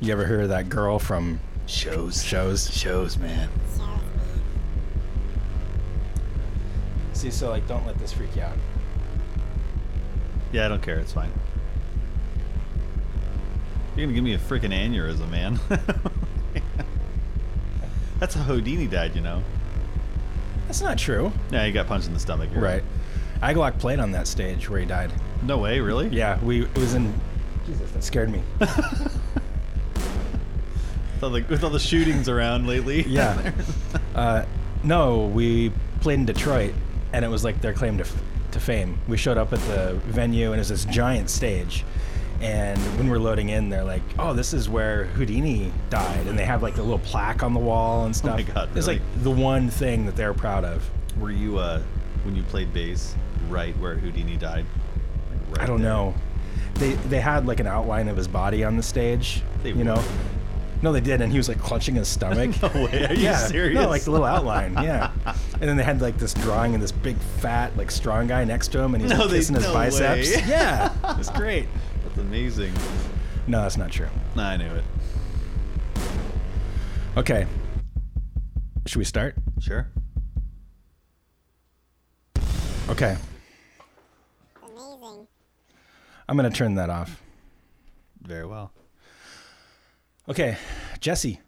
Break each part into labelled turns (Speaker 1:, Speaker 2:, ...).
Speaker 1: You ever hear of that girl from
Speaker 2: Shows.
Speaker 1: shows?
Speaker 2: Shows, man.
Speaker 1: See, so like, don't let this freak you out.
Speaker 2: Yeah, I don't care. It's fine. You're gonna give me a freaking aneurysm, man. That's how Houdini died, you know.
Speaker 1: That's not true.
Speaker 2: Yeah, he got punched in the stomach. You're
Speaker 1: Right. Aglock played on that stage where he died.
Speaker 2: No way, really?
Speaker 1: Yeah, we it was in. Jesus, that scared me.
Speaker 2: With all the, with all the shootings around lately.
Speaker 1: Yeah. uh, no, we played in Detroit, and it was like their claim to, f- to fame. We showed up at the venue, and it was this giant stage. And when we're loading in, they're like, "Oh, this is where Houdini died," and they have like the little plaque on the wall and stuff.
Speaker 2: Oh my God,
Speaker 1: It's
Speaker 2: really?
Speaker 1: like the one thing that they're proud of.
Speaker 2: Were you uh, when you played bass, right where Houdini died? Like, right
Speaker 1: I don't
Speaker 2: there?
Speaker 1: know. They they had like an outline of his body on the stage.
Speaker 2: They
Speaker 1: you know.
Speaker 2: would.
Speaker 1: No, they did, and he was like clutching his stomach.
Speaker 2: No way. Are you
Speaker 1: yeah,
Speaker 2: serious?
Speaker 1: No, like the little outline. Yeah. and then they had like this drawing of this big fat like strong guy next to him, and he's
Speaker 2: No,
Speaker 1: like,
Speaker 2: they-
Speaker 1: kissing his
Speaker 2: no
Speaker 1: biceps.
Speaker 2: way.
Speaker 1: Yeah, it's great.
Speaker 2: That's amazing.
Speaker 1: No, that's not true.
Speaker 2: Nah, I knew it.
Speaker 1: Okay. Should we start?
Speaker 2: Sure.
Speaker 1: Okay.
Speaker 3: Amazing.
Speaker 1: I'm gonna turn that off.
Speaker 2: Very well.
Speaker 1: Okay, Jesse.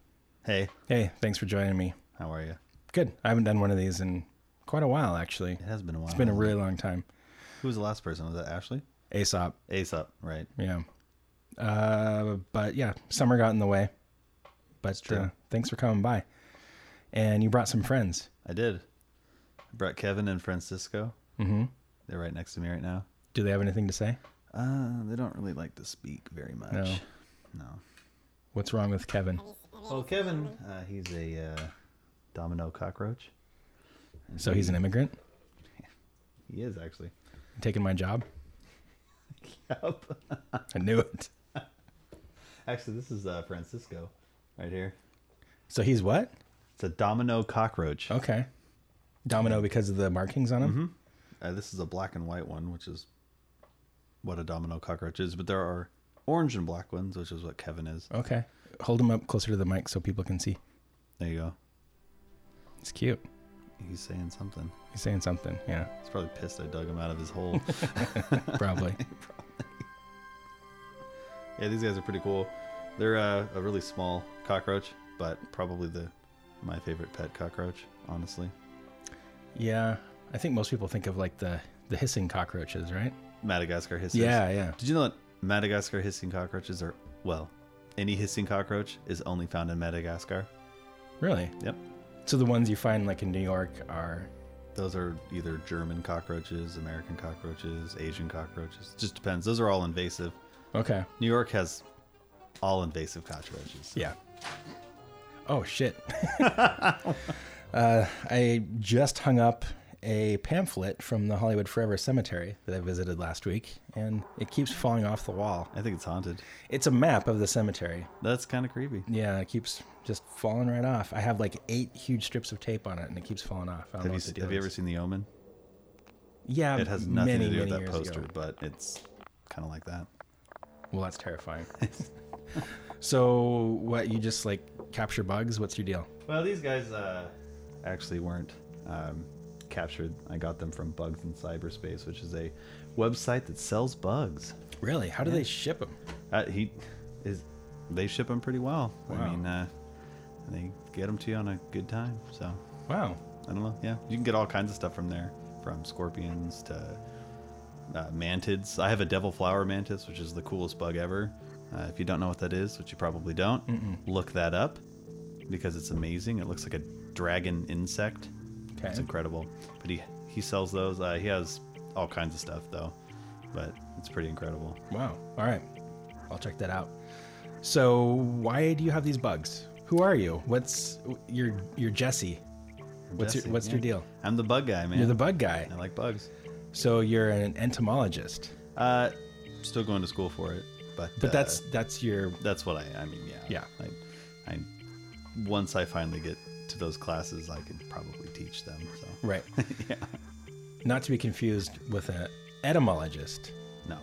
Speaker 2: Hey,
Speaker 1: Hey, thanks for joining me.
Speaker 2: how are you?
Speaker 1: Good. I haven't done one of these in quite a while, actually.
Speaker 2: It has been a while.
Speaker 1: It's been a really long time.
Speaker 2: Who was the last person? Was that Ashley?
Speaker 1: Aesop.
Speaker 2: Aesop, right?
Speaker 1: Yeah. Uh, but yeah, summer got in the way. But
Speaker 2: true.
Speaker 1: uh, thanks for coming by. And you brought some friends.
Speaker 2: I did. I brought Kevin and Francisco. Mm-hmm. They're right next to me right now.
Speaker 1: Do they have anything to say?
Speaker 2: Uh, they don't really like to speak very much.
Speaker 1: No.
Speaker 2: No.
Speaker 1: What's wrong with Kevin?
Speaker 2: Well, Kevin, uh, he's a uh, domino cockroach.
Speaker 1: So he's an immigrant
Speaker 2: He is actually.
Speaker 1: taking my job?
Speaker 2: Yep.
Speaker 1: I knew it.
Speaker 2: Actually, this is uh, Francisco, right here.
Speaker 1: So he's what?
Speaker 2: It's a domino cockroach.
Speaker 1: Okay. Domino because of the markings on him?
Speaker 2: Uh, this is a black and white one, which is what a domino cockroach is. But there are orange and black ones, which is what Kevin is.
Speaker 1: Okay. Hold him up closer to the mic so people can see.
Speaker 2: There you go.
Speaker 1: It's cute.
Speaker 2: He's saying something.
Speaker 1: He's saying something. Yeah,
Speaker 2: He's probably pissed I dug him out of his hole.
Speaker 1: probably.
Speaker 2: yeah, these guys are pretty cool. They're uh, a really small cockroach, but probably the my favorite pet cockroach, honestly.
Speaker 1: yeah. I think most people think of like the, the hissing cockroaches, right?
Speaker 2: Madagascar hissers.
Speaker 1: Yeah, yeah.
Speaker 2: Did you know that Madagascar hissing cockroaches are well, any hissing cockroach is only found in Madagascar.
Speaker 1: Really?
Speaker 2: Yep.
Speaker 1: So the ones you find like in New York are
Speaker 2: Those are either German cockroaches, American cockroaches, Asian cockroaches. Just depends. Those are all invasive.
Speaker 1: okay.
Speaker 2: New York has all invasive cockroaches.
Speaker 1: Yeah. Oh shit. uh, I just hung up a pamphlet from the Hollywood Forever Cemetery that I visited last week, and it keeps falling off the wall.
Speaker 2: I think it's haunted.
Speaker 1: It's a map of the cemetery.
Speaker 2: That's kind of creepy.
Speaker 1: Yeah, it keeps just falling right off. I have like eight huge strips of tape on it, and it keeps falling off. I don't know
Speaker 2: Have
Speaker 1: what
Speaker 2: you,
Speaker 1: the deal
Speaker 2: have you
Speaker 1: is.
Speaker 2: ever seen The Omen?
Speaker 1: Yeah,
Speaker 2: It has nothing
Speaker 1: Um, many,
Speaker 2: to do with
Speaker 1: many
Speaker 2: that
Speaker 1: years ago.
Speaker 2: poster, but it's kind of like that.
Speaker 1: Well, that's terrifying. so, what you just like capture bugs? What's your deal?
Speaker 2: Well, these guys uh, actually weren't um, captured. I got them from Bugs in Cyberspace, which is a website that sells bugs.
Speaker 1: Really? How do they ship them?
Speaker 2: Uh, he is. They ship them pretty well. I
Speaker 1: Wow.
Speaker 2: mean, uh, they get them to you on a good time. So
Speaker 1: Wow.
Speaker 2: I don't know. Yeah, you can get all kinds of stuff from there, from scorpions to uh, mantids. I have a devil flower mantis, which is the coolest bug ever. Uh, if you don't know what that is, which you probably don't, look that up because it's amazing. It looks like a dragon insect.
Speaker 1: Okay.
Speaker 2: It's incredible. But he he sells those. Uh, he has all kinds of stuff though, but it's pretty incredible.
Speaker 1: Wow. All right. I'll check that out. So, why do you have these bugs? Who are you? What's you're you're Jesse? What's your
Speaker 2: Jesse,
Speaker 1: what's
Speaker 2: yeah.
Speaker 1: your deal?
Speaker 2: I'm the bug guy, man.
Speaker 1: You're the bug guy.
Speaker 2: I like bugs.
Speaker 1: So you're an entomologist.
Speaker 2: Uh, still going to school for it, but
Speaker 1: But
Speaker 2: uh,
Speaker 1: that's that's your
Speaker 2: that's what I I mean yeah
Speaker 1: Yeah.
Speaker 2: I, I once I finally get to those classes I can probably teach them so
Speaker 1: right. yeah. Not to be confused with an etymologist.
Speaker 2: no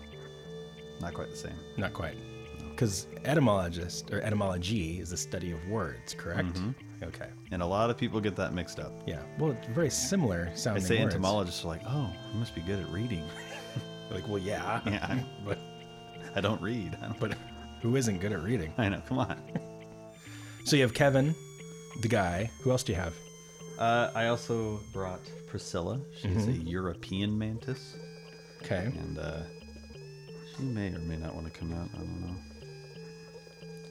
Speaker 2: not quite the same
Speaker 1: Not quite.
Speaker 2: no.
Speaker 1: because etymologist or etymology is the study of words, correct?
Speaker 2: Mm-hmm.
Speaker 1: Okay.
Speaker 2: And a lot of people get that mixed up.
Speaker 1: Yeah. Well, it's very similar
Speaker 2: I
Speaker 1: sounding
Speaker 2: say
Speaker 1: words.
Speaker 2: entomologists are like, oh, you must be good at reading.
Speaker 1: Like, well, yeah.
Speaker 2: yeah, I'm,
Speaker 1: But
Speaker 2: I don't read. I, don't,
Speaker 1: but who isn't good at reading?
Speaker 2: I know. Come on.
Speaker 1: So you have Kevin, the guy. Who else do you have?
Speaker 2: Uh, I also brought Priscilla. She's a
Speaker 1: Mm-hmm.
Speaker 2: European mantis,
Speaker 1: Okay.
Speaker 2: and uh, she may or may not want to come out. I don't know.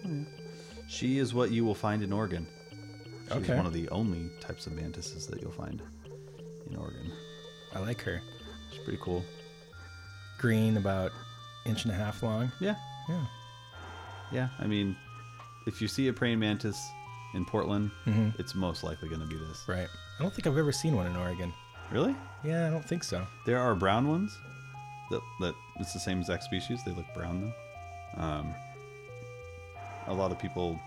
Speaker 2: Oh, yeah. She is what you will find in Oregon. She's
Speaker 1: Okay.
Speaker 2: one of the only types of mantises that you'll find in Oregon.
Speaker 1: I like her.
Speaker 2: She's pretty cool.
Speaker 1: Green, about inch and a half long.
Speaker 2: Yeah,
Speaker 1: Yeah.
Speaker 2: yeah. I mean, if you see a praying mantis in Portland, it's most likely going to be this.
Speaker 1: Right. I don't think I've ever seen one in Oregon.
Speaker 2: Really?
Speaker 1: Yeah, I don't think so.
Speaker 2: There are brown ones that, that it's the same exact species. They look brown though. Um, a lot of people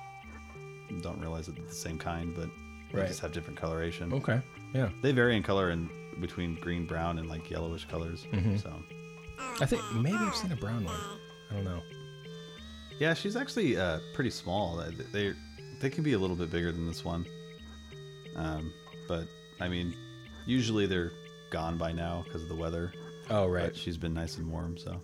Speaker 2: don't realize that they're the same kind, but they
Speaker 1: Right. Oh.
Speaker 2: just have different coloration.
Speaker 1: Okay. Yeah.
Speaker 2: They vary in color in between green, brown, and like yellowish colors.
Speaker 1: Mm-hmm.
Speaker 2: So,
Speaker 1: I think maybe I've seen a brown one. I don't know.
Speaker 2: yeah, she's actually uh, pretty small. Uh, th- They they can be a little bit bigger than this one. Um, but I mean, usually they're gone by now because of the weather.
Speaker 1: Oh,
Speaker 2: But
Speaker 1: right.
Speaker 2: she's been nice and warm, so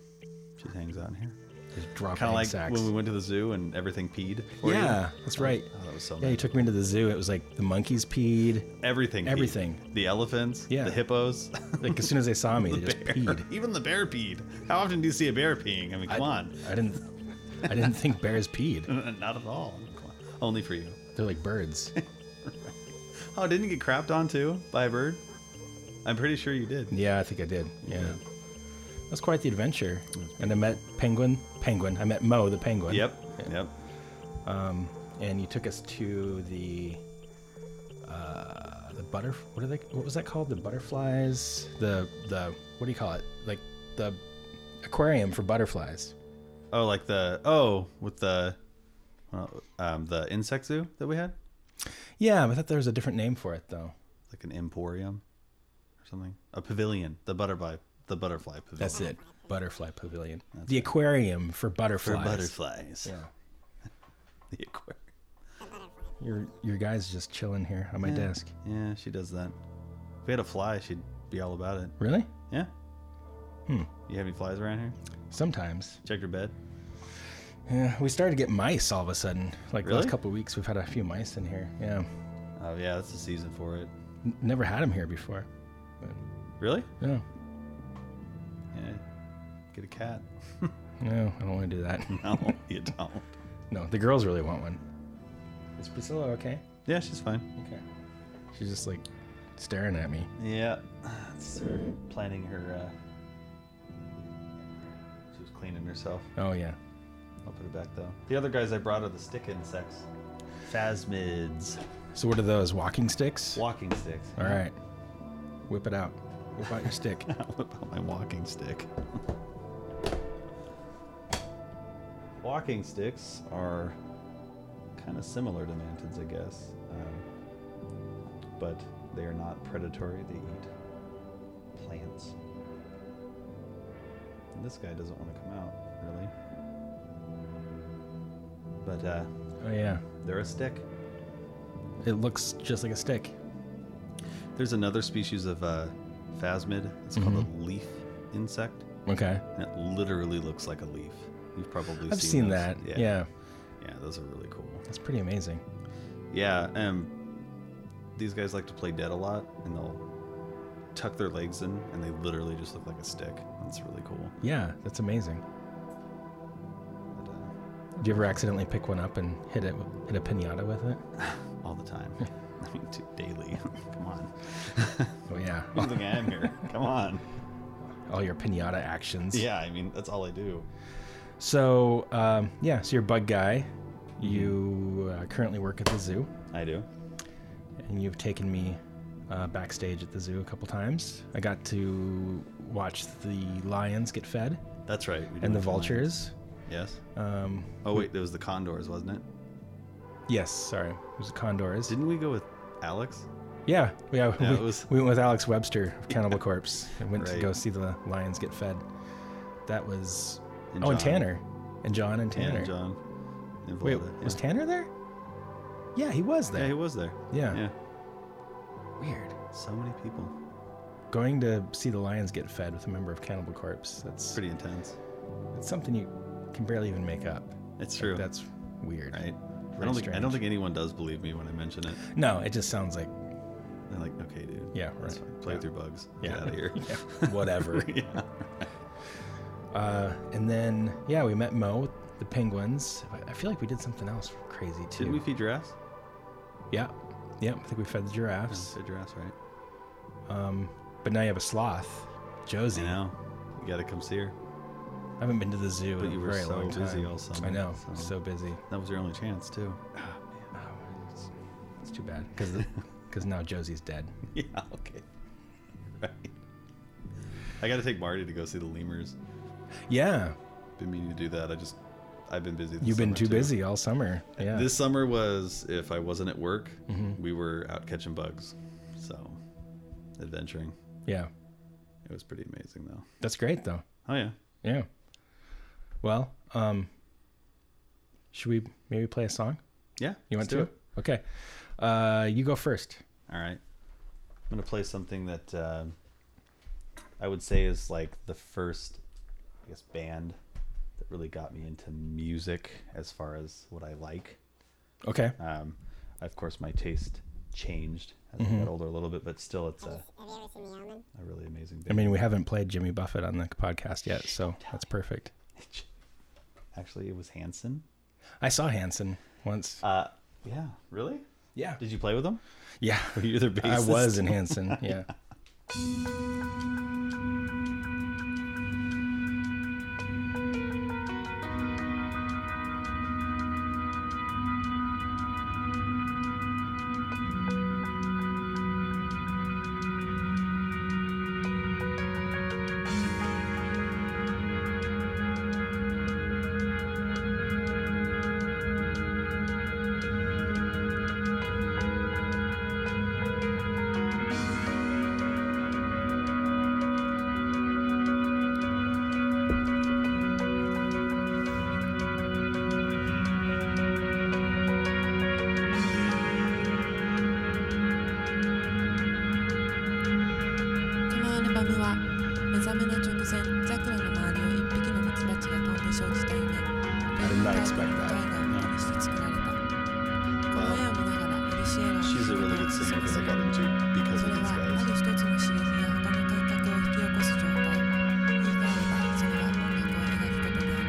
Speaker 2: she hangs out in here.
Speaker 1: Just drop
Speaker 2: Kind of like
Speaker 1: sacks.
Speaker 2: when we went to the zoo and everything peed. for you.
Speaker 1: yeah, that's right.
Speaker 2: Oh, that was so
Speaker 1: Yeah, you
Speaker 2: nice.
Speaker 1: took me into the zoo. It was like the monkeys peed.
Speaker 2: Everything. peed.
Speaker 1: Everything.
Speaker 2: The elephants.
Speaker 1: Yeah.
Speaker 2: The hippos.
Speaker 1: Like as soon as they saw me, they
Speaker 2: the
Speaker 1: just
Speaker 2: bear.
Speaker 1: peed.
Speaker 2: Even the bear peed. How often do you see a bear peeing? I mean, come on.
Speaker 1: I didn't. I didn't think bears peed.
Speaker 2: Not at all. Come on. Only for you.
Speaker 1: They're like birds.
Speaker 2: Oh, didn't you get crapped on too by a bird? I'm pretty sure you did.
Speaker 1: Yeah, I think I did. Yeah, that was quite the adventure. And I met penguin. Penguin. I met Mo the penguin.
Speaker 2: Yep. Yep.
Speaker 1: And you took us to the uh, the butter. What are they? What was that called? The butterflies. The the what do you call it? Like the aquarium for butterflies.
Speaker 2: Oh, like the oh with the well, um the insect zoo that we had,
Speaker 1: Yeah, but I thought there was a different name for it though.
Speaker 2: like an emporium or something. A pavilion. The butterfly. The butterfly pavilion.
Speaker 1: That's it. Butterfly pavilion. the aquarium for
Speaker 2: For
Speaker 1: butterflies.
Speaker 2: butterflies.
Speaker 1: Yeah.
Speaker 2: The aquarium.
Speaker 1: Your your guy's just chilling here on my desk.
Speaker 2: Yeah, she does that. If we had a fly, she'd be all about it.
Speaker 1: Really?
Speaker 2: Yeah. Hmm. You have any flies around here?
Speaker 1: Sometimes.
Speaker 2: Check your bed.
Speaker 1: Yeah. We started to get mice all of a sudden. Like the last
Speaker 2: Really?
Speaker 1: couple of weeks, we've had a few mice in here. Yeah.
Speaker 2: Oh yeah, that's the season for it.
Speaker 1: N- never had them here before.
Speaker 2: Really?
Speaker 1: Yeah.
Speaker 2: Yeah. Get a cat.
Speaker 1: No, I don't want to do that.
Speaker 2: No, you don't.
Speaker 1: no, the girls really want one. Is Priscilla okay?
Speaker 2: Yeah, she's fine.
Speaker 1: Okay. She's just like staring at me.
Speaker 2: Yeah. It's her planning her. Uh... She was cleaning herself.
Speaker 1: Oh yeah.
Speaker 2: I'll put it back though. The other guys I brought are the stick insects, phasmids,
Speaker 1: So what are those walking sticks?
Speaker 2: walking sticks.
Speaker 1: All right. Whip it out. Whip out your stick.
Speaker 2: Whip out my walking stick. walking sticks are kind of similar to mantids, I guess, um, but they are not predatory. They eat plants. And this guy doesn't want to come out, really. But uh,
Speaker 1: Oh yeah.
Speaker 2: they're a stick.
Speaker 1: It looks just like a stick.
Speaker 2: There's another species of uh, phasmid. It's called a leaf insect.
Speaker 1: Okay.
Speaker 2: And it literally looks like a leaf. You've probably
Speaker 1: I've
Speaker 2: seen,
Speaker 1: seen
Speaker 2: those.
Speaker 1: that. Yeah.
Speaker 2: Yeah, those are really cool.
Speaker 1: That's pretty amazing.
Speaker 2: Yeah, um these guys like to play dead a lot and they'll tuck their legs in and they literally just look like a stick. That's really cool.
Speaker 1: Yeah, that's amazing.
Speaker 2: But, uh,
Speaker 1: Do you ever accidentally pick one up and hit it with- hit a pinata with it?
Speaker 2: all the time. I mean, t- daily. Come on.
Speaker 1: Oh yeah.
Speaker 2: I think I am here. Come on.
Speaker 1: All your pinata actions.
Speaker 2: Yeah, I mean, that's all I do.
Speaker 1: So um, yeah, so you're bug guy. You uh, currently work at the zoo,
Speaker 2: I do.
Speaker 1: and you've taken me uh, backstage at the zoo a couple times. I got to watch the lions get fed
Speaker 2: That's right. we do
Speaker 1: and the
Speaker 2: it for lions.
Speaker 1: vultures.
Speaker 2: Yes.
Speaker 1: Um,
Speaker 2: Oh wait, it was the condors, wasn't it?
Speaker 1: yes, sorry, it was the condors.
Speaker 2: Didn't we go with Alex?
Speaker 1: Yeah, yeah.
Speaker 2: Yeah,
Speaker 1: we,
Speaker 2: it was-
Speaker 1: we went with Alex Webster of Cannibal Corpse and went to
Speaker 2: Right.
Speaker 1: go see the lions get fed. That was
Speaker 2: And
Speaker 1: oh, and
Speaker 2: John.
Speaker 1: Tanner. and John and Tanner.
Speaker 2: and John. And
Speaker 1: Wait,
Speaker 2: Vlada, yeah.
Speaker 1: was Tanner there? Yeah, he was
Speaker 2: Yeah,
Speaker 1: there.
Speaker 2: he was there.
Speaker 1: Yeah.
Speaker 2: Yeah.
Speaker 1: Weird.
Speaker 2: So many people.
Speaker 1: Going to see the lions get fed with a member of Cannibal Corpse. That's
Speaker 2: Pretty intense.
Speaker 1: It's something you can barely even make up.
Speaker 2: It's true.
Speaker 1: That's weird.
Speaker 2: right. I
Speaker 1: Very
Speaker 2: don't think I don't
Speaker 1: strange.
Speaker 2: think anyone does believe me when I mention it.
Speaker 1: No, it just sounds like
Speaker 2: They're like, okay, dude.
Speaker 1: Yeah,
Speaker 2: that's
Speaker 1: right.
Speaker 2: fine. Play
Speaker 1: Yeah.
Speaker 2: through bugs.
Speaker 1: yeah,
Speaker 2: Get out of here.
Speaker 1: yeah, whatever.
Speaker 2: yeah.
Speaker 1: uh, and then yeah, we met Mo with the penguins. I- I feel like we did something else crazy too.
Speaker 2: Didn't we feed giraffes?
Speaker 1: Yeah, yeah. I think we fed the
Speaker 2: Yeah,
Speaker 1: giraffes.
Speaker 2: fed giraffes, right?
Speaker 1: Um, but now you have a sloth, Josie.
Speaker 2: I know. You gotta come see her.
Speaker 1: I haven't been to the zoo
Speaker 2: But
Speaker 1: in
Speaker 2: you
Speaker 1: a
Speaker 2: were
Speaker 1: very
Speaker 2: so
Speaker 1: long time.
Speaker 2: busy all summer,
Speaker 1: I know, so
Speaker 2: so-
Speaker 1: busy.
Speaker 2: That was your only chance too.
Speaker 1: Oh, it's, it's too bad because because now Josie's dead.
Speaker 2: yeah. Okay. Right. I gotta take Marty to go see the lemurs.
Speaker 1: Yeah,
Speaker 2: Been meaning to do that. I just I've been busy. This
Speaker 1: you've been
Speaker 2: summer,
Speaker 1: too
Speaker 2: too.
Speaker 1: busy all summer. Yeah. Mm-hmm.
Speaker 2: This summer was if I wasn't at work, we were out catching bugs. So adventuring.
Speaker 1: yeah.
Speaker 2: It was pretty amazing though.
Speaker 1: That's great though.
Speaker 2: Oh yeah.
Speaker 1: Yeah. Well, um, should we maybe play a song?
Speaker 2: Yeah.
Speaker 1: You want
Speaker 2: let's
Speaker 1: to?
Speaker 2: do
Speaker 1: Okay. Uh, you go first.
Speaker 2: All right. I'm gonna play something that uh, I would say is like the first, I guess, band that really got me into music as far as what I like.
Speaker 1: Okay.
Speaker 2: Um, of course, my taste changed as
Speaker 1: Mm-hmm.
Speaker 2: I got older a little bit, but still, it's a,
Speaker 3: Have you ever seen the Omen?
Speaker 2: a really amazing band.
Speaker 1: I mean, we haven't played Jimmy Buffett on the podcast yet, so that's perfect.
Speaker 2: Actually, it was Hanson.
Speaker 1: I saw Hanson once.
Speaker 2: Uh, yeah. Really?
Speaker 1: yeah.
Speaker 2: Did you play with them?
Speaker 1: Yeah.
Speaker 2: Were you their
Speaker 1: I
Speaker 2: bassist?
Speaker 1: was in Hanson. Yeah.
Speaker 4: このアルバムは目覚めの直前ザクロの周りを一匹のミツバチが飛んで生じた夢と
Speaker 1: did
Speaker 4: いう
Speaker 1: not
Speaker 4: タイト
Speaker 1: expect
Speaker 4: ルの
Speaker 1: that.
Speaker 4: 絵画を元にして作られたこの絵を見ながらエリシエラを
Speaker 2: Um, She's a really good singer because I got into because
Speaker 4: そ
Speaker 2: of
Speaker 4: れ
Speaker 2: these
Speaker 4: はあ
Speaker 2: guys.
Speaker 4: る一つの刺激や他の感覚を引き起こす状態言い換えればそれは音楽を描くことである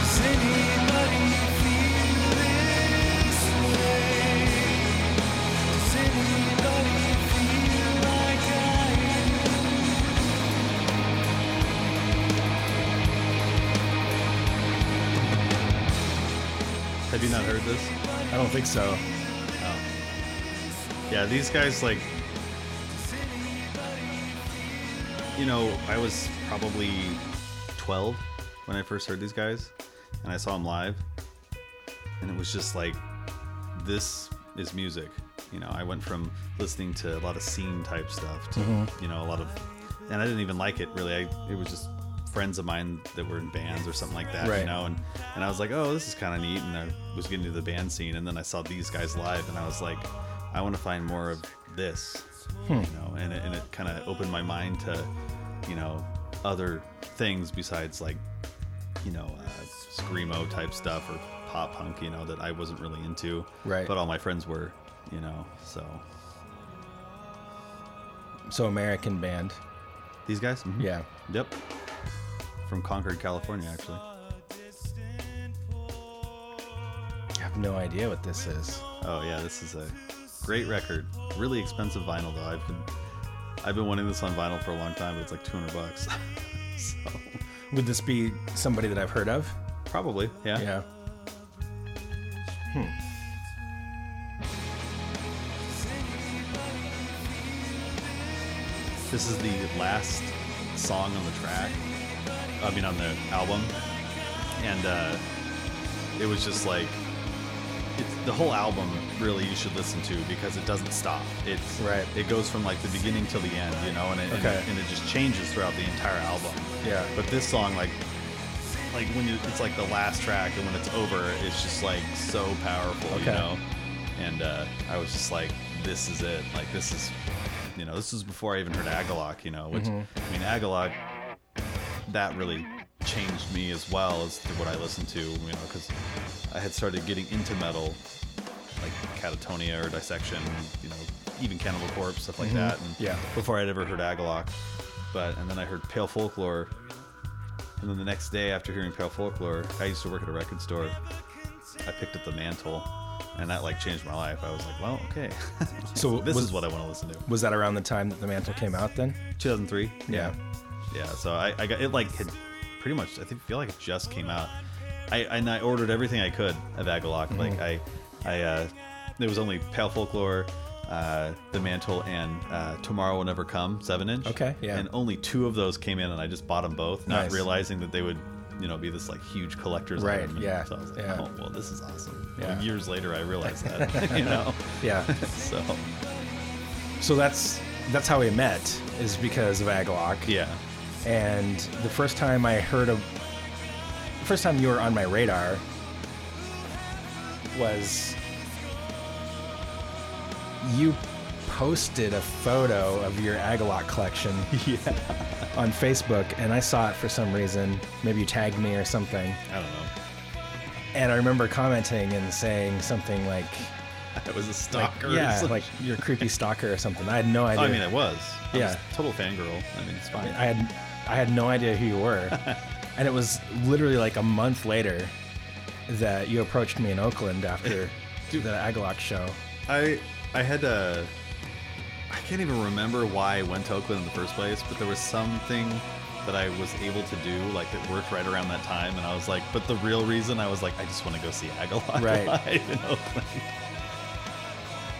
Speaker 5: Does anybody feel this way? Does anybody feel like I do?
Speaker 2: Have you not heard this?
Speaker 1: I don't think so.
Speaker 2: Yeah, these guys like you know, I was probably 12 when I first heard these guys and I saw them live and it was just like this is music. You know, I went from listening to a lot of scene type stuff to you know, a lot of and I didn't even like it really. I it was just friends of mine that were in bands or something like that,
Speaker 1: Right.
Speaker 2: you know, and and I was like, "Oh, this is kind of neat." And I was getting to the band scene and then I saw these guys live and I was like, "I want to find more of this." You know, and it, and it kind of opened my mind to you know, other things besides like you know, uh, screamo type stuff or pop punk, you know, that I wasn't really into.
Speaker 1: Right.
Speaker 2: But all my friends were, you know. So
Speaker 1: So American band.
Speaker 2: these guys. Mhm.
Speaker 1: Yeah.
Speaker 2: Yep. From Concord, California, actually.
Speaker 1: I have no idea what this is.
Speaker 2: Oh yeah, this is a great record. Really expensive vinyl though. I've been I've been wanting this on vinyl for a long time, but it's like 200 bucks. so
Speaker 1: Would this be somebody that I've heard of?
Speaker 2: probably, yeah.
Speaker 1: Yeah.
Speaker 2: This is the last song on the track. I mean, on the album, and uh, it was just like it's the whole album really you should listen to because it doesn't stop. It's
Speaker 1: Right.
Speaker 2: It goes from like the beginning till the end, you know, and it, and
Speaker 1: Okay.
Speaker 2: it and it just changes throughout the entire album.
Speaker 1: Yeah.
Speaker 2: But this song, like, like when you, it's like the last track and when it's over, it's just like so powerful, you
Speaker 1: Okay.
Speaker 2: know. And uh, I was just like, this is it. Like this is, you know, this is before I even heard Agalock, you know. Which I mean, Agalock that really changed me as well as to what I listened to, you know, because I had started getting into metal, like Catatonia or Dissection, you know, even Cannibal Corpse, stuff like that. And
Speaker 1: Mm-hmm. Yeah.
Speaker 2: Before I'd ever heard Agalock, but and then I heard Pale Folklore, and then the next day after hearing Pale Folklore, I used to work at a record store. I picked up the Mantle, and that like changed my life. I was like, well, okay,
Speaker 1: So
Speaker 2: this
Speaker 1: was-
Speaker 2: is what I want to listen to.
Speaker 1: Was that around the time that the mantle came out then?
Speaker 2: 2003.
Speaker 1: Yeah.
Speaker 2: Yeah, so I, I got it like had pretty much I think feel like it just came out. I and I ordered everything I could of Agalock.
Speaker 1: Mm.
Speaker 2: Like I I uh there was only Pale Folklore, uh, The Mantle and uh, Tomorrow Will Never Come, seven inch.
Speaker 1: Okay, yeah.
Speaker 2: And only two of those came in and I just bought them both, not
Speaker 1: Nice.
Speaker 2: realizing that they would you know, be this like huge collector's
Speaker 1: Right,
Speaker 2: item. And
Speaker 1: yeah,
Speaker 2: So I was like,
Speaker 1: yeah.
Speaker 2: oh, well, this is awesome.
Speaker 1: Yeah.
Speaker 2: Like, years later, I realized that, you know.
Speaker 1: Yeah.
Speaker 2: So,
Speaker 1: so that's that's how we met is because of Agalock.
Speaker 2: yeah,
Speaker 1: And the first time I heard of, the first time you were on my radar was you posted a photo of your Agalock collection on Facebook, and I saw it for some reason. Maybe you tagged me or something.
Speaker 2: I don't know.
Speaker 1: And I remember commenting and saying something like,
Speaker 2: I was a stalker. or
Speaker 1: "Yeah,
Speaker 2: something.
Speaker 1: like you're a creepy stalker or something." I had no idea.
Speaker 2: I mean, I was. I
Speaker 1: Yeah.
Speaker 2: was total fangirl. I mean, it's fine.
Speaker 1: I had I had no idea who you were, and it was literally like a month later that you approached me in Oakland after the Agalock show.
Speaker 2: I I had a. I can't even remember why I went to Oakland in the first place, but there was something that I was able to do, like that worked right around that time, and I was like, but the real reason I was like, I just want to go see Agalock
Speaker 1: Right.
Speaker 2: live in Oakland.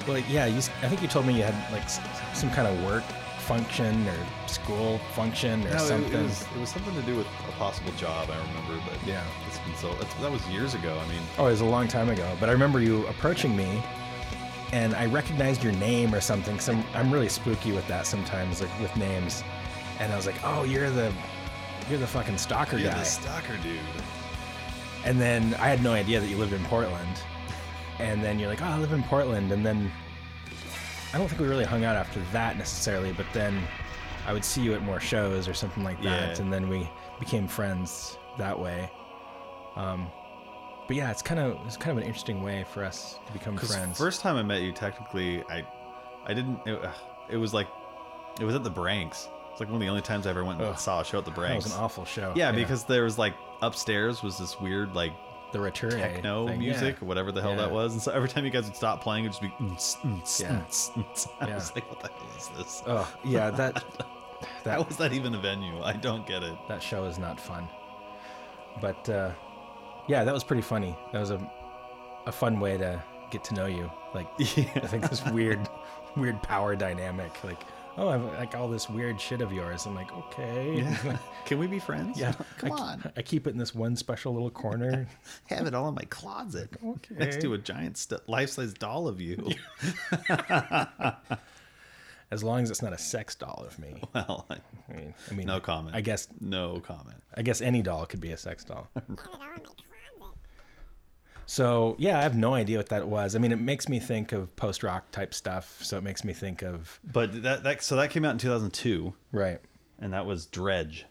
Speaker 1: Well, yeah, you, s- I think you told me you had like s- some kind of work function or school function or
Speaker 2: No, it-
Speaker 1: something.
Speaker 2: It, was, it was something to do with a possible job, I remember, but
Speaker 1: Yeah.
Speaker 2: it's been so it's, that was years ago. I mean,
Speaker 1: oh, it was a long time ago, but I remember you approaching me. And I recognized your name or something. Some I'm really spooky with that sometimes, like with names. And I was like, "Oh, you're the, you're the fucking stalker
Speaker 2: you're
Speaker 1: guy."
Speaker 2: the stalker dude.
Speaker 1: And then I had no idea that you lived in Portland. And then you're like, oh, I live in Portland. And then I don't think we really hung out after that necessarily, but then I would see you at more shows or something like that.
Speaker 2: Yeah.
Speaker 1: And then we became friends that way. Um, but yeah, it's kind of it's kind of an interesting way for us to become friends.
Speaker 2: First time I met you, technically, I, I didn't. It, ugh, it was like, it was at the Branks. It's like one of the only times I ever went and
Speaker 1: Ugh.
Speaker 2: saw a show at the
Speaker 1: that
Speaker 2: Branks.
Speaker 1: was an awful show.
Speaker 2: yeah, because there was like upstairs was this weird like
Speaker 1: the Rature
Speaker 2: techno
Speaker 1: thing, yeah.
Speaker 2: music or whatever the hell that
Speaker 1: Yeah.
Speaker 2: was, and so every time you guys would stop playing, it'd just be. "Mm, "Mm-ts, mm-ts,
Speaker 1: Yeah.
Speaker 2: mm-ts, mm-ts." mm, I
Speaker 1: Yeah.
Speaker 2: was like, what the hell is this?
Speaker 1: Oh yeah, that
Speaker 2: How
Speaker 1: that
Speaker 2: is that even a venue? I don't get it.
Speaker 1: that show is not fun. But uh, yeah, that was pretty funny. That was a a fun way to get to know you. Like I think this weird weird power dynamic. Like oh, I have like all this weird shit of yours. I'm like okay,
Speaker 2: Can we be friends?
Speaker 1: Yeah.
Speaker 2: Come
Speaker 1: I,
Speaker 2: on.
Speaker 1: I keep it in this one special little corner.
Speaker 2: Have it all in my closet.
Speaker 1: Okay.
Speaker 2: Next to a giant st- life-size doll of you.
Speaker 1: as long as it's not a sex doll of me.
Speaker 2: well,
Speaker 1: I mean, I mean
Speaker 2: no comment.
Speaker 1: I guess
Speaker 2: no comment.
Speaker 1: I guess any doll could be a sex doll.
Speaker 2: Mm.
Speaker 1: so yeah, I have no idea what that was. I mean, it makes me think of post rock type stuff. So it makes me think of
Speaker 2: But that, that so that came out in 2002,
Speaker 1: right.
Speaker 2: and that was Dredge.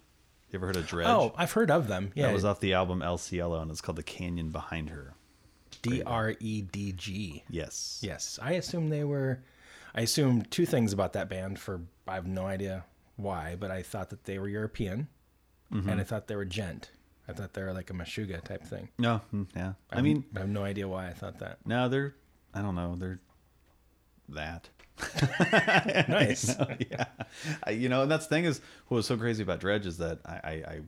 Speaker 2: You ever heard of Dredge?
Speaker 1: Oh, I've heard of them. Yeah,
Speaker 2: that was off the album El Cielo, and it's called The Canyon Behind Her.
Speaker 1: D R E D G.
Speaker 2: Yes.
Speaker 1: Yes, I assume they were. I assume two things about that band. For I have no idea why, but I thought that they were European,
Speaker 2: Mm-hmm.
Speaker 1: and I thought they were gent. I thought they were like a Meshuga type thing.
Speaker 2: No. mm, Yeah. I mean,
Speaker 1: I have no idea why I thought that.
Speaker 2: no, they're. I don't know. They're that.
Speaker 1: Nice.
Speaker 2: yeah. I, you know, and that's the thing is what was so crazy about Dredge is that I, I, I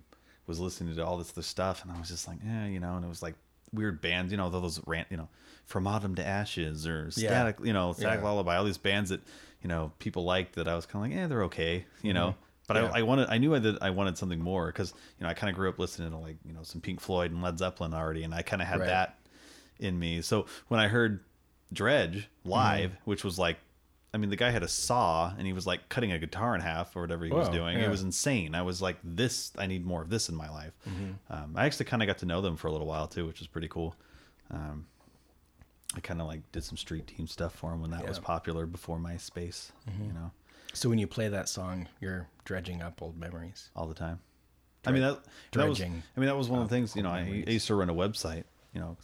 Speaker 2: was listening to all this other stuff and I was just like, yeah, you know, and it was like weird bands, you know, those rant, you know, From Autumn to Ashes or
Speaker 1: Yeah.
Speaker 2: Static, you know, Static
Speaker 1: Yeah.
Speaker 2: Lullaby, all these bands that, you know, people liked that I was kind of like, eh, they're okay, you know. But
Speaker 1: Mm-hmm. Yeah.
Speaker 2: I, I wanted, I knew that I wanted something more because, you know, I kind of grew up listening to like, you know, some Pink Floyd and Led Zeppelin already, and I kind of had
Speaker 1: Right.
Speaker 2: that in me. So when I heard Dredge live,
Speaker 1: Mm-hmm.
Speaker 2: which was like, I mean, the guy had a saw and he was like cutting a guitar in half or whatever he was
Speaker 1: Whoa,
Speaker 2: doing.
Speaker 1: yeah.
Speaker 2: It was insane. I was like, this, I need more of this in my life.
Speaker 1: Mm-hmm.
Speaker 2: Um, I actually kind of got to know them for a little while too, which was pretty cool. Um, I kind of like did some street team stuff for him when that
Speaker 1: Yeah.
Speaker 2: was
Speaker 1: Mm-hmm.
Speaker 2: popular before MySpace, you know,
Speaker 1: So when you play that song, you're dredging up old memories.
Speaker 2: all the time. I mean that, that was I
Speaker 1: dredging
Speaker 2: mean that was one of the things you know I,
Speaker 1: memories.
Speaker 2: I used to run a website you know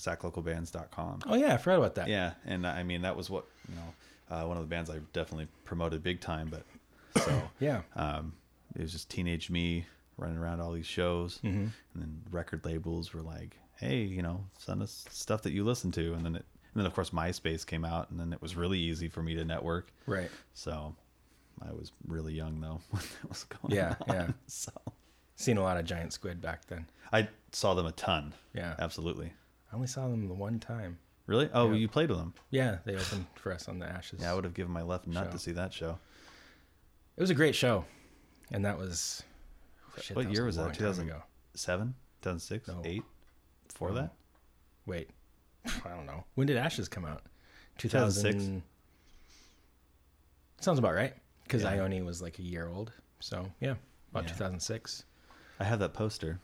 Speaker 2: sacklocalbands.com
Speaker 1: Oh yeah, I forgot about that.
Speaker 2: Yeah, and I mean that was what you know uh, one of the bands I definitely promoted big time. But so
Speaker 1: Yeah.
Speaker 2: um, it was just teenage me running around all these shows, and then record labels were like, "Hey, you know, send us stuff that you listen to." And then it, and then of course MySpace came out, and then it was really easy for me to network.
Speaker 1: Right.
Speaker 2: So I was really young though when that was going.
Speaker 1: Yeah,
Speaker 2: on.
Speaker 1: yeah.
Speaker 2: So
Speaker 1: Seen a lot of giant squid back then.
Speaker 2: I saw them a ton.
Speaker 1: Yeah.
Speaker 2: absolutely.
Speaker 1: I only saw them the one time.
Speaker 2: Really? Oh, you played with them.
Speaker 1: Yeah, they opened for us on the Ashes.
Speaker 2: Yeah, I would have given my left nut
Speaker 1: Show.
Speaker 2: to see that show.
Speaker 1: it was a great show, and that was. shit,
Speaker 2: what
Speaker 1: that
Speaker 2: year
Speaker 1: a
Speaker 2: was
Speaker 1: long
Speaker 2: that?
Speaker 1: time
Speaker 2: 2007, 2006,
Speaker 1: No.
Speaker 2: 8? Before
Speaker 1: No.
Speaker 2: that?
Speaker 1: Wait, I don't know. When did Ashes come out?
Speaker 2: 2006.
Speaker 1: 2000. Sounds about right. Because
Speaker 2: Yeah.
Speaker 1: Ione was like a year old. So, yeah, about
Speaker 2: Yeah.
Speaker 1: 2006.
Speaker 2: I have that poster.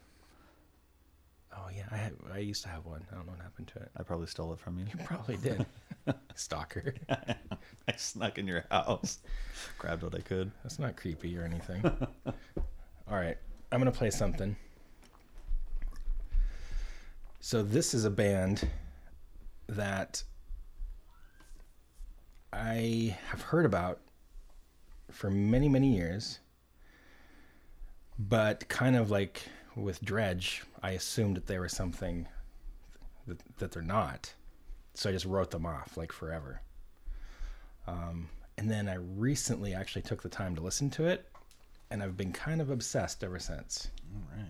Speaker 1: Oh, yeah. I, had, I used to have one. I don't know what happened to it.
Speaker 2: I probably stole it from you.
Speaker 1: Probably did. Stalker.
Speaker 2: I snuck in your house, grabbed what I could.
Speaker 1: That's not creepy or anything. All right. I'm going to play something. So, this is a band that I have heard about for many, many years. But kind of like with Dredge, I assumed that they were something that, that they're not. So I just wrote them off like forever. And then I recently actually took the time to listen to it, and I've been kind of obsessed ever since.
Speaker 2: All right.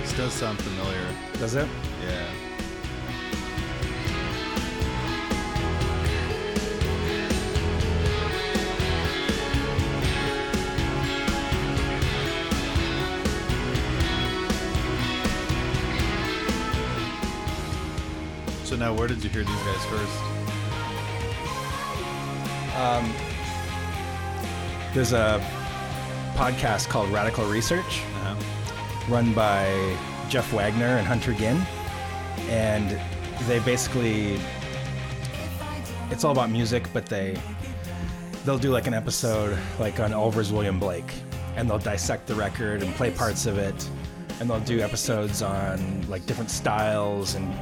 Speaker 2: This does sound familiar.
Speaker 1: Does it?
Speaker 2: Yeah. So now, where did you hear these guys first?
Speaker 1: There's a podcast called Radical Research, um,
Speaker 2: Uh-huh.
Speaker 1: run by Jeff Wagner and Hunter Ginn, and they basically it's all about music, but they they'll do like an episode like on Oliver's William Blake, and they'll dissect the record and play parts of it, and they'll do episodes on like different styles and.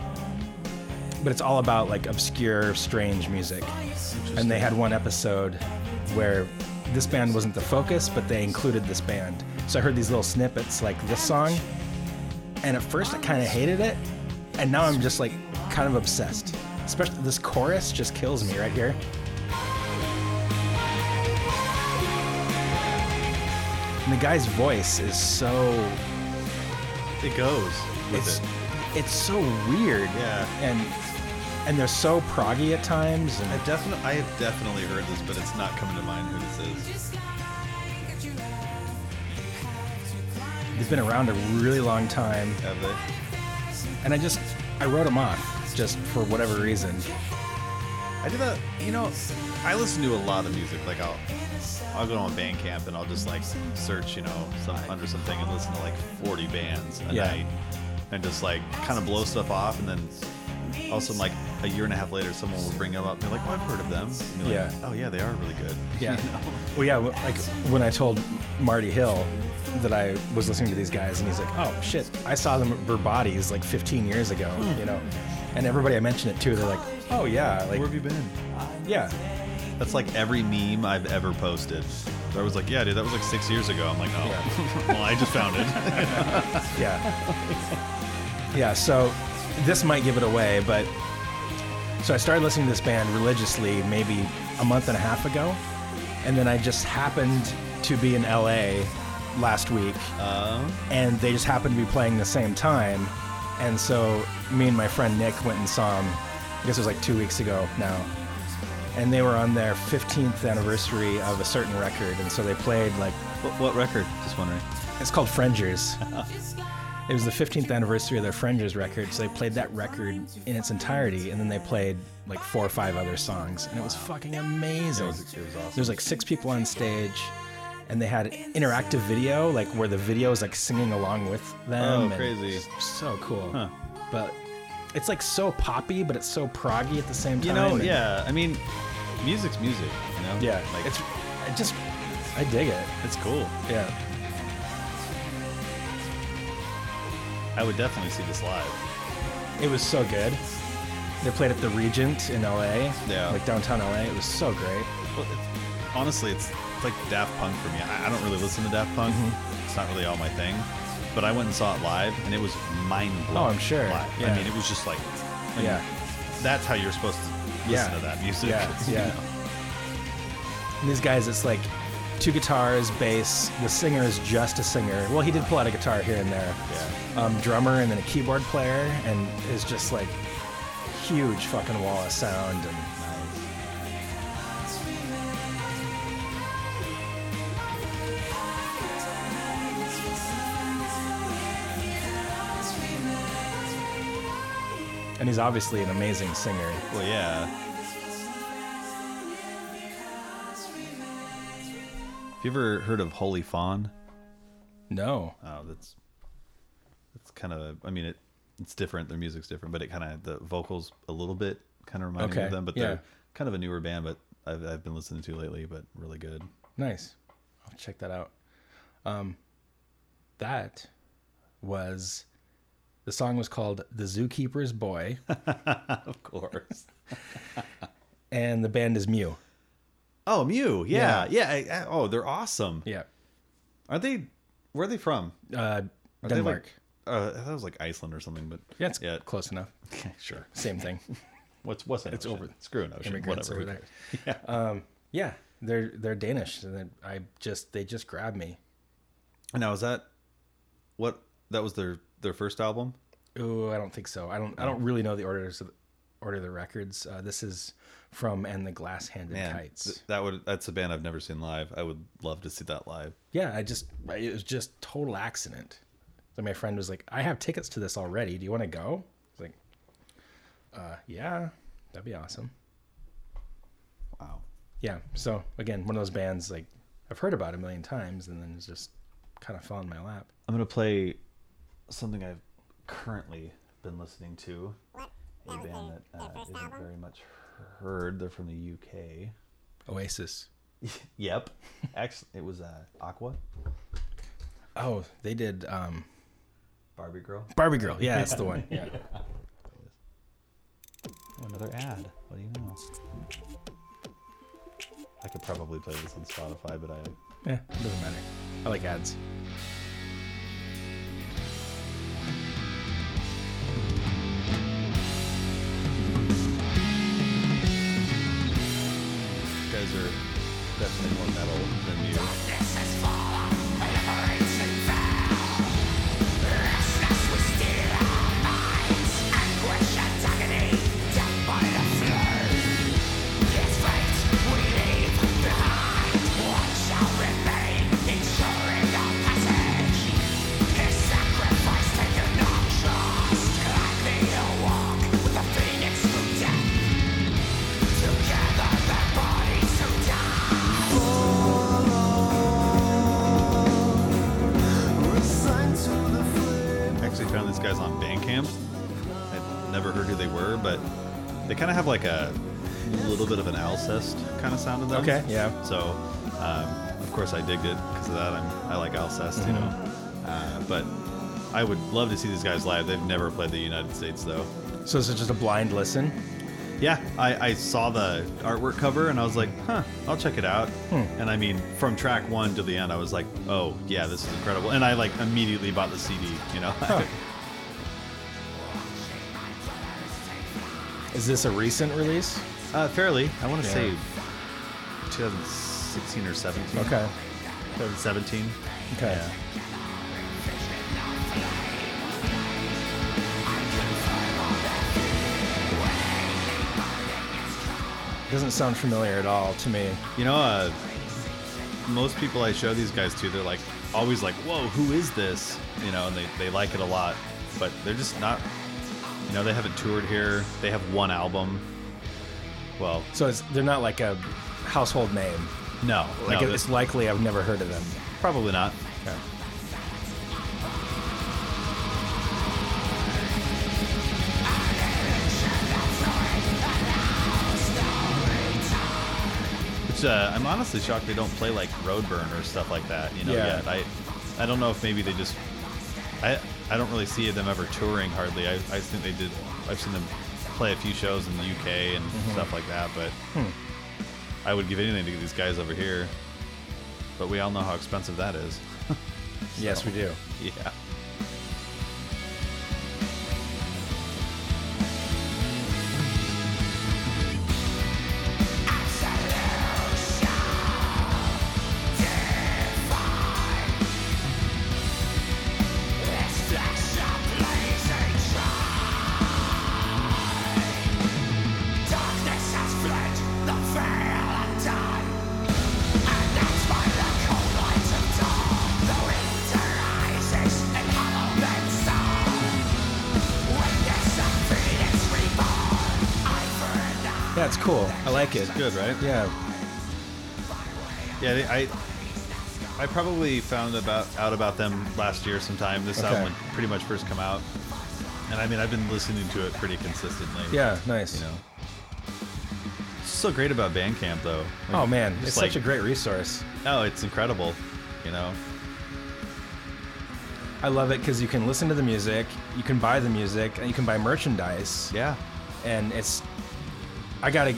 Speaker 1: But it's all about like obscure, strange music, and they had one episode where this band wasn't the focus, but they included this band. So I heard these little snippets like this song, and at first I kind of hated it, and now I'm just like kind of obsessed. Especially this chorus just kills me right here. And the guy's voice is so
Speaker 2: It goes with
Speaker 1: it's
Speaker 2: it.
Speaker 1: it's so weird.
Speaker 2: Yeah.
Speaker 1: And and they're so proggy at times and
Speaker 2: I definitely, I have definitely heard this, but it's not coming to mind who this is.
Speaker 1: he's been around a really long time.
Speaker 2: Have they?
Speaker 1: And I just I wrote him off just for whatever reason.
Speaker 2: I do that. You know, I listen to a lot of music. Like I'll, I'll go on Bandcamp and I'll just like search, you know, some, under something and listen to like 40 bands a
Speaker 1: Yeah.
Speaker 2: night, and just like kind of blow stuff off. And then also like a year and a half later, someone will bring them up. They're like, "Oh, I've heard of them." And you're like,
Speaker 1: Yeah.
Speaker 2: Oh yeah, they are really good.
Speaker 1: Yeah. Well, yeah. w- Like when I told Marty Hill that I was listening to these guys, and he's like, "Oh shit, I saw them at Verbati's like 15 years ago," you know. And everybody I mentioned it to, they're like, "Oh yeah,
Speaker 2: Where
Speaker 1: like
Speaker 2: have you been?
Speaker 1: yeah,
Speaker 2: That's like every meme I've ever posted. I was like, yeah, dude, that was like six years ago. I'm like, oh, well, I just found it.
Speaker 1: yeah." Yeah, so this might give it away, but so I started listening to this band religiously maybe a month and a half ago, and then I just happened to be in LA last week, and they just happened to be playing the same time, and so me and my friend Nick went and saw them. I guess it was like two weeks ago now, and they were on their 15th anniversary of a certain record, and so they played like
Speaker 2: What, what record? Just wondering.
Speaker 1: it's called Frangers. it was the 15th anniversary of their Frangers record, so they played that record in its entirety, and then they played like four or five other songs, and it was fucking amazing. It
Speaker 2: was- it was awesome.
Speaker 1: There was like six people on stage, and they had interactive video, like where the video is like singing along with them.
Speaker 2: Oh,
Speaker 1: and
Speaker 2: crazy.
Speaker 1: it's So cool.
Speaker 2: Huh.
Speaker 1: But it's like so poppy, but it's so proggy at the same time.
Speaker 2: You know,
Speaker 1: and-
Speaker 2: yeah. I mean, music's music. You know.
Speaker 1: yeah.
Speaker 2: Like
Speaker 1: it's I just I dig it.
Speaker 2: it's cool.
Speaker 1: Yeah.
Speaker 2: I would definitely see this live.
Speaker 1: It was so good. They played at the Regent in LA,
Speaker 2: Yeah.
Speaker 1: like downtown LA. It was so great.
Speaker 2: Well, it's, honestly, it's, it's like Daft Punk for me. I, I don't really listen to Daft Punk.
Speaker 1: Mm-hmm.
Speaker 2: It's not really all my thing. But I went and saw it live, and it was mind blowing.
Speaker 1: Oh, I'm sure.
Speaker 2: Live.
Speaker 1: Yeah.
Speaker 2: I mean, it was just like, I mean,
Speaker 1: Yeah.
Speaker 2: That's how you're supposed to listen
Speaker 1: Yeah.
Speaker 2: to that music.
Speaker 1: Yeah,
Speaker 2: you
Speaker 1: yeah.
Speaker 2: know?
Speaker 1: And these guys, it's like two guitars, bass. The singer is just a singer. Well, he did pull out a guitar here and there.
Speaker 2: Yeah.
Speaker 1: Um, drummer and then a keyboard player, and is just like huge fucking wall of sound. And and he's obviously an amazing singer.
Speaker 2: Well, yeah. Have you ever heard of Holy Fawn?
Speaker 1: No.
Speaker 2: Oh, that's that's kind of. I mean, it it's different. Their music's different, but it kind of the vocals a little bit kind of remind me
Speaker 1: Okay,
Speaker 2: of them. But
Speaker 1: yeah.
Speaker 2: they're kind of a newer band, but I've I've been listening to lately, but really good.
Speaker 1: Nice. I'll check that out. Um, that was the song was called "The Zookeeper's Boy,"
Speaker 2: Of course.
Speaker 1: and the band is Mew.
Speaker 2: oh, Mew. Yeah, yeah. I- I- oh, they're awesome.
Speaker 1: Yeah,
Speaker 2: Are they? Where are they from?
Speaker 1: uh,
Speaker 2: Are they
Speaker 1: Denmark.
Speaker 2: like? Uh, that was like Iceland or something, but
Speaker 1: yeah, it's
Speaker 2: yeah,
Speaker 1: close enough.
Speaker 2: sure.
Speaker 1: Same thing.
Speaker 2: What's what's that?
Speaker 1: It's
Speaker 2: ocean?
Speaker 1: over-
Speaker 2: Screw an ocean.
Speaker 1: Immigrants
Speaker 2: Whatever.
Speaker 1: over there. Yeah. Um, yeah, they're they're Danish, and then I just they just grabbed me.
Speaker 2: Now is that what that was their their first album?
Speaker 1: Oh, I don't think so. I don't. I don't really know the orders of, order of the records. Uh, this is from and the Glass Handed
Speaker 2: Man,
Speaker 1: Kites.
Speaker 2: th- that would that's a band I've never seen live. I would love to see that live.
Speaker 1: yeah, I just I- it was just total accident. So my friend was like, "I have tickets to this already. Do you want to go?" I was like, uh, "Yeah, that'd be awesome."
Speaker 2: Wow.
Speaker 1: Yeah. So again, one of those bands like I've heard about a million times, and then it's just kind of fell in my lap.
Speaker 2: I'm gonna play something I've currently been listening to. A band that uh, isn't very much heard. They're from the UK.
Speaker 1: Oasis.
Speaker 2: Yep. Actually, it was uh, Aqua,
Speaker 1: Oh, they did um,
Speaker 2: Barbie Girl.
Speaker 1: Barbie Girl. Yeah, that's the one. Yeah.
Speaker 2: Oh, another ad. What do you know? I could probably play this on Spotify, but I
Speaker 1: Yeah. It doesn't matter. I like ads.
Speaker 2: You guys are definitely more metal than you. I actually found these guys on Bandcamp. I'd never heard who they were, but they kind of have like a little bit of an Alcest kind of sound to them.
Speaker 1: Okay, yeah.
Speaker 2: So, um, of course, I digged it because of that. I'm, I like Alcest, you
Speaker 1: Mm-hmm.
Speaker 2: know. Uh, but I would love to see these guys live. They've never played the United States, though.
Speaker 1: So this is just a blind listen.
Speaker 2: Yeah, I, I saw the artwork cover and I was like, huh, I'll check it out.
Speaker 1: Hmm.
Speaker 2: And I mean, from track one to the end, I was like, oh, yeah, this is incredible. And I like immediately bought the CD, you know?
Speaker 1: Is this a recent release?
Speaker 2: Uh, fairly. I want to
Speaker 1: Yeah.
Speaker 2: say 2016 or 17.
Speaker 1: Okay.
Speaker 2: 2017.
Speaker 1: Okay.
Speaker 2: Yeah.
Speaker 1: Doesn't sound familiar at all to me.
Speaker 2: You know, uh, most people I show these guys to, they're like always like, "Whoa, who is this?" You know, and they, they like it a lot, but they're just not. You know, they haven't toured here. They have one album. Well,
Speaker 1: So it's, they're not like a household name.
Speaker 2: no,
Speaker 1: Like
Speaker 2: no,
Speaker 1: it's
Speaker 2: that's
Speaker 1: likely I've never heard of them.
Speaker 2: probably not.
Speaker 1: Okay.
Speaker 2: Which uh, I'm honestly shocked they don't play like Roadburn or stuff like that. You know,
Speaker 1: Yeah.
Speaker 2: yet I, I don't know if maybe they just, I, I don't really see them ever touring hardly. I, I think they did. I've seen them play a few shows in the UK and
Speaker 1: Mm-hmm.
Speaker 2: stuff like that. But
Speaker 1: Hmm.
Speaker 2: I would give anything to get these guys over here. But we all know how expensive that is.
Speaker 1: Yes, we do.
Speaker 2: yeah.
Speaker 1: That's cool. I like it.
Speaker 2: Good, right?
Speaker 1: Yeah.
Speaker 2: Yeah, they, I I probably found about out about them last year sometime. This
Speaker 1: Okay.
Speaker 2: album had pretty much first come out, and I mean I've been listening to it pretty consistently.
Speaker 1: Yeah. Nice.
Speaker 2: you know. It's so great about Bandcamp though.
Speaker 1: Oh man,
Speaker 2: Just
Speaker 1: it's
Speaker 2: like-
Speaker 1: such a great resource.
Speaker 2: Oh, it's incredible. You know,
Speaker 1: I love it because you can listen to the music, you can buy the music, and you can buy merchandise.
Speaker 2: yeah,
Speaker 1: And it's, I gotta,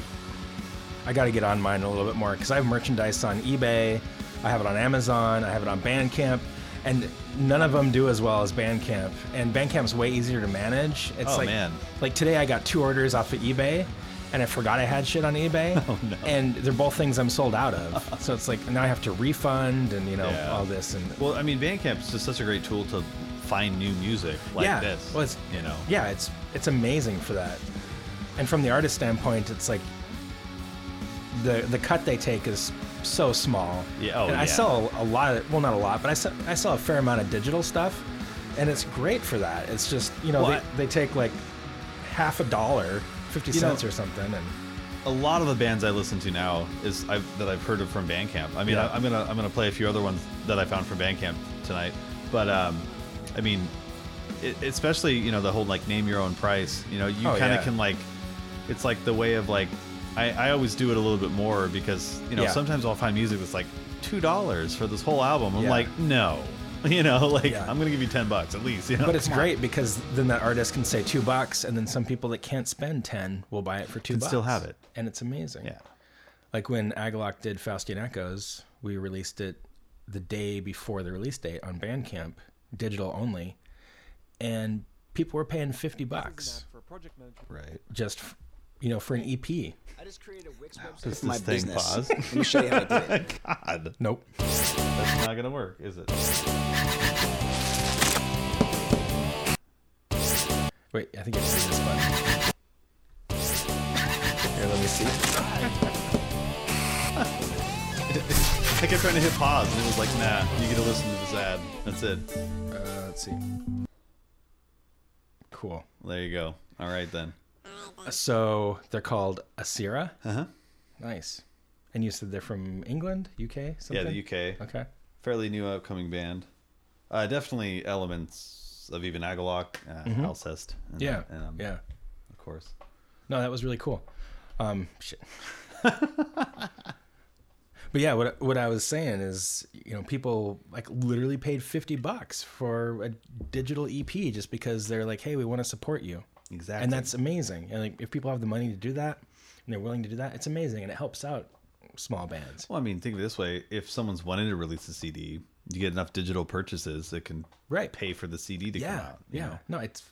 Speaker 1: I gotta get on mine a little bit more because I have merchandise on eBay, I have it on Amazon, I have it on Bandcamp, and none of them do as well as Bandcamp. And Bandcamp's way easier to manage. It's
Speaker 2: Oh,
Speaker 1: like,
Speaker 2: man.
Speaker 1: like today I got two orders off of eBay. And I forgot I had shit on eBay, oh,
Speaker 2: no.
Speaker 1: and they're both things I'm sold out of. so it's like now I have to refund and you know
Speaker 2: Yeah.
Speaker 1: all this and
Speaker 2: Well, I mean Bandcamp is just such a great tool to find new music like
Speaker 1: yeah.
Speaker 2: this.
Speaker 1: Well, it's,
Speaker 2: you know,
Speaker 1: Yeah, it's it's amazing for that. And from the artist standpoint, it's like the the cut they take is so small.
Speaker 2: Yeah, oh,
Speaker 1: and
Speaker 2: yeah.
Speaker 1: I sell a lot. Of, well, not a lot, but I sell, I sell a fair amount of digital stuff, and it's great for that. It's just you know
Speaker 2: Well, I-
Speaker 1: they, they take like half a dollar, fifty
Speaker 2: You know-
Speaker 1: cents or something, and
Speaker 2: a lot of the bands I listen to now is I've, that I've heard of from Bandcamp. I mean,
Speaker 1: Yeah.
Speaker 2: I, I'm gonna I'm gonna play a few other ones that I found from Bandcamp tonight. But um, I mean, it, especially you know the whole like name your own price. You know, you
Speaker 1: Oh,
Speaker 2: kind of
Speaker 1: yeah.
Speaker 2: can like, it's like the way of like, I, I always do it a little bit more because you know
Speaker 1: Yeah.
Speaker 2: sometimes I'll find music that's like two dollars for this whole album. I'm
Speaker 1: Yeah.
Speaker 2: like, no, you know, like
Speaker 1: Yeah.
Speaker 2: I'm gonna give you ten bucks at least. You know,
Speaker 1: but it's
Speaker 2: Oh, Come on.
Speaker 1: great because then that artist can say two bucks, and then some people that can't spend ten will buy it for two
Speaker 2: Can
Speaker 1: bucks.
Speaker 2: still have it.
Speaker 1: and it's amazing.
Speaker 2: Yeah.
Speaker 1: Like when Agalock did Faustian Echoes, we released it the day before the release date on Bandcamp, digital only, and people were paying fifty bucks
Speaker 3: for project management.
Speaker 2: Right.
Speaker 1: just, f- you know, for an E EP.
Speaker 6: I just created a Wix website.
Speaker 2: Does
Speaker 6: for my
Speaker 2: this thing
Speaker 6: business.
Speaker 2: pause?
Speaker 6: Let me show you how I did it.
Speaker 2: God,
Speaker 1: Nope.
Speaker 2: that's not gonna work, is it?
Speaker 1: Wait, I think it's this button. Here, let me see.
Speaker 2: I kept trying to hit pause, and it was like, nah, you get to listen to this ad. That's it.
Speaker 1: Uh, let's see. Cool.
Speaker 2: There you go. All right, then.
Speaker 1: So they're called Asira.
Speaker 2: Uh huh.
Speaker 1: Nice. And you said they're from England, UK, something.
Speaker 2: Yeah, the UK.
Speaker 1: Okay.
Speaker 2: Fairly new upcoming band. Uh, definitely elements of even Agalock, uh, Alcest. And,
Speaker 1: Mm-hmm. Yeah.
Speaker 2: And, um,
Speaker 1: yeah.
Speaker 2: Of course.
Speaker 1: No, that was really cool. Um, shit. but yeah, what what I was saying is, you know, people like literally paid fifty bucks for a digital EP just because they're like, hey, we want to support you,
Speaker 2: Exactly.
Speaker 1: and that's amazing. And like, if people have the money to do that and they're willing to do that, it's amazing, and it helps out small bands.
Speaker 2: Well, I mean, think of it this way if someone's wanting to release a CD, you get enough digital purchases that can
Speaker 1: Right.
Speaker 2: pay for the CD to come
Speaker 1: Yeah,
Speaker 2: out. you
Speaker 1: yeah.
Speaker 2: know?
Speaker 1: No, it's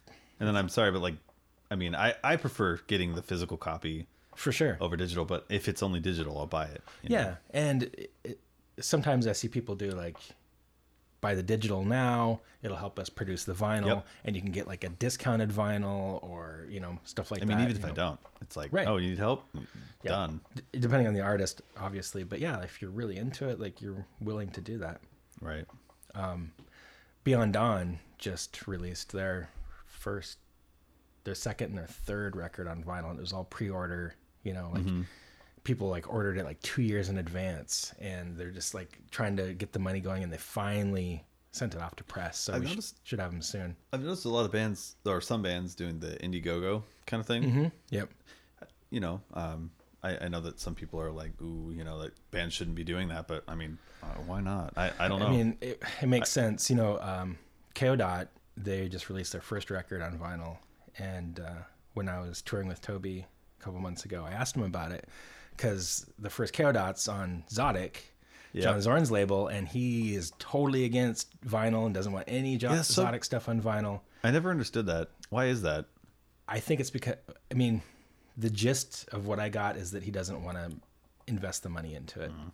Speaker 2: And then I'm sorry, but like I mean, I, I prefer getting the physical copy
Speaker 1: for sure.
Speaker 2: over digital, but if it's only digital, I'll buy it. you know?
Speaker 1: Yeah, and it, it, sometimes I see people do like buy the digital now. It'll help us produce the vinyl,
Speaker 2: Yep.
Speaker 1: and you can get like a discounted vinyl or you know stuff like
Speaker 2: I
Speaker 1: that.
Speaker 2: mean, even
Speaker 1: you
Speaker 2: if I
Speaker 1: know.
Speaker 2: don't, it's like,
Speaker 1: Right.
Speaker 2: oh, you need help?
Speaker 1: Yeah.
Speaker 2: Done.
Speaker 1: D- depending on the artist, obviously. But yeah, if you're really into it, like you're willing to do that.
Speaker 2: Right.
Speaker 1: Beyond Dawn just released their first, their second and their third record on vinyl, and it was all pre-order. You know, like
Speaker 2: Mm-hmm.
Speaker 1: people like ordered it like two years in advance, and they're just like trying to get the money going, and they finally sent it off to press. So
Speaker 2: I
Speaker 1: we sh-
Speaker 2: noticed-
Speaker 1: should have them soon.
Speaker 2: I've noticed a lot of bands, or some bands, doing the Indiegogo kind of thing.
Speaker 1: Mm-hmm. Yep.
Speaker 2: You know, um, I, I know that some people are like, ooh, you know, that bands shouldn't be doing that, but I mean, uh, why not? I, I don't know.
Speaker 1: I mean, it, it makes sense. You know, um, KO Dot, they just released their first record on vinyl. And uh, when I was touring with Toby a couple months ago, I asked him about it because the first KO Dot's on Zodic,
Speaker 2: Yeah.
Speaker 1: John Zorn's label, and he is totally against vinyl and doesn't want any jo-
Speaker 2: Yeah, so-
Speaker 1: Zodic stuff on vinyl.
Speaker 2: I never understood that. Why is that?
Speaker 1: I think it's because, I mean, the gist of what I got is that he doesn't want to invest the money into it.
Speaker 2: Mm.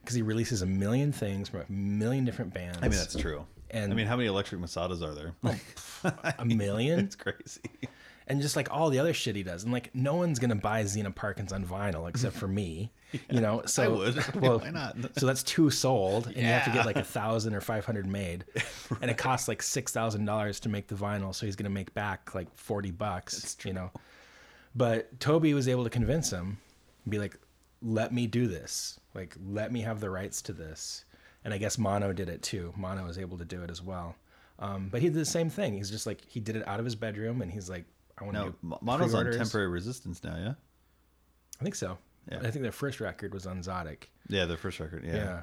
Speaker 1: Because he releases a million things from a million different bands.
Speaker 2: I mean, that's true.
Speaker 1: And- Oh.
Speaker 2: I mean, how many electric Masadas are there?
Speaker 1: a million.
Speaker 2: it's crazy.
Speaker 1: and just like all the other shit he does. And like no one's gonna buy Xena Parkins on vinyl except for me. You know, so
Speaker 2: I would.
Speaker 1: Well,
Speaker 2: Why not?
Speaker 1: so that's two sold, and you have to get like a thousand or five hundred made, and it costs like six thousand dollars to make the vinyl. So he's gonna make back like forty bucks. You know, but Toby was able to convince him, and be like, "Let me do this. Like, let me have the rights to this." And I guess Mono did it too. Mono was able to do it as well. Um, but he did the same thing. He's just like he did it out of his bedroom, and he's like, "I want to."
Speaker 2: No,
Speaker 1: do
Speaker 2: Mo- Mono's on
Speaker 1: pre-orders."
Speaker 2: temporary resistance now, yeah?
Speaker 1: I think so.
Speaker 2: Yeah.
Speaker 1: I think their first record was on Zodic.
Speaker 2: Yeah, their first record. Yeah.
Speaker 1: Yeah.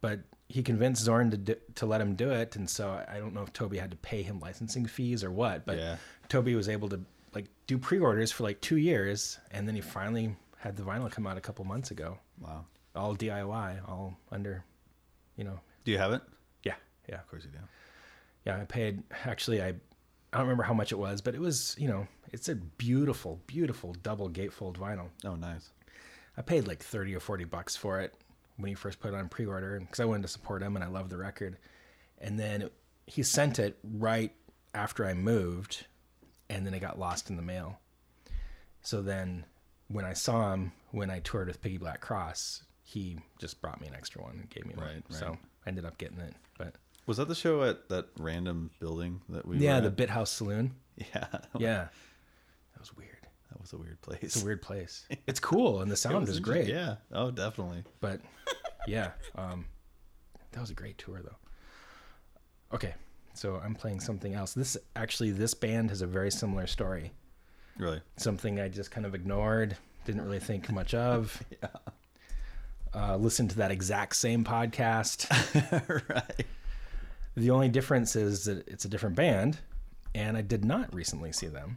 Speaker 1: But he convinced Zorn to do, to let him do it, and so I don't know if Toby had to pay him licensing fees or what. But
Speaker 2: Yeah.
Speaker 1: Toby was able to like do pre-orders for like two years, and then he finally had the vinyl come out a couple months ago,
Speaker 2: Wow.
Speaker 1: all DIY, all under, you know,
Speaker 2: Do you have it? Of
Speaker 1: yeah, yeah,
Speaker 2: course you do.
Speaker 1: yeah. I paid actually I I don't remember how much it was, but it was you know it's a beautiful, beautiful double gatefold vinyl.
Speaker 2: Oh, nice.
Speaker 1: I paid like 30 or 40 bucks for it when he first put it on pre-order because I wanted to support him and I love the record. And then it- he sent it right after I moved and then it got lost in the mail. So then when I saw him when I toured with Piggy Black Cross, he just brought me an extra one and gave me one.
Speaker 2: Right, right.
Speaker 1: So I ended up getting it. But
Speaker 2: Was that the show at that random building that we
Speaker 1: yeah,
Speaker 2: were
Speaker 1: the
Speaker 2: at? Oh.
Speaker 1: Bit House Saloon.
Speaker 2: Yeah. That
Speaker 1: Yeah. That was weird.
Speaker 2: was a weird place.
Speaker 1: It's a weird place. It's cool and the sound is great.
Speaker 2: Yeah. Oh, definitely.
Speaker 1: but yeah, um, that was a great tour though. Okay, so I'm playing something else. This actually, this band has a very similar story.
Speaker 2: Really.
Speaker 1: Something I just kind of ignored, didn't really think much of. yeah. Uh, listened to that exact same podcast.
Speaker 2: right.
Speaker 1: the only difference is that it's a different band, and I did not recently see them.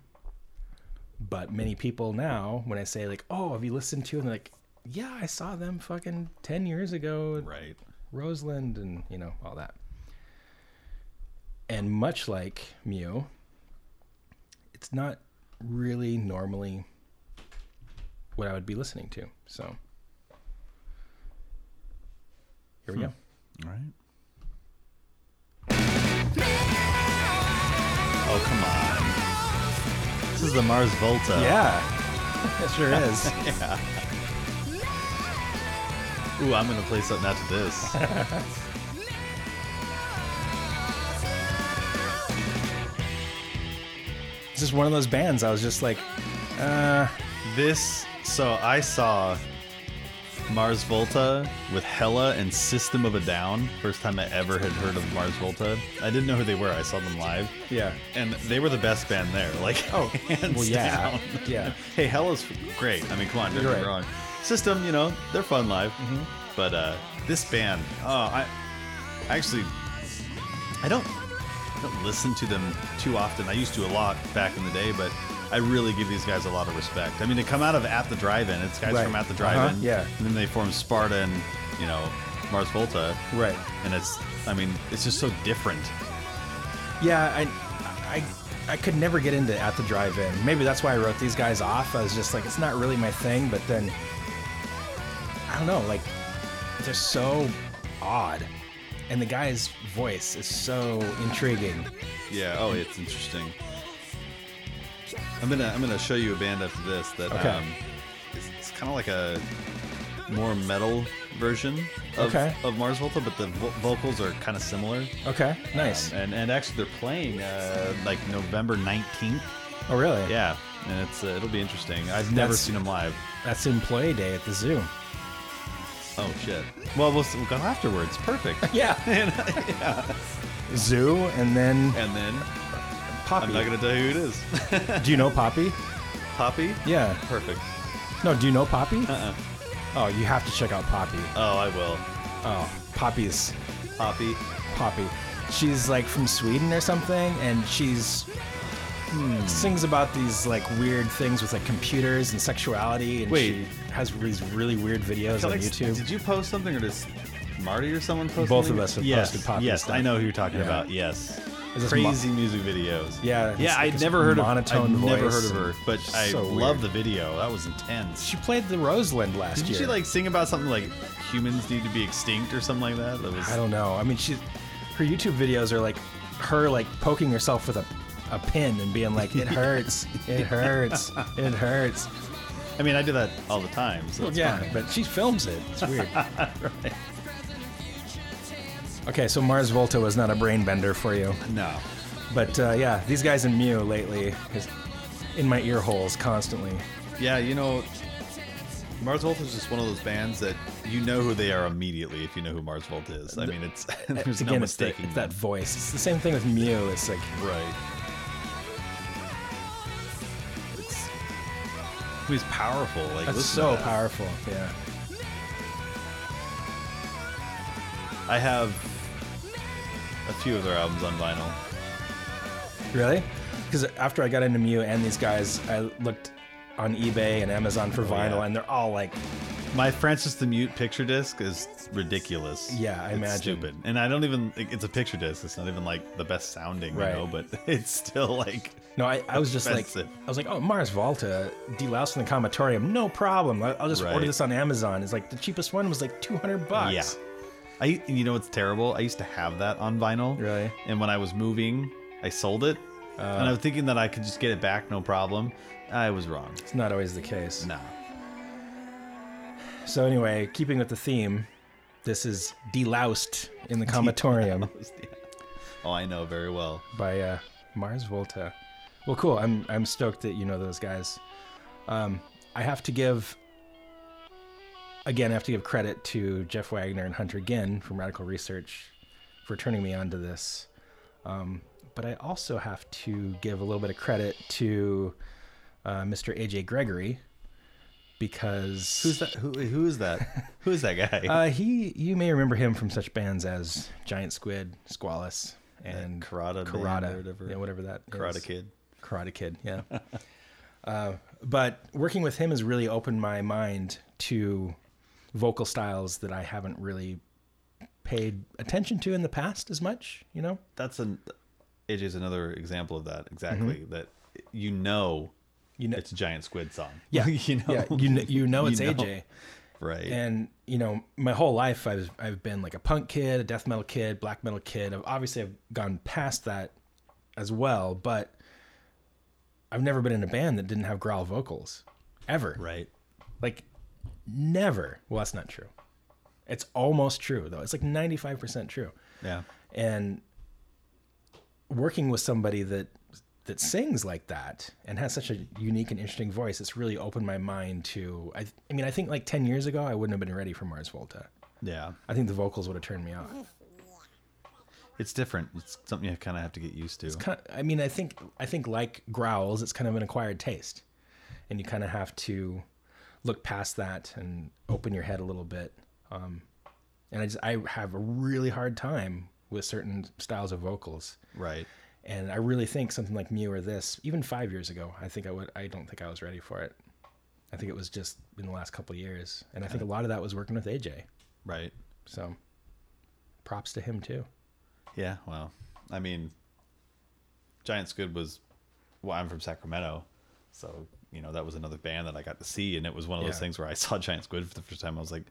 Speaker 1: But many people now, when I say like, "Oh, have you listened to?" and they're like, "Yeah, I saw them fucking ten years ago."
Speaker 2: Right.
Speaker 1: Roseland and you know all that. And much like Mew, it's not really normally what I would be listening to. So here we go.
Speaker 2: All right. Oh, come on. This is the Mars Volta.
Speaker 1: Yeah, it sure is.
Speaker 2: Ooh, I'm gonna play something after this.
Speaker 1: It's just one of those bands. I was just like,
Speaker 2: this. So I saw Mars Volta with Hella and System of a Down. First time I ever had heard of Mars Volta. I didn't know who they were. I saw them live.
Speaker 1: yeah,
Speaker 2: And they were the best band there. Like, oh, hands
Speaker 1: well, yeah,
Speaker 2: down.
Speaker 1: yeah.
Speaker 2: Hey, Hella's great. I mean, come on, don't
Speaker 1: You're
Speaker 2: get me
Speaker 1: right.
Speaker 2: wrong. System, you know, they're fun live.
Speaker 1: Mm-hmm.
Speaker 2: But uh, this band, oh, I I actually, I don't, I don't listen to them too often. I used to a lot back in the day, but I really give these guys a lot of respect. I mean, to come out of At the Drive-In, it's guys
Speaker 1: Right.
Speaker 2: from At the
Speaker 1: Uh-huh,
Speaker 2: Drive-In,
Speaker 1: yeah.
Speaker 2: And then they form Sparta and you know Mars Volta,
Speaker 1: Right.
Speaker 2: And it's, I mean, it's just so different.
Speaker 1: Yeah, I, I I could never get into at the drive-in. Maybe that's why I wrote these guys off. I was just like, it's not really my thing. But then, I don't know. Like, they're so odd, and the guy's voice is so intriguing.
Speaker 2: Yeah. Oh, it's interesting. I'm gonna I'm gonna show you a band after this that
Speaker 1: Okay.
Speaker 2: um, it's, it's kind of like a more metal version of,
Speaker 1: Okay.
Speaker 2: of Mars Volta, but the vo- vocals are kind of similar. Um,
Speaker 1: Okay, nice.
Speaker 2: And and actually they're playing uh, like November 19th.
Speaker 1: oh, really?
Speaker 2: Yeah. And it's uh, it'll be interesting. I've never
Speaker 1: That's-
Speaker 2: seen them live.
Speaker 1: That's employee day at the zoo.
Speaker 2: Oh shit. Well, we'll, s- we'll go afterwards. Perfect.
Speaker 1: Yeah. Zoo, and then
Speaker 2: and then I'm
Speaker 1: Poppy.
Speaker 2: not gonna tell you who it is.
Speaker 1: Do you know Poppy?
Speaker 2: Poppy.
Speaker 1: Yeah.
Speaker 2: Perfect.
Speaker 1: No, do you know Poppy?
Speaker 2: Uh-uh.
Speaker 1: Oh, you have to check out Poppy.
Speaker 2: Oh, I will.
Speaker 1: Oh, Poppy's
Speaker 2: Poppy.
Speaker 1: Poppy. She's like from Sweden or something, and she's hmm, sings about these like weird things with like computers and sexuality, and
Speaker 2: Wait.
Speaker 1: she has these really weird videos on
Speaker 2: Alex,
Speaker 1: YouTube.
Speaker 2: Did you post something or does Marty or someone post
Speaker 1: Both
Speaker 2: something?
Speaker 1: of us have
Speaker 2: yes,
Speaker 1: posted Poppy
Speaker 2: Yes,
Speaker 1: stuff.
Speaker 2: I know who you're talking
Speaker 1: Yeah.
Speaker 2: about. Yes.
Speaker 1: Is this
Speaker 2: Crazy music videos.
Speaker 1: Yeah, it's
Speaker 2: Yeah,
Speaker 1: like
Speaker 2: I'd
Speaker 1: this
Speaker 2: never heard of
Speaker 1: monotone
Speaker 2: I'd never
Speaker 1: voice
Speaker 2: heard of her,
Speaker 1: and
Speaker 2: but
Speaker 1: she's
Speaker 2: I
Speaker 1: so weird.
Speaker 2: love the video. That was intense.
Speaker 1: she played the Roseland last
Speaker 2: Didn't
Speaker 1: year.
Speaker 2: she like sing about something like humans need to be extinct or something like that? That was
Speaker 1: I don't know. I mean, she, her YouTube videos are like her like poking herself with a, a pin and being like, "It hurts, it hurts, it hurts."
Speaker 2: I mean I do that all the time, so it's
Speaker 1: yeah,
Speaker 2: fine.
Speaker 1: but she films it. It's weird. Okay, so Mars Volta was not a brain bender for you,
Speaker 2: No.
Speaker 1: but uh, yeah, these guys in Mew lately is in my ear holes constantly.
Speaker 2: Yeah, you know Mars Volta is just one of those bands that you know who they are immediately if you know who Mars Volta is. I mean, it's there's
Speaker 1: It's again,
Speaker 2: no
Speaker 1: it's, the,
Speaker 2: mistaking
Speaker 1: it's that voice. It's the same thing with Mew. It's like
Speaker 2: them. right. It's he's powerful. Like
Speaker 1: that's
Speaker 2: listen to
Speaker 1: so
Speaker 2: that.
Speaker 1: powerful. Yeah.
Speaker 2: I have a few of their albums on vinyl.
Speaker 1: Really? Because after I got into Mew and these guys, I looked on eBay and Amazon for vinyl,
Speaker 2: Oh, yeah.
Speaker 1: and they're all like,
Speaker 2: My Francis the Mute picture disc is ridiculous.
Speaker 1: Yeah, I
Speaker 2: It's
Speaker 1: imagine.
Speaker 2: Stupid, and I don't even. like, It's a picture disc. It's not even like the best sounding,
Speaker 1: Right.
Speaker 2: you know. But it's still like
Speaker 1: no, I, I was just like,
Speaker 2: Offensive.
Speaker 1: I was like, oh, Mars Volta, Delouse in the Comatorium, no problem. I- I'll just
Speaker 2: Right.
Speaker 1: order this on Amazon. It's like the cheapest one was like 200 bucks.
Speaker 2: yeah. I you know it's terrible. I used to have that on vinyl.
Speaker 1: Really? Uh.
Speaker 2: And when I was moving, I sold it, and I was thinking that I could just get it back, no problem. I was wrong.
Speaker 1: It's not always the case.
Speaker 2: Nah.
Speaker 1: So, anyway, keeping with the theme, this is Deloused in the Comatorium
Speaker 2: Oh, I know very well.
Speaker 1: by uh, Mars Volta. Well, cool. I'm, I'm stoked that you know those guys. Um, I have to give again, I have to give credit to Jeff Wagner and Hunter Ginn from Radical Research for turning me on to this. Um, but I also have to give a little bit of credit to uh, Mr. AJ Gregory because
Speaker 2: Who's that? Who, who is that? Who is that guy?
Speaker 1: Uh, he, you may remember him from such bands as Giant Squid, Squalus, and
Speaker 2: Karate Man
Speaker 1: Karate,
Speaker 2: or whatever.
Speaker 1: yeah, whatever that is.
Speaker 2: Karate Kid.
Speaker 1: Karate Kid, yeah. uh, but working with him has really opened my mind to vocal styles that I haven't really paid attention to in the past as much, you know?
Speaker 2: That's an AJ's another example of that. Exactly. That you know,
Speaker 1: Mm-hmm. You know,
Speaker 2: it's a giant squid song.
Speaker 1: yeah,
Speaker 2: you know.
Speaker 1: yeah, you know, you know
Speaker 2: You
Speaker 1: it's
Speaker 2: know.
Speaker 1: AJ.
Speaker 2: Right.
Speaker 1: And you know, my whole life I've I've been like a punk kid, a death metal kid, black metal kid. I've obviously I've gone past that as well, but I've never been in a band that didn't have growl vocals ever.
Speaker 2: right.
Speaker 1: Like never. Well, that's not true. It's almost true though. It's like 95% true.
Speaker 2: Yeah.
Speaker 1: And working with somebody that that sings like that and has such a unique and interesting voice, it's really opened my mind to I I mean, I think like 10 years ago I wouldn't have been ready for Mars Volta.
Speaker 2: Yeah.
Speaker 1: I think the vocals would have turned me off.
Speaker 2: It's different. It's something you kind of have to get used to.
Speaker 1: Kind of, I mean, I think I think like growls, it's kind of an acquired taste, and you kind of have to look past that and open your head a little bit. Um, and I just I have a really hard time with certain styles of vocals,
Speaker 2: right.
Speaker 1: and I really think something like Mew or this, even five years ago, I think I would I don't think I was ready for it. I think it was just in the last couple of years, and I think a lot of that was working with AJ.
Speaker 2: Right.
Speaker 1: So, props to him too.
Speaker 2: Yeah. Well, I mean, Giant Squid was well, I'm from Sacramento, so you know that was another band that I got to see, and it was one of those
Speaker 1: Yeah.
Speaker 2: things where I saw Giant Squid for the first time. I was like,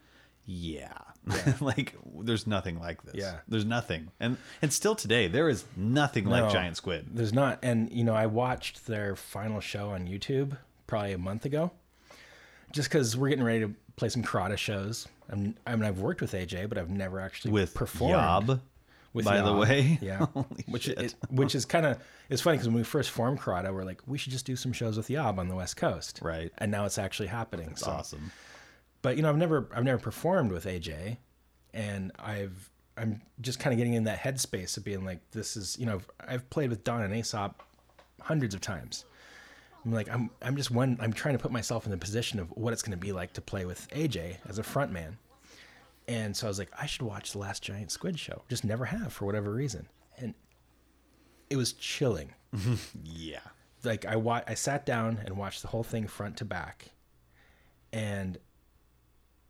Speaker 2: yeah, like there's nothing like this.
Speaker 1: Yeah.
Speaker 2: there's nothing, and and still today there is nothing like
Speaker 1: No,
Speaker 2: Giant Squid.
Speaker 1: There's not, and you know, I watched their final show on YouTube probably a month ago, just because we're getting ready to play some Karate shows. I'm, I mean, I've worked with AJ, but I've never actually
Speaker 2: With
Speaker 1: performed
Speaker 2: Yob,
Speaker 1: with
Speaker 2: by the
Speaker 1: Yob.
Speaker 2: way.
Speaker 1: Yeah,
Speaker 2: Holy
Speaker 1: which
Speaker 2: shit.
Speaker 1: It, which is kind of it's funny because when we first formed Karate, we're like, we should just do some shows with Yob on the West Coast,
Speaker 2: Right.
Speaker 1: And now it's actually happening.
Speaker 2: it's awesome.
Speaker 1: But you know, I've never I've never performed with AJ, and I've I'm just kind of getting in that headspace of being like, this is you know I've, I've played with Don and Aesop hundreds of times. I'm like I'm I'm just one I'm trying to put myself in the position of what it's going to be like to play with AJ as a frontman. And so I was like, I should watch the last Giant Squid show. Just never have for whatever reason, and it was chilling
Speaker 2: Yeah,
Speaker 1: like I wa- I sat down and watched the whole thing front to back, and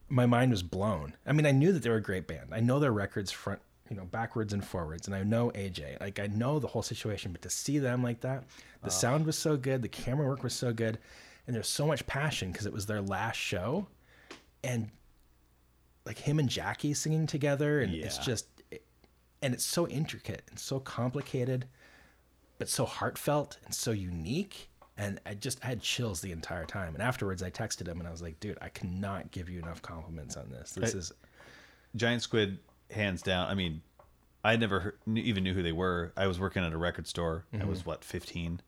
Speaker 1: my mind was blown. I mean, I knew that they were a great band. I know their records front, you know, backwards and forwards, and I know AJ. Like I know the whole situation, but to see them like that, the sound was so good, the camera work was so good, and there's so much passion because it was their last show, and like him and Jackie singing together, and it's
Speaker 2: Yeah.
Speaker 1: just, and it's so intricate and so complicated but so heartfelt and so unique. And I just I had chills the entire time. And afterwards, I texted him and I was like, "Dude, I cannot give you enough compliments on this. This
Speaker 2: I-
Speaker 1: is
Speaker 2: Giant Squid, hands down. I mean, I never heard, knew, even knew who they were. I was working at a record store. I
Speaker 1: Mm-hmm.
Speaker 2: was what fifteen,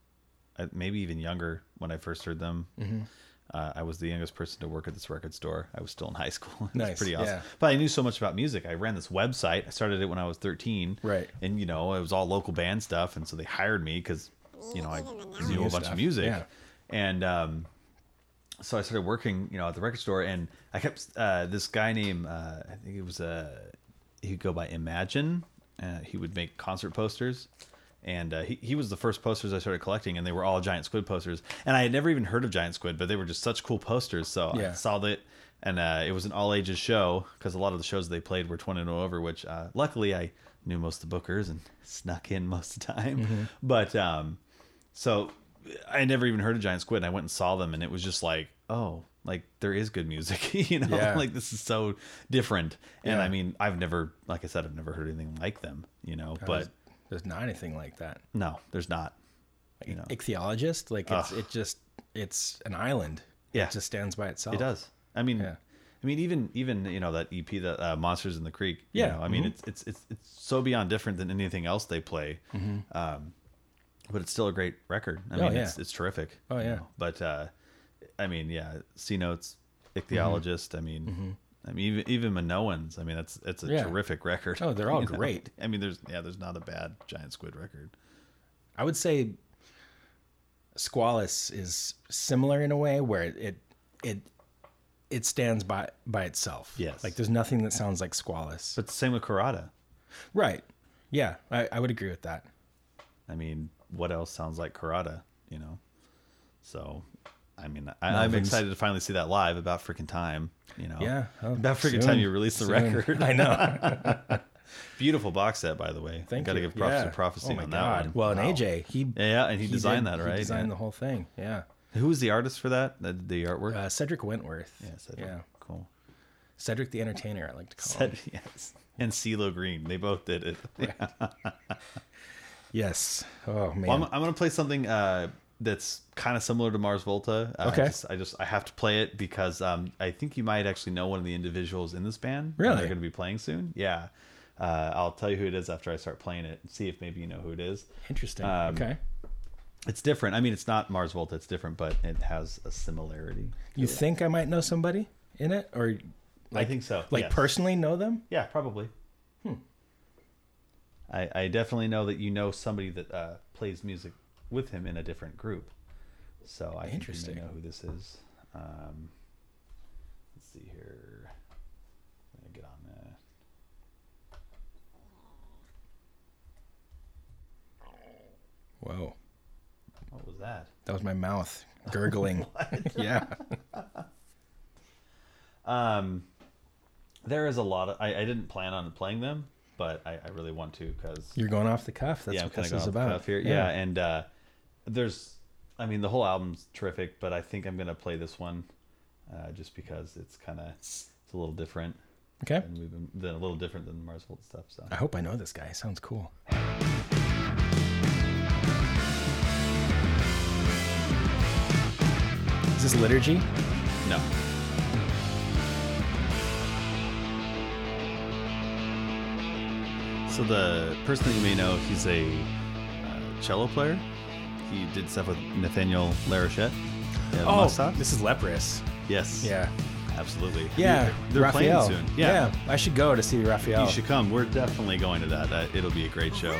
Speaker 2: I, maybe even younger when I first heard them.
Speaker 1: Mm-hmm.
Speaker 2: Uh, I was the youngest person to work at this record store. I was still in high school. it
Speaker 1: Nice,
Speaker 2: was pretty awesome.
Speaker 1: yeah.
Speaker 2: But I knew so much about music. I ran this website. I started it when I was thirteen.
Speaker 1: Right.
Speaker 2: And you know, it was all local band stuff, and so they hired me because you know I knew a
Speaker 1: New
Speaker 2: bunch
Speaker 1: stuff,
Speaker 2: of music.
Speaker 1: yeah.
Speaker 2: And um, so I started working, you know, at the record store, and I kept uh, this guy named uh, I think it was uh, he'd go by Imagine. Uh, he would make concert posters, and uh, he he was the first posters I started collecting, and they were all giant squid posters. And I had never even heard of giant squid, but they were just such cool posters. So
Speaker 1: Yeah.
Speaker 2: I saw it, and uh, it was an all ages show because a lot of the shows they played were twenty and over, which uh, luckily I knew most of the bookers and snuck in most of the time.
Speaker 1: Mm-hmm.
Speaker 2: But um, so I never even heard of Giant Squid, and I went and saw them, and it was just like, oh, like there is good music, you know,
Speaker 1: Yeah.
Speaker 2: like this is so different. And
Speaker 1: Yeah.
Speaker 2: I mean, I've never, like I said, I've never heard anything like them, you know. But
Speaker 1: there's not anything like that.
Speaker 2: no, there's not. You know,
Speaker 1: Ichthyologist, like it's
Speaker 2: Ugh.
Speaker 1: it just it's an island.
Speaker 2: Yeah.
Speaker 1: it just stands by itself.
Speaker 2: it does. I mean,
Speaker 1: Oh. Yeah.
Speaker 2: I mean, even even you know that EP that uh, Monsters in the Creek. you
Speaker 1: Yeah, mm-hmm.
Speaker 2: know, I mean, it's it's it's it's so beyond different than anything else they play. Um, but it's still a great record. I mean, it's
Speaker 1: Mm-hmm. yeah.
Speaker 2: it's terrific.
Speaker 1: Oh,
Speaker 2: you
Speaker 1: yeah.
Speaker 2: know. But uh, I mean, yeah, C notes, ichthyologist. I mean. I mean, even even Minoans. I mean, that's it's a
Speaker 1: Mm-hmm. Yeah.
Speaker 2: terrific record.
Speaker 1: Oh, they're all
Speaker 2: you know?
Speaker 1: great.
Speaker 2: I mean, there's yeah, there's not a bad Giant Squid record.
Speaker 1: I would say Squalus is similar in a way where it it it, it stands by by itself.
Speaker 2: Yes.
Speaker 1: like there's nothing that sounds like Squalus.
Speaker 2: But same with Karada.
Speaker 1: right. Yeah, I, I would agree with that.
Speaker 2: I mean, what else sounds like Karada, you know? So, I mean, I, I'm
Speaker 1: Nothing's-
Speaker 2: excited to finally see that live about freaking time, you know?
Speaker 1: Yeah, oh,
Speaker 2: about freaking
Speaker 1: soon,
Speaker 2: time you release the
Speaker 1: soon.
Speaker 2: record.
Speaker 1: I know.
Speaker 2: Beautiful box set, by the way.
Speaker 1: Thank
Speaker 2: Gotta
Speaker 1: you.
Speaker 2: give props
Speaker 1: Yeah.
Speaker 2: to Prophecy
Speaker 1: Oh my
Speaker 2: on
Speaker 1: God.
Speaker 2: that one.
Speaker 1: Well, and
Speaker 2: Wow.
Speaker 1: AJ, he
Speaker 2: Yeah, and he designed that, right?
Speaker 1: He designed
Speaker 2: Yeah.
Speaker 1: the whole thing. Yeah,
Speaker 2: Who was the artist for that? The, the artwork?
Speaker 1: uh, Cedric Wentworth.
Speaker 2: yeah, Cedric.
Speaker 1: yeah,
Speaker 2: Cool.
Speaker 1: Cedric the Entertainer. I like to call him.
Speaker 2: Ced- yes. And CeeLo Green. They both did it. Yeah.
Speaker 1: Yes. Oh man.
Speaker 2: Well, I'm, I'm gonna play something uh, that's kind of similar to Mars Volta. Uh,
Speaker 1: Okay.
Speaker 2: I just, I just I have to play it because um, I think you might actually know one of the individuals in this band. and
Speaker 1: Really?
Speaker 2: They're gonna be playing soon. Yeah. Uh, I'll tell you who it is after I start playing it. and See if maybe you know who it is.
Speaker 1: Interesting.
Speaker 2: um,
Speaker 1: okay.
Speaker 2: It's different. I mean, it's not Mars Volta. It's different, but it has a similarity.
Speaker 1: You think I might know somebody in it, or
Speaker 2: I think so.
Speaker 1: like
Speaker 2: yes.
Speaker 1: personally know them?
Speaker 2: Yeah, probably. Hmm. I, I definitely know that you know somebody that uh, plays music with him in a different group. So I think you
Speaker 1: Interesting.
Speaker 2: may know who this is. Um, let's see here. I'm gonna get on that.
Speaker 1: Whoa,
Speaker 2: What was that?
Speaker 1: that was my mouth gurgling. yeah.
Speaker 2: Um, there is a lot of. I, I didn't plan on playing them, but I, I really want to because
Speaker 1: You're going off the cuff. That's
Speaker 2: yeah, I'm
Speaker 1: what
Speaker 2: kind of
Speaker 1: this
Speaker 2: going
Speaker 1: is
Speaker 2: off the
Speaker 1: about.
Speaker 2: cuff here. Yeah, and uh, there's I mean, the whole album's terrific, but I think I'm gonna play this one, uh, just because it's kind of it's a little different,
Speaker 1: Okay.
Speaker 2: and we've been than- a little different than Mars Volta stuff. So
Speaker 1: I hope I know this guy. Sounds cool. Is this liturgy?
Speaker 2: no, so the person that you may know, he's a uh, cello player. He did stuff with Nathaniel Larochette. Yeah, Mozart.
Speaker 1: Oh, this is Leprous.
Speaker 2: yes,
Speaker 1: Yeah.
Speaker 2: absolutely.
Speaker 1: Yeah.
Speaker 2: they're
Speaker 1: Raphael.
Speaker 2: playing soon.
Speaker 1: Yeah. I should go to see Raphael.
Speaker 2: You should come. We're definitely going to that. Uh, it'll be a great show.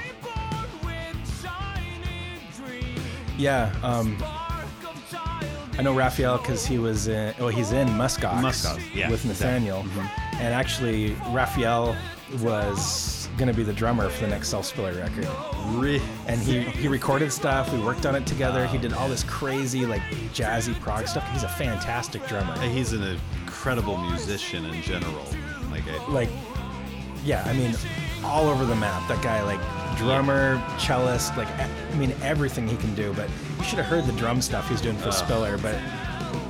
Speaker 1: Yeah. Um, I know Raphael because he was in. Well, he's in Muskox.
Speaker 2: Muskox, yeah, Mm-hmm.
Speaker 1: With
Speaker 2: exactly.
Speaker 1: Nathaniel, and actually Raphael was gonna be the drummer for the next Self Spiller record.
Speaker 2: Re-
Speaker 1: And he, he recorded stuff. We worked on it together. He did all this crazy like jazzy prog stuff. He's a fantastic drummer.
Speaker 2: He's an incredible musician in general. Like, I,
Speaker 1: like yeah i mean all over the map that guy like drummer cellist like e- i mean everything he can do but you should have heard the drum stuff he's doing for spiller but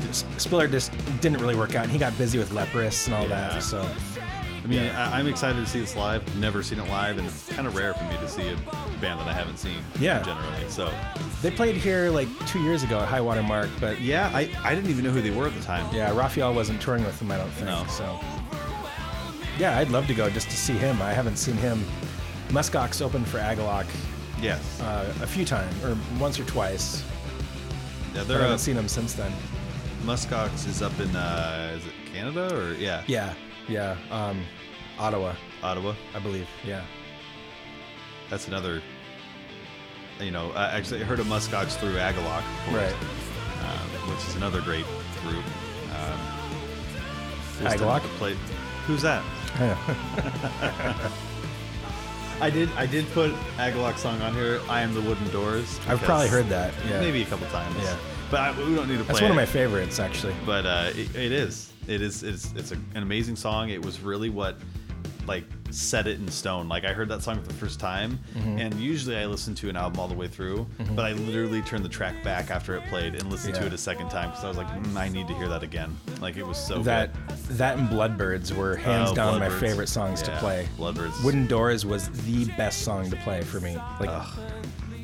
Speaker 1: S- spiller just didn't really work out and he got busy with leprous and all
Speaker 2: Yeah.
Speaker 1: that so
Speaker 2: I mean, I, I'm excited to see this live. Never seen it live, and it's kind of rare for me to see a band that I haven't seen.
Speaker 1: Yeah.
Speaker 2: generally. So,
Speaker 1: they played here like two years ago at high water mark but
Speaker 2: yeah, I, I didn't even know who they were at the time.
Speaker 1: yeah raphael wasn't touring with them i don't think
Speaker 2: No.
Speaker 1: so yeah i'd love to go just to see him i haven't seen him muskox opened for agalock
Speaker 2: Yes.
Speaker 1: uh, a few times or once or twice
Speaker 2: yeah,
Speaker 1: but
Speaker 2: they're
Speaker 1: i
Speaker 2: uh,
Speaker 1: haven't seen him since then
Speaker 2: Muskox is up in uh, is it Canada or yeah,
Speaker 1: Yeah, yeah. Um, Ottawa,
Speaker 2: Ottawa.
Speaker 1: I believe. Yeah.
Speaker 2: That's another. You know, I actually heard of Muskox through Agalock.
Speaker 1: Right.
Speaker 2: um, which is another great group. Um,
Speaker 1: Ag Lock?
Speaker 2: Played. Who's that? I did. I did put Agalock song on here. I am the Wooden Doors.
Speaker 1: I've
Speaker 2: because-
Speaker 1: probably heard that. Yeah.
Speaker 2: Maybe a couple times.
Speaker 1: Yeah.
Speaker 2: But I, we don't need to play.
Speaker 1: That's one of
Speaker 2: it
Speaker 1: my favorites, actually.
Speaker 2: but uh, it, it is it is it's it's a, an amazing song it was really what like set it in stone like i heard that song for the first time
Speaker 1: Mm-hmm.
Speaker 2: and usually i listen to an album all the way through but i literally turned the track back after it played and listened to
Speaker 1: Yeah.
Speaker 2: it a second time because i was like mm, i need to hear that again like it was so
Speaker 1: That
Speaker 2: good.
Speaker 1: that and Bloodbirds were hands
Speaker 2: Oh,
Speaker 1: down my
Speaker 2: Bloodbirds.
Speaker 1: favorite songs to
Speaker 2: Yeah,
Speaker 1: play.
Speaker 2: Bloodbirds.
Speaker 1: Wooden Doors was the best song to play for me. Like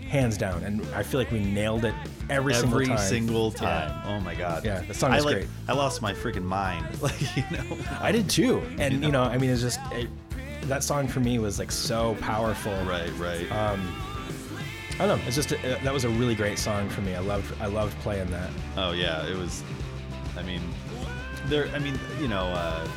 Speaker 1: hands down. And I feel like we nailed it every,
Speaker 2: every
Speaker 1: single time.
Speaker 2: single time oh my god
Speaker 1: Yeah, that song
Speaker 2: i
Speaker 1: is
Speaker 2: like
Speaker 1: great.
Speaker 2: i lost my freaking mind like you know
Speaker 1: I did too. And you know, I mean it's just it, that song for me was like so powerful.
Speaker 2: right right
Speaker 1: I don't know. It's just a, that was a really great song for me. I loved I loved playing that.
Speaker 2: Oh yeah, it was. I mean, there. I mean, you know, uh,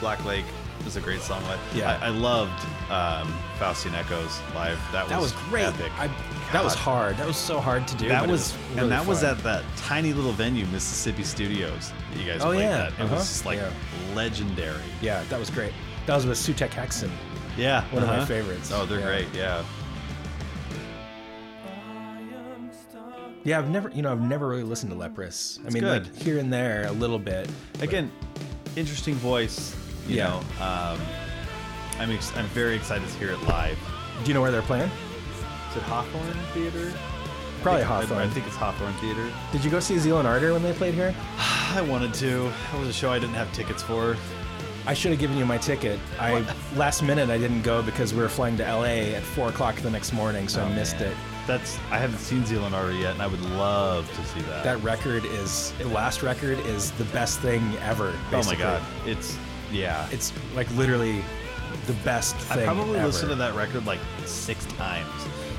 Speaker 2: Black Lake was a great song live.
Speaker 1: Yeah.
Speaker 2: I, I loved um, Faustian Echoes live. That was
Speaker 1: That was great.
Speaker 2: Epic.
Speaker 1: I, that was
Speaker 2: God.
Speaker 1: hard. That was so hard to do.
Speaker 2: That
Speaker 1: but it
Speaker 2: was,
Speaker 1: really
Speaker 2: and that was
Speaker 1: fun.
Speaker 2: at that tiny little venue, Mississippi Studios. That you guys
Speaker 1: Oh,
Speaker 2: played
Speaker 1: yeah.
Speaker 2: that. It
Speaker 1: Uh-huh.
Speaker 2: was just like
Speaker 1: Yeah.
Speaker 2: legendary.
Speaker 1: Yeah, that was great. That was with Sutek Hexen.
Speaker 2: Yeah,
Speaker 1: One of my favorites.
Speaker 2: Oh, they're
Speaker 1: Yeah.
Speaker 2: great. Yeah,
Speaker 1: Yeah, I've never, you know, I've never really listened to Leprous. I mean,
Speaker 2: good.
Speaker 1: like here and there a little bit.
Speaker 2: again, interesting voice. You
Speaker 1: Yeah.
Speaker 2: know, um, I'm ex- I'm very excited to hear it live.
Speaker 1: Do you know where they're playing?
Speaker 2: Is it Hawthorne Theater?
Speaker 1: Probably
Speaker 2: I- I,
Speaker 1: Hawthorne.
Speaker 2: think it's Hawthorne Theater.
Speaker 1: Did you go see Zealand Ardor when they played here?
Speaker 2: I wanted to. It was a show I didn't have tickets for.
Speaker 1: I should have given you my ticket. I last minute I didn't go because we were flying to LA at four o'clock the next morning, so
Speaker 2: Oh,
Speaker 1: I missed it.
Speaker 2: That's I haven't seen Zealand Order yet, and I would love to see that.
Speaker 1: That record is the last record is the best thing ever.
Speaker 2: oh my
Speaker 1: basically.
Speaker 2: god, it's yeah.
Speaker 1: It's like literally the best thing.
Speaker 2: I probably
Speaker 1: ever.
Speaker 2: listened to that record like six times,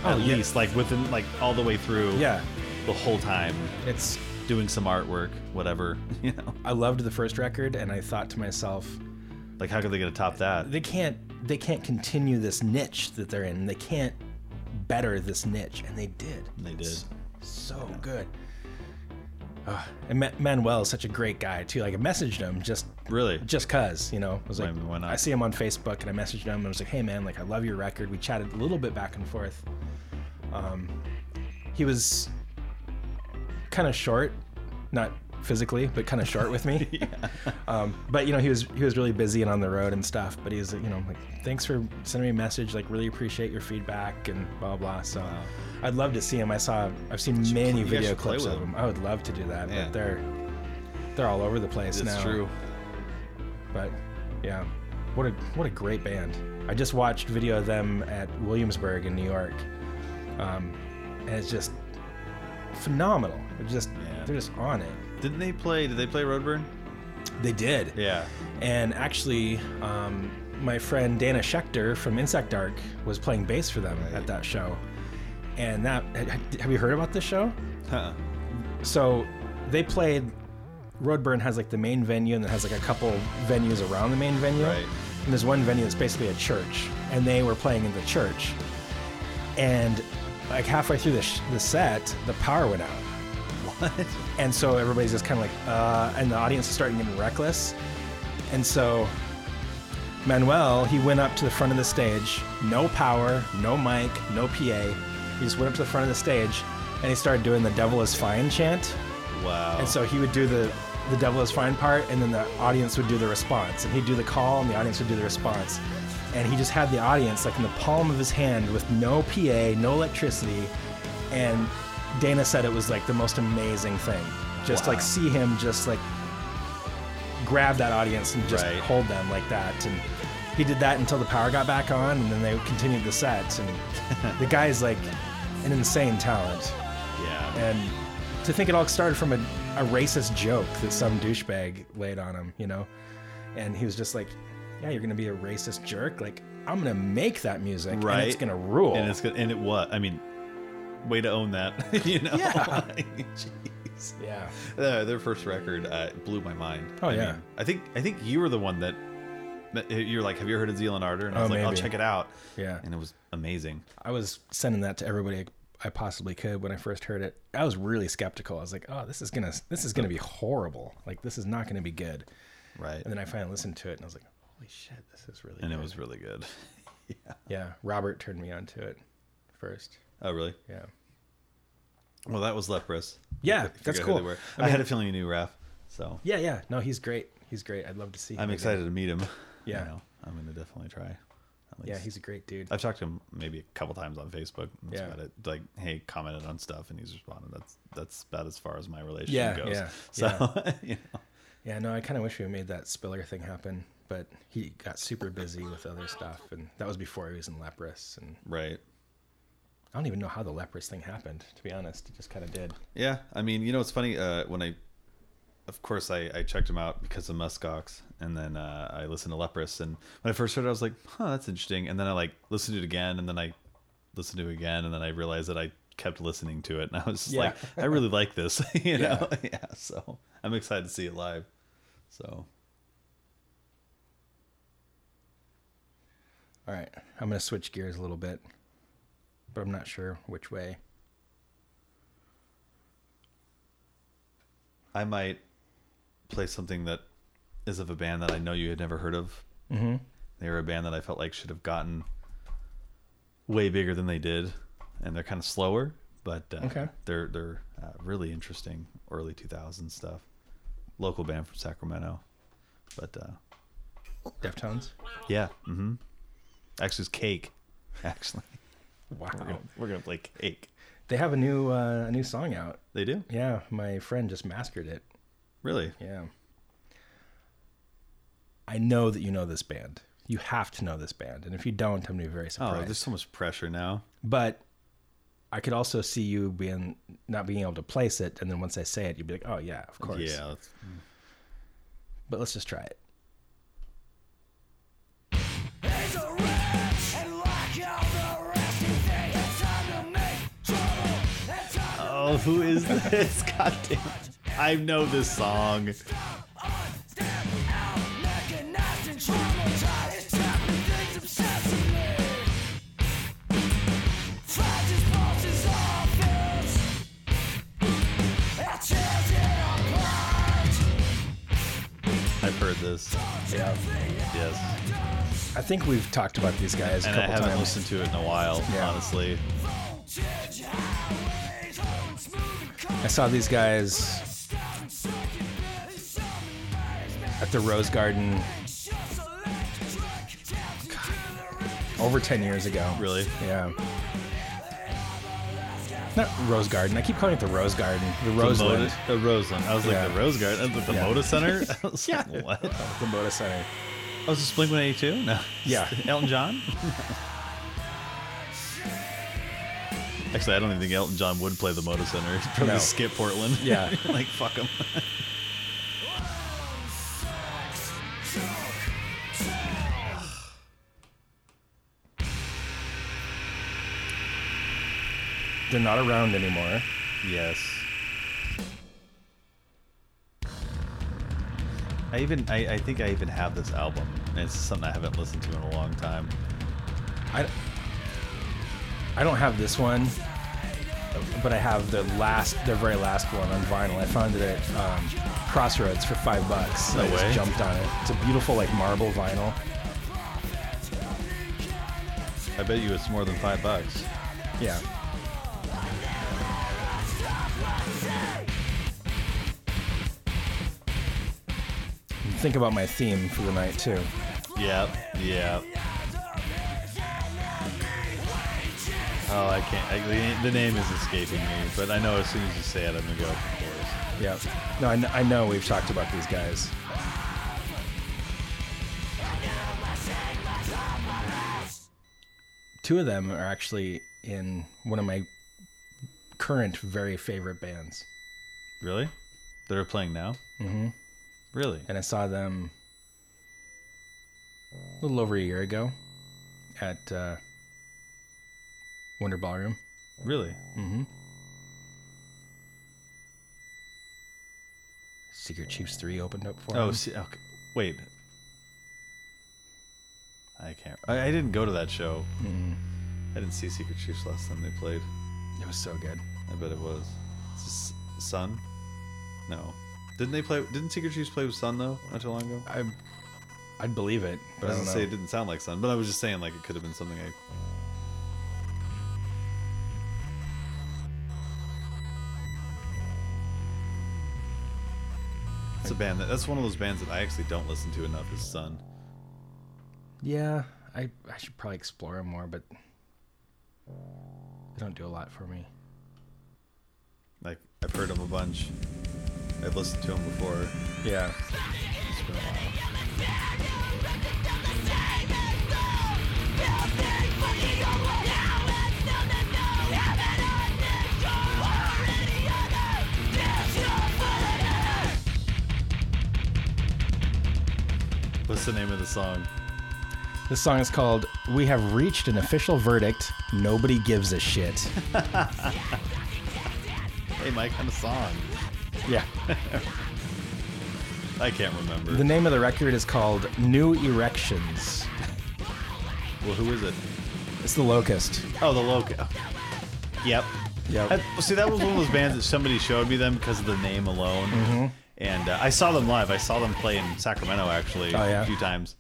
Speaker 1: Oh,
Speaker 2: at
Speaker 1: yeah.
Speaker 2: least like within like all the way through.
Speaker 1: Yeah.
Speaker 2: the whole time,
Speaker 1: It's
Speaker 2: doing some artwork, whatever. You know,
Speaker 1: I loved the first record, and I thought to myself,
Speaker 2: like how could they get to top that?
Speaker 1: they can't they can't continue this niche that they're in. They can't better this niche, and they did.
Speaker 2: They did.
Speaker 1: It's so good. Ah, and Ma- Manuel is such a great guy too. Like I messaged him just
Speaker 2: Really?
Speaker 1: just cause you know I was like
Speaker 2: Why- why not?
Speaker 1: I see him on Facebook and I messaged him and I was like hey man like I love your record. We chatted a little bit back and forth. Um, he was kind of short, not physically, but kind of short with me. um, but you know, he was he was really busy and on the road and stuff. But he's you know like, thanks for sending me a message. Like, really appreciate your feedback and blah blah. So, I'd love to see him. I saw I've seen many
Speaker 2: guys
Speaker 1: video
Speaker 2: should play
Speaker 1: clips
Speaker 2: with
Speaker 1: of
Speaker 2: him.
Speaker 1: him. I would love to do that,
Speaker 2: Yeah.
Speaker 1: but they're they're all over the place
Speaker 2: It's
Speaker 1: now.
Speaker 2: true.
Speaker 1: But yeah, what a what a great band. I just watched video of them at Williamsburg in New York, um, and it's just phenomenal. They're just
Speaker 2: Yeah.
Speaker 1: they're just on it.
Speaker 2: Didn't they play? Did they play Roadburn?
Speaker 1: They did.
Speaker 2: Yeah.
Speaker 1: And actually, um, my friend Dana Schechter from Insect Dark was playing bass for them at that show. And that have you heard about this show?
Speaker 2: Huh.
Speaker 1: so they played Roadburn has like the main venue and then has like a couple venues around the main venue.
Speaker 2: Right.
Speaker 1: And there's one venue that's basically a church, and they were playing in the church. And like halfway through the, sh- the set, the power went out.
Speaker 2: What?
Speaker 1: And so everybody's just kind of like, uh, and the audience is starting getting reckless. And so Manuel, he went up to the front of the stage, no power, no mic, no PA. He just went up to the front of the stage and he started doing the devil is fine chant.
Speaker 2: Wow.
Speaker 1: And so he would do the the devil is fine part, and then the audience would do the response, and he'd do the call, and the audience would do the response. And he just had the audience like in the palm of his hand with no PA, no electricity, and Dana said it was like the most amazing thing. Just
Speaker 2: Wow.
Speaker 1: like see him just like grab that audience and just
Speaker 2: Right.
Speaker 1: hold them like that. And he did that until the power got back on, and then they continued the set. And the guy's like an insane talent.
Speaker 2: yeah.
Speaker 1: And to think it all started from a, a racist joke that some douchebag laid on him, you know? And he was just like, yeah, you're going to be a racist jerk. Like, I'm going to make that music. And it's
Speaker 2: Right.
Speaker 1: going to rule.
Speaker 2: And it's good. And it what? I mean, way to own that. you know.
Speaker 1: Yeah.
Speaker 2: Jeez.
Speaker 1: yeah.
Speaker 2: Uh, their first record uh, blew my mind.
Speaker 1: Oh,
Speaker 2: I
Speaker 1: yeah.
Speaker 2: mean, I think I think you were the one that. that- eh, You're like, have you heard of Zealand Ardor? And I
Speaker 1: Oh,
Speaker 2: was like, I'll
Speaker 1: maybe.
Speaker 2: check it out.
Speaker 1: Yeah.
Speaker 2: And it was amazing.
Speaker 1: I was sending that to everybody I possibly could when I first heard it. I was really skeptical. I was like, oh, this is going to, this is going to be horrible. Like, this is not going to be good.
Speaker 2: Right.
Speaker 1: And then I finally listened to it and I was like, holy shit, this is really
Speaker 2: and it
Speaker 1: good.
Speaker 2: was really good.
Speaker 1: yeah. Robert turned me on to it first.
Speaker 2: Oh, really?
Speaker 1: Yeah.
Speaker 2: Well, that was Leprous.
Speaker 1: Yeah,
Speaker 2: I forget
Speaker 1: that's
Speaker 2: who they
Speaker 1: cool.
Speaker 2: were.
Speaker 1: I
Speaker 2: I,
Speaker 1: mean-
Speaker 2: had a feeling you knew Raph, so
Speaker 1: Yeah, yeah. No, he's great. He's great. I'd love to see him.
Speaker 2: I'm
Speaker 1: again.
Speaker 2: excited to meet him.
Speaker 1: Yeah.
Speaker 2: You know, I'm gonna definitely try. At
Speaker 1: Yeah,
Speaker 2: least.
Speaker 1: he's a great dude.
Speaker 2: I've talked to him maybe a couple times on Facebook. That's
Speaker 1: Yeah.
Speaker 2: about it. Like, hey, commented on stuff, and he's responded. That's that's about as far as my relationship
Speaker 1: Yeah,
Speaker 2: goes.
Speaker 1: yeah,
Speaker 2: So, you know,
Speaker 1: Yeah, no, I kind of wish we made that Spiller thing happen, but he got super busy with other stuff, and that was before he was in Leprous, and
Speaker 2: right?
Speaker 1: I don't even know how the Leprous thing happened, to be honest. It just kind of did.
Speaker 2: Yeah, I mean, you know, it's funny uh, when I, of course, I, I checked him out because of Muskox, and then uh, I listened to Leprous, and when I first heard it, I was like, "Huh, that's interesting," and then I like listened to it again, and then I listened to it again, and then I realized that I kept listening to it, and I was just
Speaker 1: Yeah.
Speaker 2: like, "I really like this," you know? Yeah, so I'm excited to see it live. So
Speaker 1: All right, I'm gonna switch gears a little bit, but I'm not sure which way.
Speaker 2: I might play something that is of a band that I know you had never heard of. Mm-hmm. They were a band that I felt like should have gotten way bigger than they did, and they're kind of slower, but uh,
Speaker 1: Okay.
Speaker 2: they're they're uh, really interesting early 2000s stuff. Local band from Sacramento, but uh,
Speaker 1: Deftones.
Speaker 2: yeah, mm-hmm. actually, it's Cake. Actually,
Speaker 1: Wow,
Speaker 2: we're gonna play Cake.
Speaker 1: they have a new uh, a new song out.
Speaker 2: They do
Speaker 1: Yeah, my friend just mastered it.
Speaker 2: really.
Speaker 1: Yeah. I know that you know this band. You have to know this band, and if you don't, I'm gonna be very
Speaker 2: Oh,
Speaker 1: surprised.
Speaker 2: there's so much pressure now.
Speaker 1: but I could also see you being not being able to place it, and then once I say it, you'd be like, "Oh yeah, of course."
Speaker 2: Yeah, that's-
Speaker 1: But let's just try it.
Speaker 2: Oh, who is this? God damn it. I know this song. I've heard this.
Speaker 1: Yeah.
Speaker 2: Yes.
Speaker 1: I think we've talked about these guys a
Speaker 2: And I
Speaker 1: couple
Speaker 2: haven't
Speaker 1: times.
Speaker 2: listened to it in a while,
Speaker 1: Yeah.
Speaker 2: honestly.
Speaker 1: I saw these guys the Rose Garden over 10 years ago.
Speaker 2: Really?
Speaker 1: Yeah. Not Rose Garden. I keep calling it the Rose Garden. The
Speaker 2: Roseland.
Speaker 1: Roseland.
Speaker 2: The Roseland. I was like,
Speaker 1: Yeah.
Speaker 2: the Rose Garden? At the
Speaker 1: Yeah.
Speaker 2: Moda Center? I was like,
Speaker 1: Yeah. Oh,
Speaker 2: what? I
Speaker 1: The Moda Center.
Speaker 2: was just Blink 182? No.
Speaker 1: Yeah.
Speaker 2: Elton John? Actually, I don't even think Elton John would play the Moda Center. He'd probably
Speaker 1: No.
Speaker 2: skip Portland.
Speaker 1: Yeah.
Speaker 2: like, fuck him.
Speaker 1: They're not around anymore.
Speaker 2: Yes. I even I, I think I even have this album. And it's something I haven't listened to in a long time.
Speaker 1: I, I don't have this one, but I have the last, the very last one on vinyl. I found it at um, Crossroads for five bucks.
Speaker 2: No
Speaker 1: I just
Speaker 2: way.
Speaker 1: jumped on it. It's a beautiful like marble vinyl.
Speaker 2: I bet you it's more than five bucks.
Speaker 1: Yeah. Think about my theme for the night too.
Speaker 2: Yep. Yep. Oh, I can't. I, the, the name is escaping me, but I know as soon as you say it, I'm gonna go. Of course.
Speaker 1: Yeah. No, I, kn- I know we've talked about these guys. Two of them are actually in one of my current very favorite bands,
Speaker 2: Really? They're playing now. Mm-hmm. Really?
Speaker 1: and I saw them a little over a year ago at uh, Wonder Ballroom.
Speaker 2: Really?
Speaker 1: Secret Chiefs Three opened up for
Speaker 2: Oh,
Speaker 1: them.
Speaker 2: see, okay. Wait. I can't. I, I didn't go to that show.
Speaker 1: Mm-hmm.
Speaker 2: I didn't see Secret Chiefs last time they played.
Speaker 1: it was so good.
Speaker 2: I bet it was. Is this Sun? No. Didn't they play? Didn't Secret Chiefs play with Sun though? Not too long ago.
Speaker 1: I, I'd believe it.
Speaker 2: But I
Speaker 1: I
Speaker 2: was
Speaker 1: don't
Speaker 2: gonna
Speaker 1: know.
Speaker 2: say it didn't sound like Sun, but I was just saying like it could have been something I. It's a band that that's one of those bands that I actually don't listen to enough is Sun.
Speaker 1: Yeah, I, I should probably explore it more, but they don't do a lot for me.
Speaker 2: Like I've heard them a bunch. I've listened to them before.
Speaker 1: Yeah.
Speaker 2: It's been a while. What's the name of the song?
Speaker 1: This song is called We Have Reached an Official Verdict. Nobody Gives a Shit.
Speaker 2: Hey, Mike, kind of song.
Speaker 1: yeah.
Speaker 2: I can't remember.
Speaker 1: The name of the record is called New Erections.
Speaker 2: well, who is it?
Speaker 1: It's The Locust.
Speaker 2: Oh, the logo. Yep.
Speaker 1: Yep.
Speaker 2: I- see, that was one of those bands that somebody showed me them because of the name alone.
Speaker 1: Mm-hmm.
Speaker 2: And uh, I saw them live. I saw them play in Sacramento actually
Speaker 1: Oh, yeah?
Speaker 2: a few times,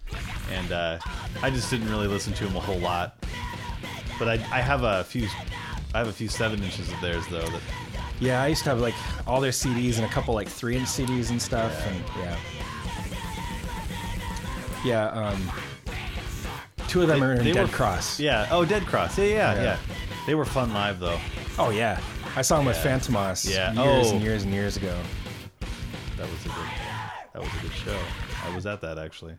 Speaker 2: and uh, I just didn't really listen to them a whole lot. But I, I have a few, I have a few seven inches of theirs though. That
Speaker 1: Yeah, I used to have like all their CDs and a couple like three inch CDs and stuff. And yeah. Yeah, um, two of them are in Dead Cross.
Speaker 2: Yeah. Oh, Dead Cross. Yeah, yeah,
Speaker 1: Yeah.
Speaker 2: yeah, They were fun live though.
Speaker 1: Oh, yeah. I saw them with Phantomos
Speaker 2: Yeah.
Speaker 1: years
Speaker 2: Oh.
Speaker 1: and years and years ago.
Speaker 2: That was a good. That was a good show. I was at that actually.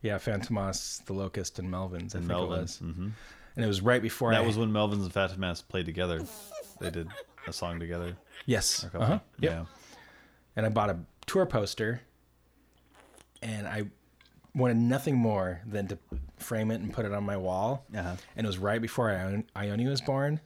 Speaker 1: Yeah, Phantomos, The Locust, and Melvins. I think it
Speaker 2: Melvin,
Speaker 1: was. And it was right before I,
Speaker 2: mm-hmm. That was when Melvins and Fatimas played together. They did a song together.
Speaker 1: Yes.
Speaker 2: A couple.
Speaker 1: Uh-huh. Yep.
Speaker 2: Yeah.
Speaker 1: And I bought a tour poster, and I wanted nothing more than to frame it and put it on my wall.
Speaker 2: Uh-huh.
Speaker 1: And it was right before Ion- Ione was born.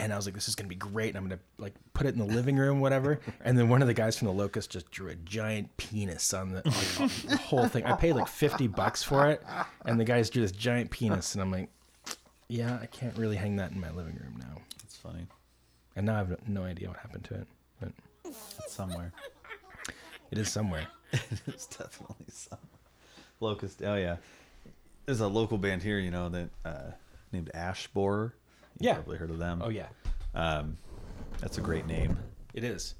Speaker 1: And I was like, this is going to be great. And I'm going to like put it in the living room, whatever. And then one of the guys from the Locust just drew a giant penis on the, on the whole thing. I paid like 50 bucks for it. And the guys drew this giant penis. And I'm like, yeah, I can't really hang that in my living room now.
Speaker 2: It's funny.
Speaker 1: And now I have no idea what happened to it, but
Speaker 2: It's somewhere.
Speaker 1: it is somewhere.
Speaker 2: it's definitely somewhere. Locust. Oh yeah. There's a local band here, you know, that uh, named Ash Borer. You've
Speaker 1: Yeah.
Speaker 2: Probably heard of them.
Speaker 1: Oh yeah,
Speaker 2: Um, that's a great name.
Speaker 1: it is.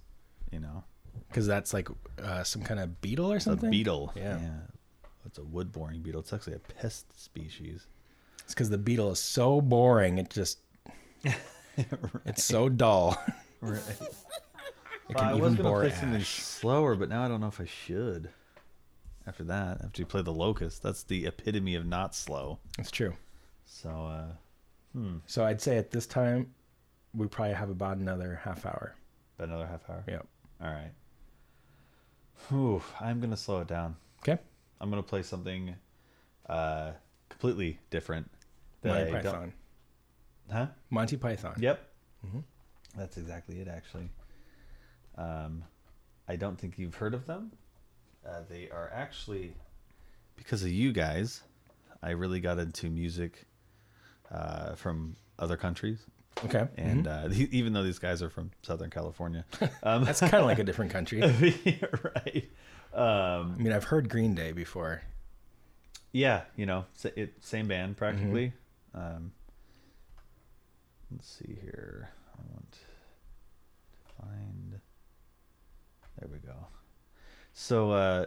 Speaker 2: You know.
Speaker 1: because that's like uh, some kind of beetle or
Speaker 2: A
Speaker 1: something.
Speaker 2: beetle.
Speaker 1: Yeah.
Speaker 2: It's a wood boring beetle. It's actually a pest species.
Speaker 1: It's because the beetle is so boring. It just it's so dull. It
Speaker 2: Well,
Speaker 1: can
Speaker 2: I was
Speaker 1: even
Speaker 2: gonna
Speaker 1: bore
Speaker 2: play something
Speaker 1: Ash.
Speaker 2: slower, but now I don't know if I should. After that, after you play the locust, that's the epitome of not slow.
Speaker 1: It's true.
Speaker 2: So uh,
Speaker 1: So I'd say at this time, we probably have about another half hour.
Speaker 2: about another half hour.
Speaker 1: Yep.
Speaker 2: All right. Whew, I'm gonna slow it down.
Speaker 1: Okay.
Speaker 2: I'm gonna play something uh, completely different.
Speaker 1: Monty
Speaker 2: I don't-
Speaker 1: Python.
Speaker 2: Huh?
Speaker 1: Monty Python.
Speaker 2: Yep. Mm-hmm. That's exactly it, actually. Um, I don't think you've heard of them. Uh, they are actually because of you guys. I really got into music uh, from other countries,
Speaker 1: Okay.
Speaker 2: and uh, the- even though these guys are from Southern California, um,
Speaker 1: That's kind of like a different country. I
Speaker 2: right? Um,
Speaker 1: mean, I've heard Green Day before.
Speaker 2: yeah, you know, sa- it, same band practically. Um, let's see here. I want to find. There we go. So uh,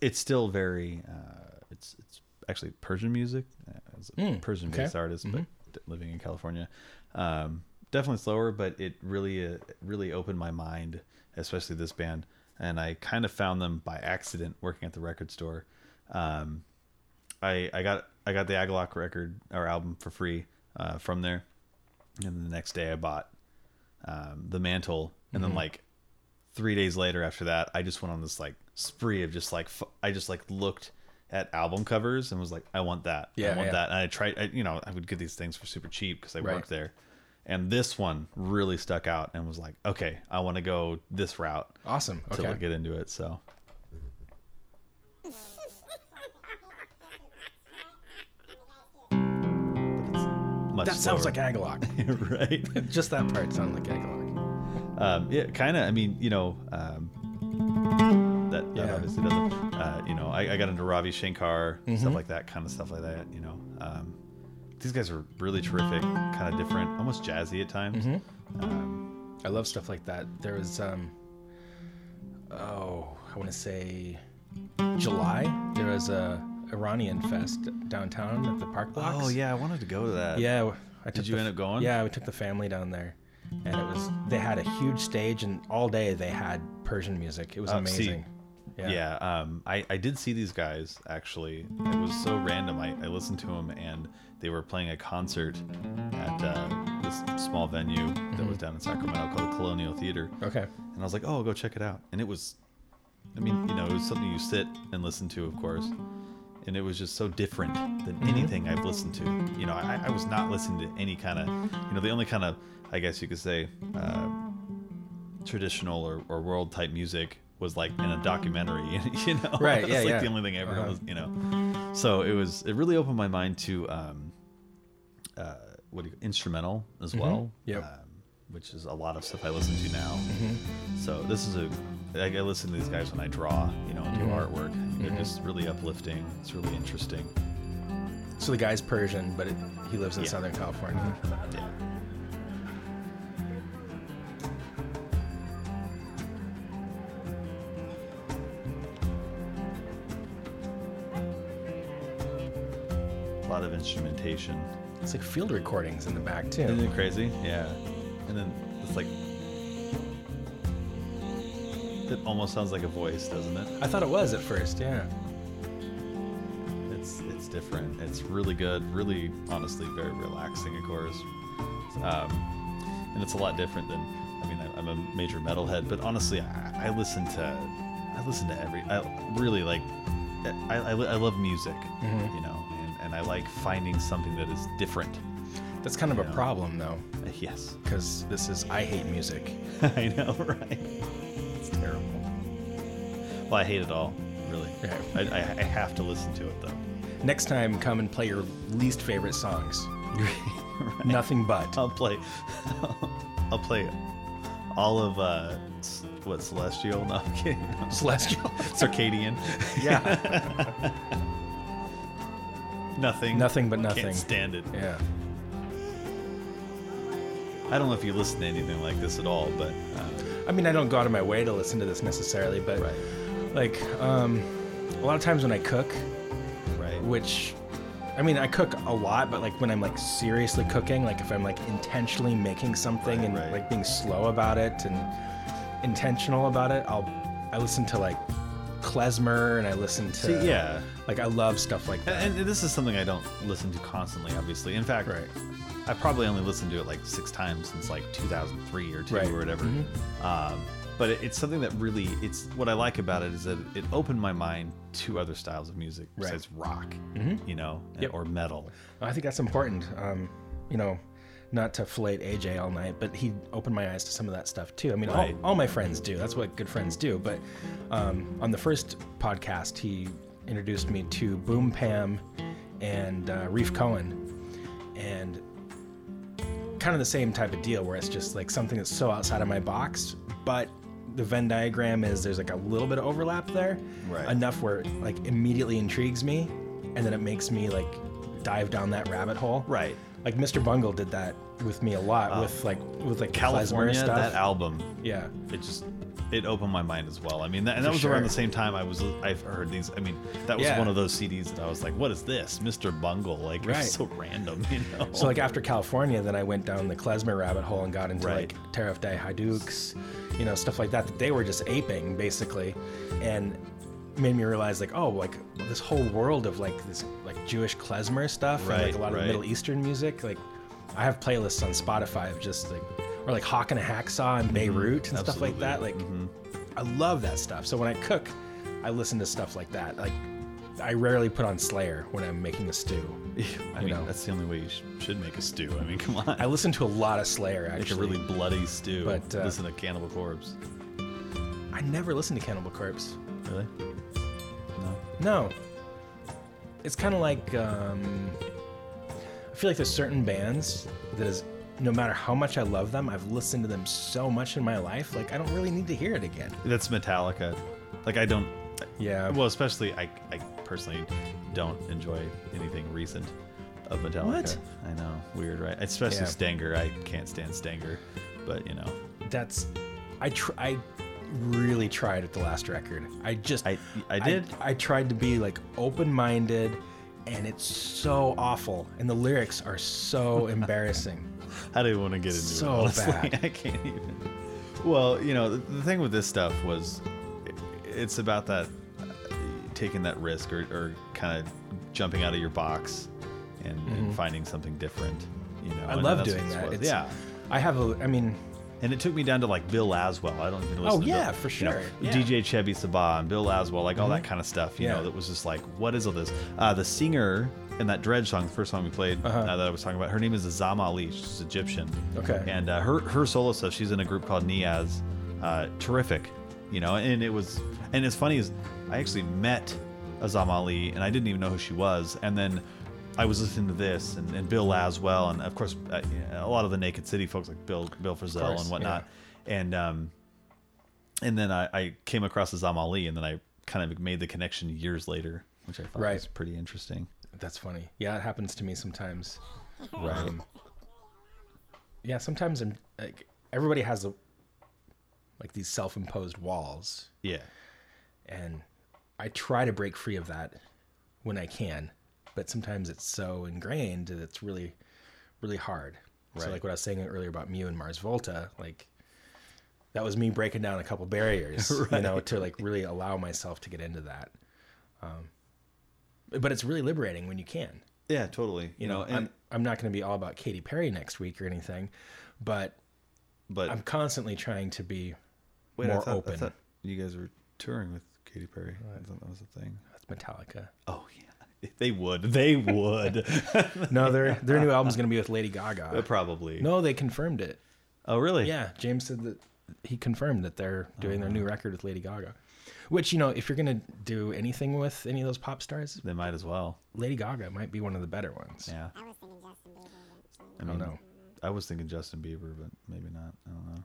Speaker 2: it's still very. Uh, it's it's actually Persian music. uh, As a
Speaker 1: Mm,
Speaker 2: Persian based
Speaker 1: okay.
Speaker 2: artist, but d- living in California, um, definitely slower. But it really uh, really opened my mind, especially this band. And I kind of found them by accident working at the record store. Um, I I got I got the Agalock record or album for free uh, from there, and the next day I bought um, the Mantle, and
Speaker 1: Mm-hmm.
Speaker 2: then like three days later after that, I just went on this like spree of just like f- I just like looked at album covers and was like, I want that, I
Speaker 1: Yeah,
Speaker 2: want
Speaker 1: yeah.
Speaker 2: that, and I tried, I, you know, I would get these things for super cheap because I
Speaker 1: Right.
Speaker 2: worked there, and this one really stuck out and was like, okay, I want to go this route
Speaker 1: Awesome.
Speaker 2: to
Speaker 1: Okay.
Speaker 2: get into it, so. But it's much
Speaker 1: That sounds
Speaker 2: slower.
Speaker 1: like Agalock.
Speaker 2: right.
Speaker 1: Just that part sounded like Agalock.
Speaker 2: Um, yeah, kind of. I mean, you know, um, that, that
Speaker 1: Yeah.
Speaker 2: obviously doesn't. Uh, you know, I, I got into Ravi Shankar
Speaker 1: Mm-hmm.
Speaker 2: stuff like that, kind of stuff like that. You know, um, these guys are really terrific, kind of different, almost jazzy at times.
Speaker 1: Mm-hmm.
Speaker 2: Um,
Speaker 1: I love stuff like that. There was um oh, I want to say July. There was a Iranian fest downtown at the park blocks.
Speaker 2: oh yeah, I wanted to go to that.
Speaker 1: Yeah. w- I took
Speaker 2: you
Speaker 1: the
Speaker 2: end
Speaker 1: f-
Speaker 2: up going?
Speaker 1: Yeah, we took the family down there. And it was they had a huge stage and all day they had Persian music. It was
Speaker 2: Uh, see,
Speaker 1: amazing.
Speaker 2: Yeah. um, I, I did see these guys actually. It was so random. I, I listened to them and they were playing a concert at uh, this small venue that was down in Sacramento called the Colonial Theater.
Speaker 1: Mm-hmm. Okay.
Speaker 2: And I was like, oh, I'll go check it out. And it was, I mean, you know, it was something you sit and listen to, of course. And it was just so different than
Speaker 1: Mm-hmm.
Speaker 2: anything I've listened to. You know, I, I was not listening to any kind of, you know, the only kind of, I guess you could say, uh, traditional or, or world type music was like in a documentary, you know?
Speaker 1: Right,
Speaker 2: That's
Speaker 1: yeah,
Speaker 2: like
Speaker 1: yeah.
Speaker 2: the only thing I ever,
Speaker 1: Uh-huh.
Speaker 2: was, you know? So it was, it really opened my mind to, um, uh, what do you, instrumental as well.
Speaker 1: Yep.
Speaker 2: Um, which is a lot of stuff I listen to now. So this is a, I, I listen to these guys when I draw, you know, and do artwork. They're just really uplifting. It's really interesting.
Speaker 1: So the guy's Persian, but it, he lives in
Speaker 2: Yeah.
Speaker 1: Southern California.
Speaker 2: Yeah. A lot of instrumentation.
Speaker 1: It's like field recordings in the back too.
Speaker 2: Isn't it crazy? Yeah. And then it's like, it almost sounds like a voice, doesn't it?
Speaker 1: I thought it was at first, yeah.
Speaker 2: It's it's different. It's really good. Really, honestly, very relaxing. Of course, um, and it's a lot different than. I mean, I, I'm a major metalhead, but honestly, I, I listen to I listen to every. I really like. I, I, I love music, you know, and, and I like finding something that is different.
Speaker 1: That's kind of a
Speaker 2: Yeah.
Speaker 1: problem though,
Speaker 2: Yes,
Speaker 1: because this is I hate music.
Speaker 2: I know, right? It's terrible. Well, I hate it all, really.
Speaker 1: Yeah.
Speaker 2: I, I, I have to listen to it though.
Speaker 1: Next time, come and play your least favorite songs.
Speaker 2: Right. Oh.
Speaker 1: Nothing but.
Speaker 2: I'll play. I'll play all of uh, s- what celestial? No, I'm kidding. No,
Speaker 1: Celestial.
Speaker 2: circadian.
Speaker 1: yeah.
Speaker 2: nothing.
Speaker 1: Nothing but nothing.
Speaker 2: Can't stand it.
Speaker 1: Yeah.
Speaker 2: I don't know if you listen to anything like this at all, but uh,
Speaker 1: I mean, I don't go out of my way to listen to this necessarily, but
Speaker 2: Right.
Speaker 1: like um, a lot of times when I cook,
Speaker 2: Right.
Speaker 1: which I mean, I cook a lot, but like when I'm like seriously cooking, like if I'm like intentionally making something
Speaker 2: Right,
Speaker 1: and
Speaker 2: right.
Speaker 1: like being slow about it and intentional about it, I'll I listen to like klezmer and I listen to
Speaker 2: See, yeah.
Speaker 1: like I love stuff like that.
Speaker 2: And, and this is something I don't listen to constantly, obviously. In fact,
Speaker 1: Right.
Speaker 2: I probably only listened to it like six times since like 2003 or two
Speaker 1: Right. Mm-hmm.
Speaker 2: or whatever. Um, but it, it's something that really, it's what I like about it is that it opened my mind to other styles of music
Speaker 1: Right. Mm-hmm.
Speaker 2: besides rock, you know, and-
Speaker 1: Yep.
Speaker 2: or metal.
Speaker 1: I think that's important. Um, you know, not to flate AJ all night, but he opened my eyes to some of that stuff too. I mean,
Speaker 2: Right.
Speaker 1: all, all my friends do. That's what good friends do. But um, on the first podcast, he introduced me to Boom Pam and uh, Reef Cohen, and kind of the same type of deal where it's just like something that's so outside of my box, but the Venn diagram is there's like a little bit of overlap there,
Speaker 2: Right.
Speaker 1: enough where it like immediately intrigues me, and then it makes me like dive down that rabbit hole.
Speaker 2: Right. Uh,
Speaker 1: Like Mr. Bungle did that with me a lot with like with like klezmer
Speaker 2: California,
Speaker 1: stuff.
Speaker 2: that album,
Speaker 1: yeah.
Speaker 2: it just, it opened my mind as well. I mean, that, and that
Speaker 1: For
Speaker 2: was around
Speaker 1: sure.
Speaker 2: the same time I was, I've heard these. I mean, that was
Speaker 1: Yeah.
Speaker 2: one of those CDs that I was like, what is this? Mr. Bungle. Like,
Speaker 1: Right.
Speaker 2: it's so random, you know?
Speaker 1: So like after California, then I went down the klezmer rabbit hole and got into
Speaker 2: Right.
Speaker 1: like Tariff Day Hydukes, you know, stuff like that that they were just aping basically, and made me realize like oh like this whole world of like this like Jewish klezmer stuff and
Speaker 2: Right,
Speaker 1: like a lot
Speaker 2: right.
Speaker 1: of Middle Eastern music like I have playlists on Spotify of just like or like Hawk and a Hacksaw and Beirut and stuff like
Speaker 2: Mm-hmm. absolutely. Mm-hmm.
Speaker 1: that like I love that stuff so when I cook I listen to stuff like that like I rarely put on Slayer when I'm making a stew
Speaker 2: I
Speaker 1: you
Speaker 2: mean,
Speaker 1: know.
Speaker 2: that's the only way you sh- should make a stew. I mean, come on.
Speaker 1: I listen to a lot of Slayer
Speaker 2: make a
Speaker 1: actually
Speaker 2: really bloody stew.
Speaker 1: But, uh,
Speaker 2: listen to Cannibal Corpse.
Speaker 1: I never listened to Cannibal Corpse.
Speaker 2: Really? No.
Speaker 1: No. It's kind of like um, I feel like there's certain bands that is no matter how much I love them, I've listened to them so much in my life, like I don't really need to hear it again.
Speaker 2: That's Metallica. Like I don't.
Speaker 1: Yeah.
Speaker 2: Well, especially I. I personally don't enjoy anything recent of Metallica.
Speaker 1: What?
Speaker 2: I know. Weird, right? Especially
Speaker 1: Yeah.
Speaker 2: Stenger. I can't stand Stenger. But you know,
Speaker 1: That's I tr- I really tried at the last record. I just
Speaker 2: I- I did.
Speaker 1: I, tried to be like open-minded and it's so awful and the lyrics are so embarrassing.
Speaker 2: I do not want to get into
Speaker 1: So
Speaker 2: it? Honestly,
Speaker 1: bad.
Speaker 2: I can't even. Well, you know, the, the thing with this stuff was, i it's about that uh, taking that risk or, or kind of jumping out of your box and, and finding something different. You know,
Speaker 1: Mm-hmm. I
Speaker 2: and
Speaker 1: love
Speaker 2: that's
Speaker 1: doing
Speaker 2: what
Speaker 1: that.
Speaker 2: this
Speaker 1: It's,
Speaker 2: was. yeah,
Speaker 1: I have a I mean
Speaker 2: and it took me down to like Bill Laswell. I don't even listen.
Speaker 1: Oh,
Speaker 2: to
Speaker 1: yeah,
Speaker 2: Bill,
Speaker 1: for
Speaker 2: you know,
Speaker 1: sure. Yeah. Mm-hmm.
Speaker 2: DJ Chevy Sabah and Bill Laswell, like all that kind of stuff. You
Speaker 1: Yeah.
Speaker 2: know, that was just like, what is all this? Uh, the singer in that Dredge song, the first song we played
Speaker 1: Uh-huh.
Speaker 2: uh that I was talking about, her name is Azam Ali. She's Egyptian.
Speaker 1: Okay.
Speaker 2: And uh, her her solo stuff. She's in a group called Niaz. Uh, terrific, you know. And it was, and it's funny is, I actually met Azam Ali, and I didn't even know who she was, and then. I was listening to this and, and Bill Laswell, and of course, uh, a lot of the Naked City folks like Bill Bill Frisell
Speaker 1: course,
Speaker 2: and whatnot. And um, and then I, I came across Azam Ali, and then I kind of made the connection years later, which I thought
Speaker 1: Right.
Speaker 2: was pretty interesting.
Speaker 1: That's funny. Yeah, it happens to me sometimes. Right.
Speaker 2: Um,
Speaker 1: yeah, sometimes I'm like everybody has a, like these self-imposed walls,
Speaker 2: Yeah,
Speaker 1: and I try to break free of that when I can, but sometimes it's so ingrained that it's really, really hard. So
Speaker 2: Right.
Speaker 1: like what I was saying earlier about Mew and Mars Volta, like that was me breaking down a couple barriers, you know, to like really allow myself to get into that. Um, but it's really liberating when you can
Speaker 2: yeah, totally.
Speaker 1: you know, I'm, I'm not going to be all about Katy Perry next week or anything, but
Speaker 2: but
Speaker 1: I'm constantly trying to be
Speaker 2: wait,
Speaker 1: more
Speaker 2: I thought,
Speaker 1: open.
Speaker 2: I thought you guys were touring with Katy Perry. I thought that was a thing.
Speaker 1: That's Metallica.
Speaker 2: Oh yeah, they would. They would
Speaker 1: No, their their new album's going to be with Lady Gaga.
Speaker 2: Uh, probably.
Speaker 1: No, they confirmed it.
Speaker 2: Oh really?
Speaker 1: Yeah, James said that he confirmed that they're doing their new
Speaker 2: Oh.
Speaker 1: record with Lady Gaga. Which you know, if you're going to do anything with any of those pop stars,
Speaker 2: They might as well.
Speaker 1: Lady Gaga might be one of the better ones.
Speaker 2: Yeah.
Speaker 3: I was thinking Justin Bieber. but-
Speaker 2: I
Speaker 1: I
Speaker 2: mean,
Speaker 1: don't know.
Speaker 2: I was thinking Justin Bieber, but maybe not. I don't know.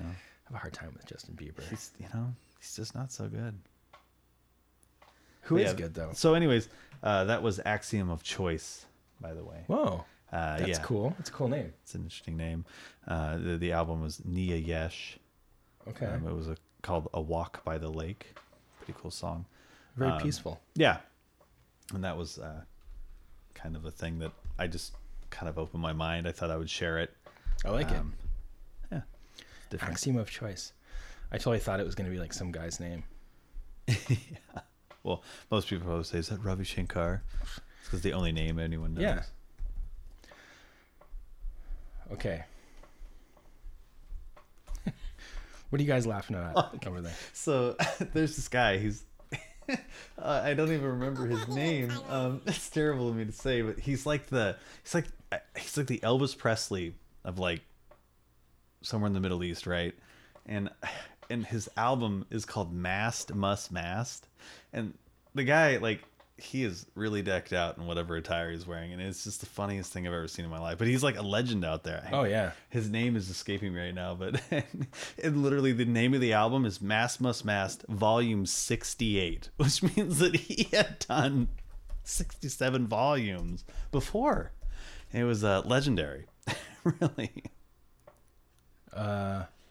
Speaker 1: I have a hard time with Justin Bieber.
Speaker 2: He's you know he's just not so good.
Speaker 1: Who
Speaker 2: But
Speaker 1: is
Speaker 2: yeah,
Speaker 1: good though?
Speaker 2: So, anyways, uh, that was Axiom of Choice, by the way.
Speaker 1: Whoa.
Speaker 2: Uh,
Speaker 1: That's
Speaker 2: yeah,
Speaker 1: cool. That's a cool name.
Speaker 2: It's an interesting name. Uh, the, the album was Nia Yesh.
Speaker 1: Okay.
Speaker 2: Um, it was a, called "A Walk by the Lake." Pretty cool song.
Speaker 1: Very
Speaker 2: um,
Speaker 1: peaceful.
Speaker 2: Yeah, and that was uh, kind of a thing that I just kind of opened my mind. I thought I would share it.
Speaker 1: I like
Speaker 2: um, Yeah,
Speaker 1: it.
Speaker 2: different.
Speaker 1: Axiom of choice. I totally thought it was going to be like some guy's name.
Speaker 2: Well, most people always say, "Is that Ravi Shankar?" It's because the only name anyone knows.
Speaker 1: Yeah. Okay. what are you guys laughing at over there?
Speaker 2: So there's this guy. He's uh, I don't even remember his name. Um, it's terrible of me to say, but he's like the he's like uh, he's like the Elvis Presley of like somewhere in the Middle East, right? And and his album is called Mast Must Mast, and the guy like he is really decked out in whatever attire he's wearing, and it's just the funniest thing I've ever seen in my life. But he's like a legend out there.
Speaker 1: Oh, yeah.
Speaker 2: his name is escaping me right now, but and, literally the name of the album is Mass Must Mast Volume 68, which means that he had done 67 volumes before. It was uh, legendary, really.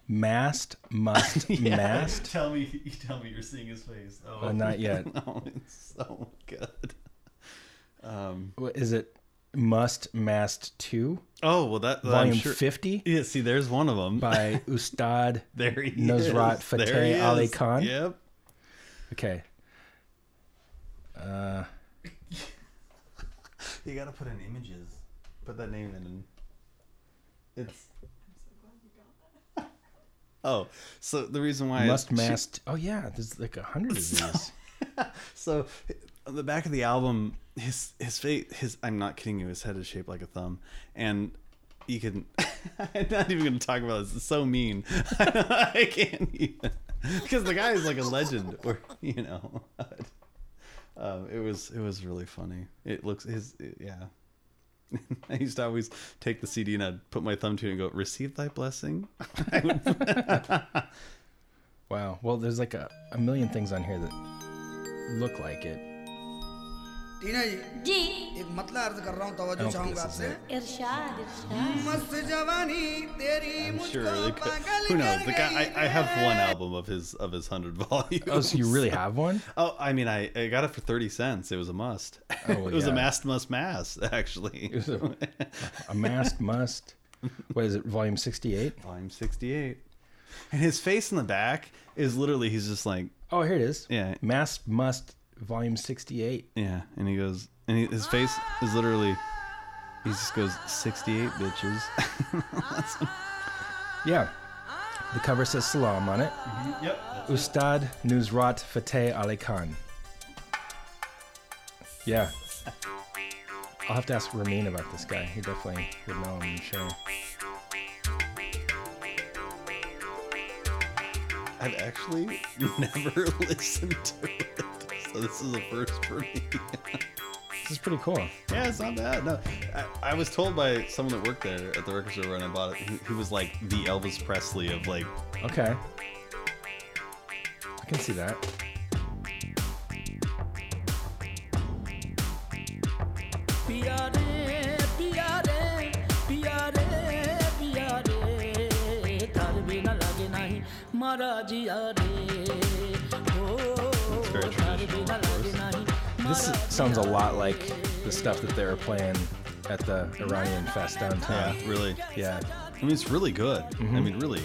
Speaker 1: Mast, must, mast.
Speaker 2: Tell me, you tell me you're seeing his face. Oh,
Speaker 1: Uh, not yet.
Speaker 2: no, Oh, it's so good.
Speaker 1: What is it? Must, mast two.
Speaker 2: Oh well, that I'm
Speaker 1: Volume
Speaker 2: sure-
Speaker 1: fifty
Speaker 2: Yeah, see, there's one of them.
Speaker 1: by Ustad.
Speaker 2: there he
Speaker 1: Nusrat
Speaker 2: is. There he
Speaker 1: Fateh Ali
Speaker 2: is.
Speaker 1: Khan.
Speaker 2: Yep.
Speaker 1: Okay. Uh,
Speaker 2: You gotta put in images. Put that name in. It's. Oh, so the reason why
Speaker 1: Must,
Speaker 2: she-
Speaker 1: mast. Oh yeah, there's like a hundred of these.
Speaker 2: so on the back of the album, his his face, his I'm not kidding you, his head is shaped like a thumb, and you can. I'm not even going to talk about this. It's so mean. I can't even because the guy is like a legend, or you know. Um, it was it was really funny. It looks his yeah. I used to always take the CD and I'd put my thumb to it and go, "Receive thy blessing."
Speaker 1: Wow. Well, there's like a, a million things on here that look like it.
Speaker 7: टीना जी
Speaker 8: जी
Speaker 7: एक मतला अर्ज कर रहा हूँ
Speaker 1: I
Speaker 7: तवज्जो
Speaker 1: don't think
Speaker 7: चाहूंगा
Speaker 1: this
Speaker 7: आपसे
Speaker 1: is
Speaker 8: इरशाद इरशाद
Speaker 7: मस्त जवानी तेरी
Speaker 2: I'm
Speaker 7: मुझको
Speaker 2: sure they could.
Speaker 7: पागल
Speaker 2: Who knows?
Speaker 7: कर
Speaker 2: The guy.
Speaker 7: गई
Speaker 2: I, I have
Speaker 7: रे।
Speaker 2: one album of his of his hundred volumes.
Speaker 1: Oh, so you really have one?
Speaker 2: Oh, I mean, I, I got it for thirty cents. It was a must.
Speaker 1: Oh, well,
Speaker 2: it was
Speaker 1: yeah.
Speaker 2: a mast must mast actually.
Speaker 1: It was a, a mast must. What is it? Volume sixty-eight.
Speaker 2: Volume sixty eight, Oh, and his face in the back is literally he's just like
Speaker 1: Oh, here it is.
Speaker 2: Yeah.
Speaker 1: Mast must. Volume sixty-eight.
Speaker 2: yeah, and he goes and he, his face is literally he just goes sixty eight bitches.
Speaker 1: Yeah. The cover says Salam on it.
Speaker 2: Mm-hmm. yep.
Speaker 1: Ustad Nusrat Fateh Ali Khan. Yeah. I'll have to ask Ramin about this guy. He definitely would know him, I'm sure.
Speaker 2: I've actually never listened to it, so this is a first for me.
Speaker 1: This is pretty cool.
Speaker 2: Yeah, it's not bad. No, I, I was told by someone that worked there at the record store when I bought it, he, he was like the Elvis Presley of like.
Speaker 1: Okay. I can see that.
Speaker 5: पिया रे पिया रे पिया रे पिया रे तार बिना लागे नहीं मारा जिया रे हो
Speaker 2: very
Speaker 5: तार
Speaker 2: traditional,
Speaker 5: बिना
Speaker 2: of
Speaker 5: लागे
Speaker 2: course.
Speaker 5: नहीं
Speaker 1: This
Speaker 5: मारा
Speaker 1: sounds a lot like the stuff that they were playing at the Iranian Fest downtown.
Speaker 2: really.
Speaker 1: Yeah.
Speaker 2: I mean, it's really good. I
Speaker 1: Mm-hmm.
Speaker 2: mean, really.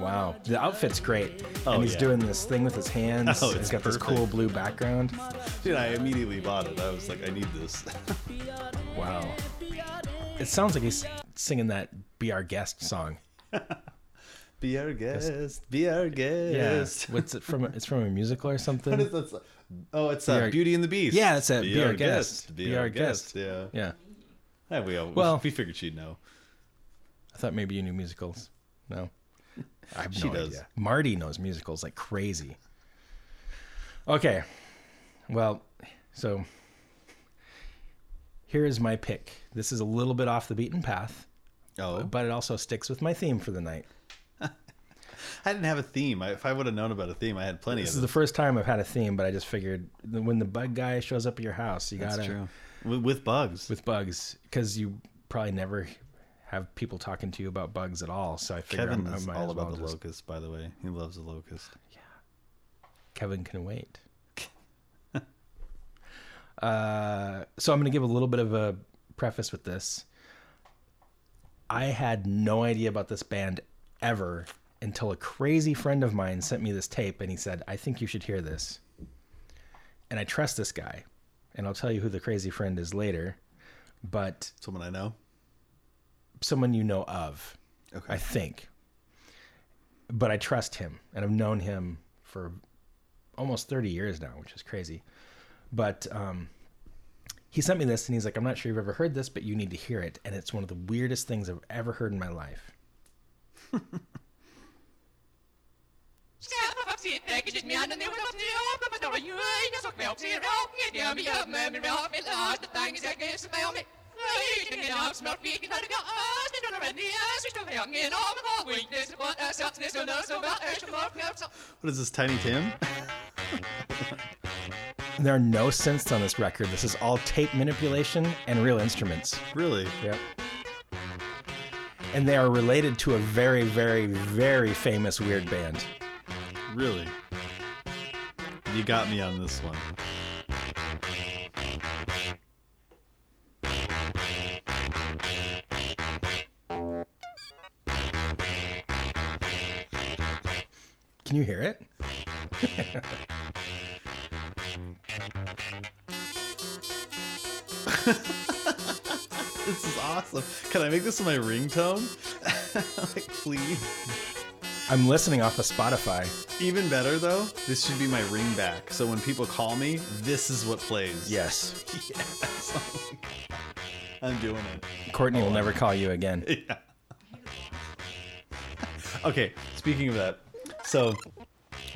Speaker 1: Wow. The outfit's great.
Speaker 2: Oh,
Speaker 1: and he's
Speaker 2: yeah.
Speaker 1: doing this thing with his hands.
Speaker 2: Oh,
Speaker 1: he's
Speaker 2: it's
Speaker 1: got this
Speaker 2: perfect.
Speaker 1: cool blue background.
Speaker 2: Dude, I immediately bought it. I was like, I need this.
Speaker 1: Wow. It sounds like he's singing that Be Our Guest song.
Speaker 2: be our guest. Be our guest.
Speaker 1: What's it from? It's from a musical or something?
Speaker 2: What is this? Oh, it's
Speaker 1: Be
Speaker 2: uh,
Speaker 1: Our-
Speaker 2: Beauty and the Beast.
Speaker 1: Yeah, that's it.
Speaker 2: Be, our, guest. Be our guest. Yeah.
Speaker 1: yeah.
Speaker 2: yeah. We all,
Speaker 1: Well-
Speaker 2: we figured she'd know.
Speaker 1: I thought maybe you knew musicals. No. I have
Speaker 2: She
Speaker 1: no
Speaker 2: does.
Speaker 1: idea. Marty knows musicals like crazy. Okay. Well, so here is my pick. This is a little bit off the beaten path,
Speaker 2: Oh,
Speaker 1: but it also sticks with my theme for the night.
Speaker 2: I didn't have a theme. I, if I would have known about a theme, I had plenty
Speaker 1: This
Speaker 2: of
Speaker 1: is
Speaker 2: them.
Speaker 1: the first time I've had a theme, but I just figured that when the bug guy shows up at your house, you gotta
Speaker 2: with, with bugs.
Speaker 1: with bugs because you probably never have people talking to you about bugs at all. So I figure
Speaker 2: Kevin
Speaker 1: I'm, I
Speaker 2: is
Speaker 1: might
Speaker 2: all
Speaker 1: as well
Speaker 2: about the
Speaker 1: just-
Speaker 2: locust, by the way. He loves the locust.
Speaker 1: Kevin can wait. uh, so I'm going to give a little bit of a preface with this. I had no idea about this band ever until a crazy friend of mine sent me this tape and he said, I think you should hear this. And I trust this guy. And I'll tell you who the crazy friend is later. But
Speaker 2: Someone I know.
Speaker 1: someone you know of.
Speaker 2: Okay.
Speaker 1: I think. But I trust him, and I've known him for almost 30 years now, which is crazy. But um, he sent me this, and he's like, I'm not sure you've ever heard this, but you need to hear it. And it's one of the weirdest things I've ever heard in my life.
Speaker 2: What is this, Tiny Tim?
Speaker 1: There are no synths on this record. This is all tape manipulation and real instruments.
Speaker 2: really?
Speaker 1: Yep. And they are related to a very, very, very famous weird band.
Speaker 2: Really? You got me on this one.
Speaker 1: Can you hear it?
Speaker 2: This is awesome. Can I make this my ringtone? like, please.
Speaker 1: I'm listening off of Spotify.
Speaker 2: Even better though, this should be my ring back. So when people call me, this is what plays.
Speaker 1: Yes.
Speaker 2: Yes. I'm doing it.
Speaker 1: Courtney will never call you again.
Speaker 2: Okay, speaking of that, so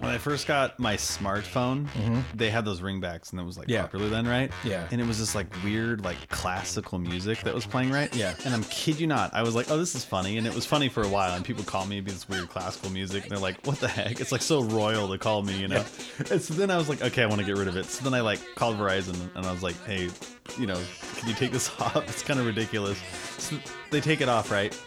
Speaker 2: when I first got my smartphone, they had those ringbacks, and that was like
Speaker 1: Mm-hmm. Yeah.
Speaker 2: popular then, right?
Speaker 1: Yeah.
Speaker 2: And it was this like weird, like classical music that was playing, right?
Speaker 1: Yeah.
Speaker 2: And I'm kid you not, I was like, oh, this is funny, and it was funny for a while, and people call me it'd be this weird classical music, and they're like, what the heck? It's like so royal to call me, you know? And so then I was like, okay, I want to get rid of it. So then I like called Verizon, and I was like, hey, you know, can you take this off? It's kind of ridiculous. So they take it off, right?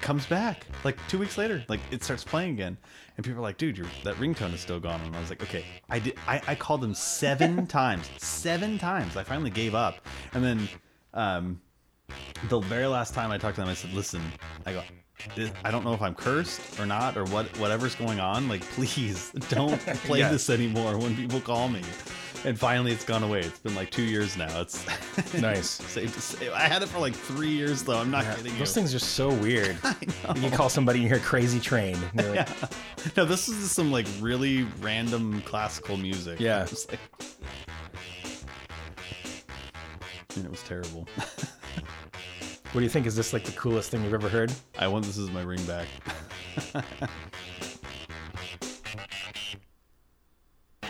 Speaker 2: comes back like two weeks later like it starts playing again and people are like dude your, that ringtone is still gone and i was like okay i did i, I called them seven times seven times i finally gave up and then um the very last time i talked to them i said listen i go "This- i don't know if i'm cursed or not or what whatever's going on like please don't play
Speaker 1: Yeah.
Speaker 2: this anymore when people call me and finally it's gone away it's been like two years now it's
Speaker 1: Nice.
Speaker 2: safe to say i had it for like three years though i'm not kidding you
Speaker 1: Those things are so weird. You call somebody and you hear crazy train. and you're like,
Speaker 2: No, this is just some like really random classical music.
Speaker 1: Yeah.
Speaker 2: It's like... And it was terrible.
Speaker 1: What do you think? Is this like the coolest thing you've ever heard?
Speaker 2: I want this as my ring back.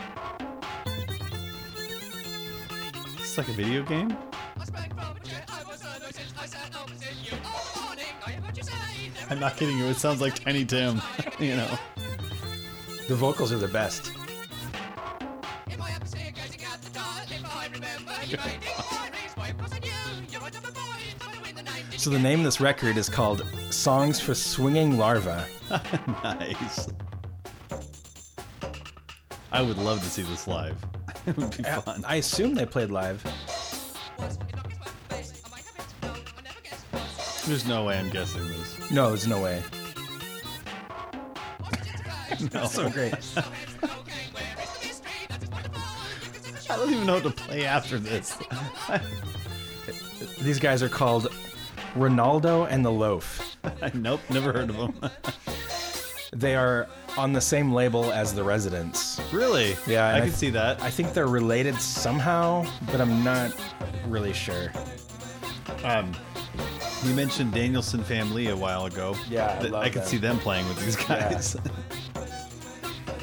Speaker 2: it's like a video game? I'm not kidding you. It sounds like Tiny Tim, you know.
Speaker 1: The vocals are the best. So the name of this record is called "Songs for Swinging Larva."
Speaker 2: Nice. I would love to see this live. it would be fun.
Speaker 1: I assume they played live.
Speaker 2: There's no way I'm guessing this.
Speaker 1: No, there's no way. That's so great.
Speaker 2: I don't even know what to play after this.
Speaker 1: These guys are called Ronaldo and the Loaf.
Speaker 2: nope, never heard of them.
Speaker 1: They are on the same label as The Residents.
Speaker 2: really?
Speaker 1: Yeah,
Speaker 2: I,
Speaker 1: and I
Speaker 2: can
Speaker 1: th-
Speaker 2: see that.
Speaker 1: I think they're related somehow, but I'm not really sure.
Speaker 2: you mentioned Danielson Family a while ago.
Speaker 1: Yeah, I
Speaker 2: Th-
Speaker 1: love
Speaker 2: I could
Speaker 1: them.
Speaker 2: see them playing with these guys.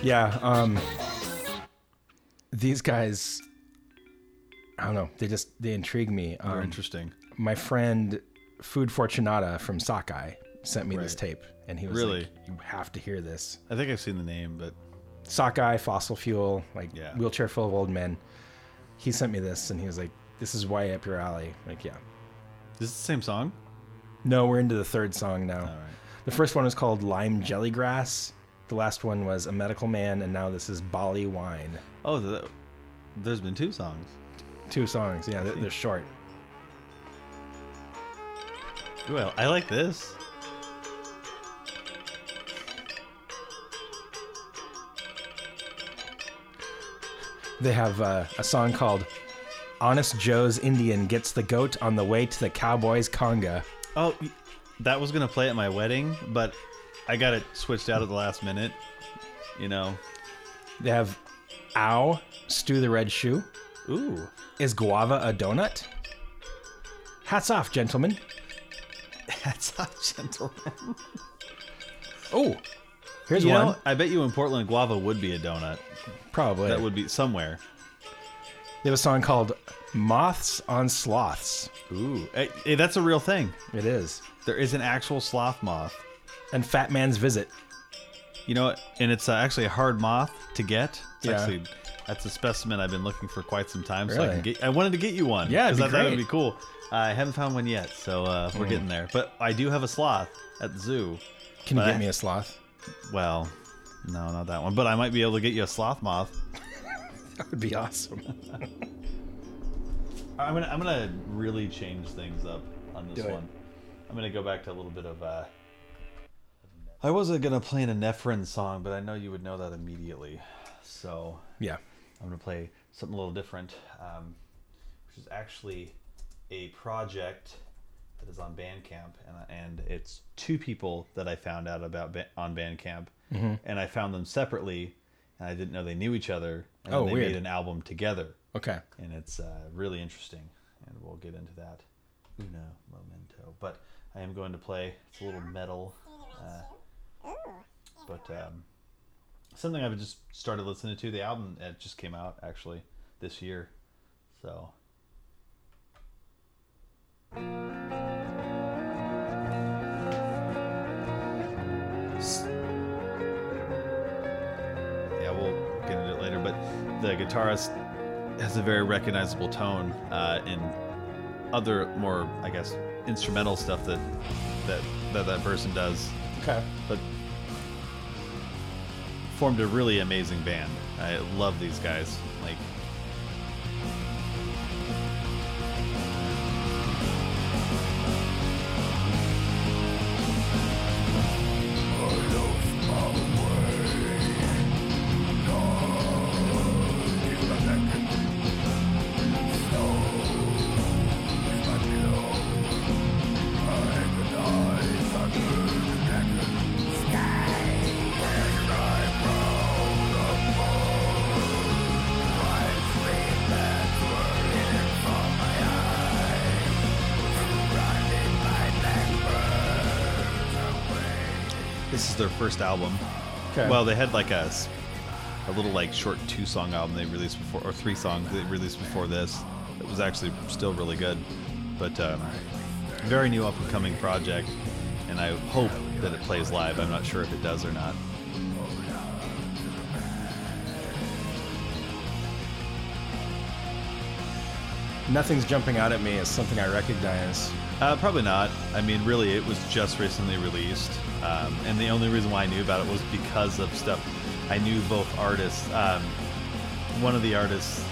Speaker 1: Yeah. Um, these guys, I don't know. They just they intrigue me.
Speaker 2: They're
Speaker 1: Um,
Speaker 2: interesting.
Speaker 1: my friend Food Fortunata from Sockeye sent me this
Speaker 2: Right.
Speaker 1: tape, and he was
Speaker 2: Really?
Speaker 1: like, "You have to hear this."
Speaker 2: I think I've seen the name, but
Speaker 1: Sockeye, fossil fuel, like
Speaker 2: Yeah.
Speaker 1: wheelchair full of old men. He sent me this, and he was like, this is way up your alley. Like, yeah.
Speaker 2: Is this the same song?
Speaker 1: No, we're into the third song now.
Speaker 2: right.
Speaker 1: The first one was called Lime Jellygrass. The last one was A Medical Man, and now this is Bali Wine.
Speaker 2: Oh, the, there's been two songs.
Speaker 1: Two songs. Yeah, they're, they're short.
Speaker 2: Well, I like this.
Speaker 1: They have uh, a song called Honest Joe's Indian Gets the Goat on the Way to the Cowboys Conga.
Speaker 2: Oh, y- that was gonna play at my wedding, but I got it switched out at the last minute. You know.
Speaker 1: They have Ow, Stew the Red Shoe.
Speaker 2: Ooh.
Speaker 1: Is Guava a Donut? Hats off, gentlemen.
Speaker 2: That's not gentleman.
Speaker 1: Oh, here's
Speaker 2: You
Speaker 1: one.
Speaker 2: know, I bet you in Portland, guava would be a donut.
Speaker 1: Probably.
Speaker 2: That would be somewhere.
Speaker 1: They have a song called Moths on Sloths.
Speaker 2: Ooh, hey, hey, that's a real thing.
Speaker 1: It is.
Speaker 2: There is an actual sloth moth.
Speaker 1: And Fat Man's Visit.
Speaker 2: You know, what? and it's uh, actually a hard moth to get. It's
Speaker 1: Yeah.
Speaker 2: actually that's a specimen I've been looking for quite some time. So I
Speaker 1: Really?
Speaker 2: can get. I wanted to get you one.
Speaker 1: Yeah, it'd
Speaker 2: because I
Speaker 1: be
Speaker 2: thought it'd
Speaker 1: great. Hmm.
Speaker 2: be cool. I haven't found one yet, so uh, we're getting there. But I do have a sloth at the zoo.
Speaker 1: Can
Speaker 2: But
Speaker 1: you
Speaker 2: I-
Speaker 1: get me a sloth?
Speaker 2: Well, no, not that one. But I might be able to get you a sloth moth.
Speaker 1: That would be awesome.
Speaker 2: I'm gonna I'm gonna really change things up on this
Speaker 1: Do it.
Speaker 2: one. I'm gonna go back to a little bit of. uh I wasn't gonna play an Ephron song, but I know you would know that immediately. So
Speaker 1: Yeah.
Speaker 2: I'm gonna play something a little different, um, which is actually a project that is on Bandcamp, and, and it's two people that I found out about ba- on Bandcamp,
Speaker 1: Mm-hmm.
Speaker 2: and I found them separately, and I didn't know they knew each other. And
Speaker 1: Oh,
Speaker 2: then they
Speaker 1: weird.
Speaker 2: made an album together
Speaker 1: Okay.
Speaker 2: and it's uh, really interesting. And we'll get into that uno momento. But I am going to play. It's a little metal, uh, but um, something I've just started listening to. The album it just came out actually this year, so. S- Yeah, we'll get into it later. But the guitarist has a very recognizable tone uh, in other more I guess instrumental stuff that that that, that person does
Speaker 1: Okay.
Speaker 2: but formed a really amazing band I love these guys like this is their first album
Speaker 1: Okay.
Speaker 2: well they had like a s- a little like short two song album they released before or three songs they released before this it was actually still really good but um, very new up and coming project and I hope that it plays live I'm not sure if it does or not
Speaker 1: nothing's jumping out at me as something I recognize.
Speaker 2: Uh, probably not. I mean, really, it was just recently released, um, and the only reason why I knew about it was because of stuff. I knew both artists. Um, one of the artists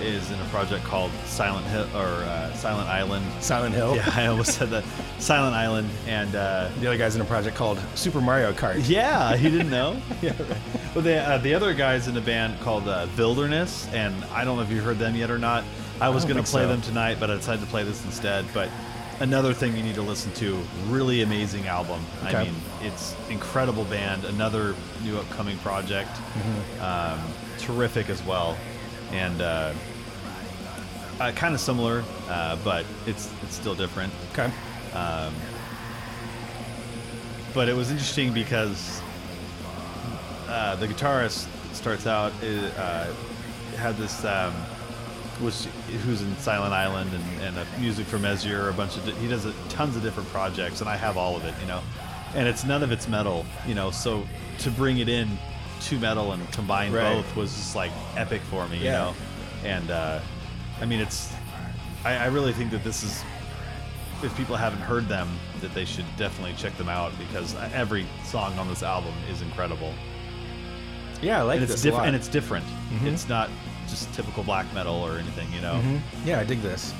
Speaker 2: is in a project called Silent Hill or uh, Silent Island.
Speaker 1: Silent Hill.
Speaker 2: Yeah, I almost said that. Silent Island, and uh,
Speaker 1: The other guy's in a project called Super Mario Kart.
Speaker 2: yeah, he didn't know. yeah, right. Well, the, uh, the other guy's in a band called uh, Wilderness, and I don't know if you heard them yet or not. I was
Speaker 1: don't
Speaker 2: going to
Speaker 1: think
Speaker 2: play
Speaker 1: so.
Speaker 2: them tonight, but I decided to play this instead. But another thing you need to listen to, really amazing album. I
Speaker 1: Okay.
Speaker 2: mean, it's incredible band, another new upcoming project, um, terrific as well, and uh, uh, kind of similar, uh, but it's it's still different
Speaker 1: Okay.
Speaker 2: but it was interesting because uh, the guitarist starts out uh, had this um, was who's in Silent Island and, and uh music from Mesure, a bunch of di- he does a, tons of different projects, and I have all of it, you know, and it's none of it's metal, you know, so to bring it in to metal and combine
Speaker 1: Right.
Speaker 2: both was just like epic for me, you
Speaker 1: Yeah.
Speaker 2: know, and uh, I mean it's I, I really think that this is, if people haven't heard them, that they should definitely check them out because uh, every song on this album is incredible.
Speaker 1: Yeah, I like
Speaker 2: And
Speaker 1: this
Speaker 2: it's
Speaker 1: a lot. Mm-hmm.
Speaker 2: different. And it's different. It's not just typical black metal or anything, you know.
Speaker 1: yeah, I dig this.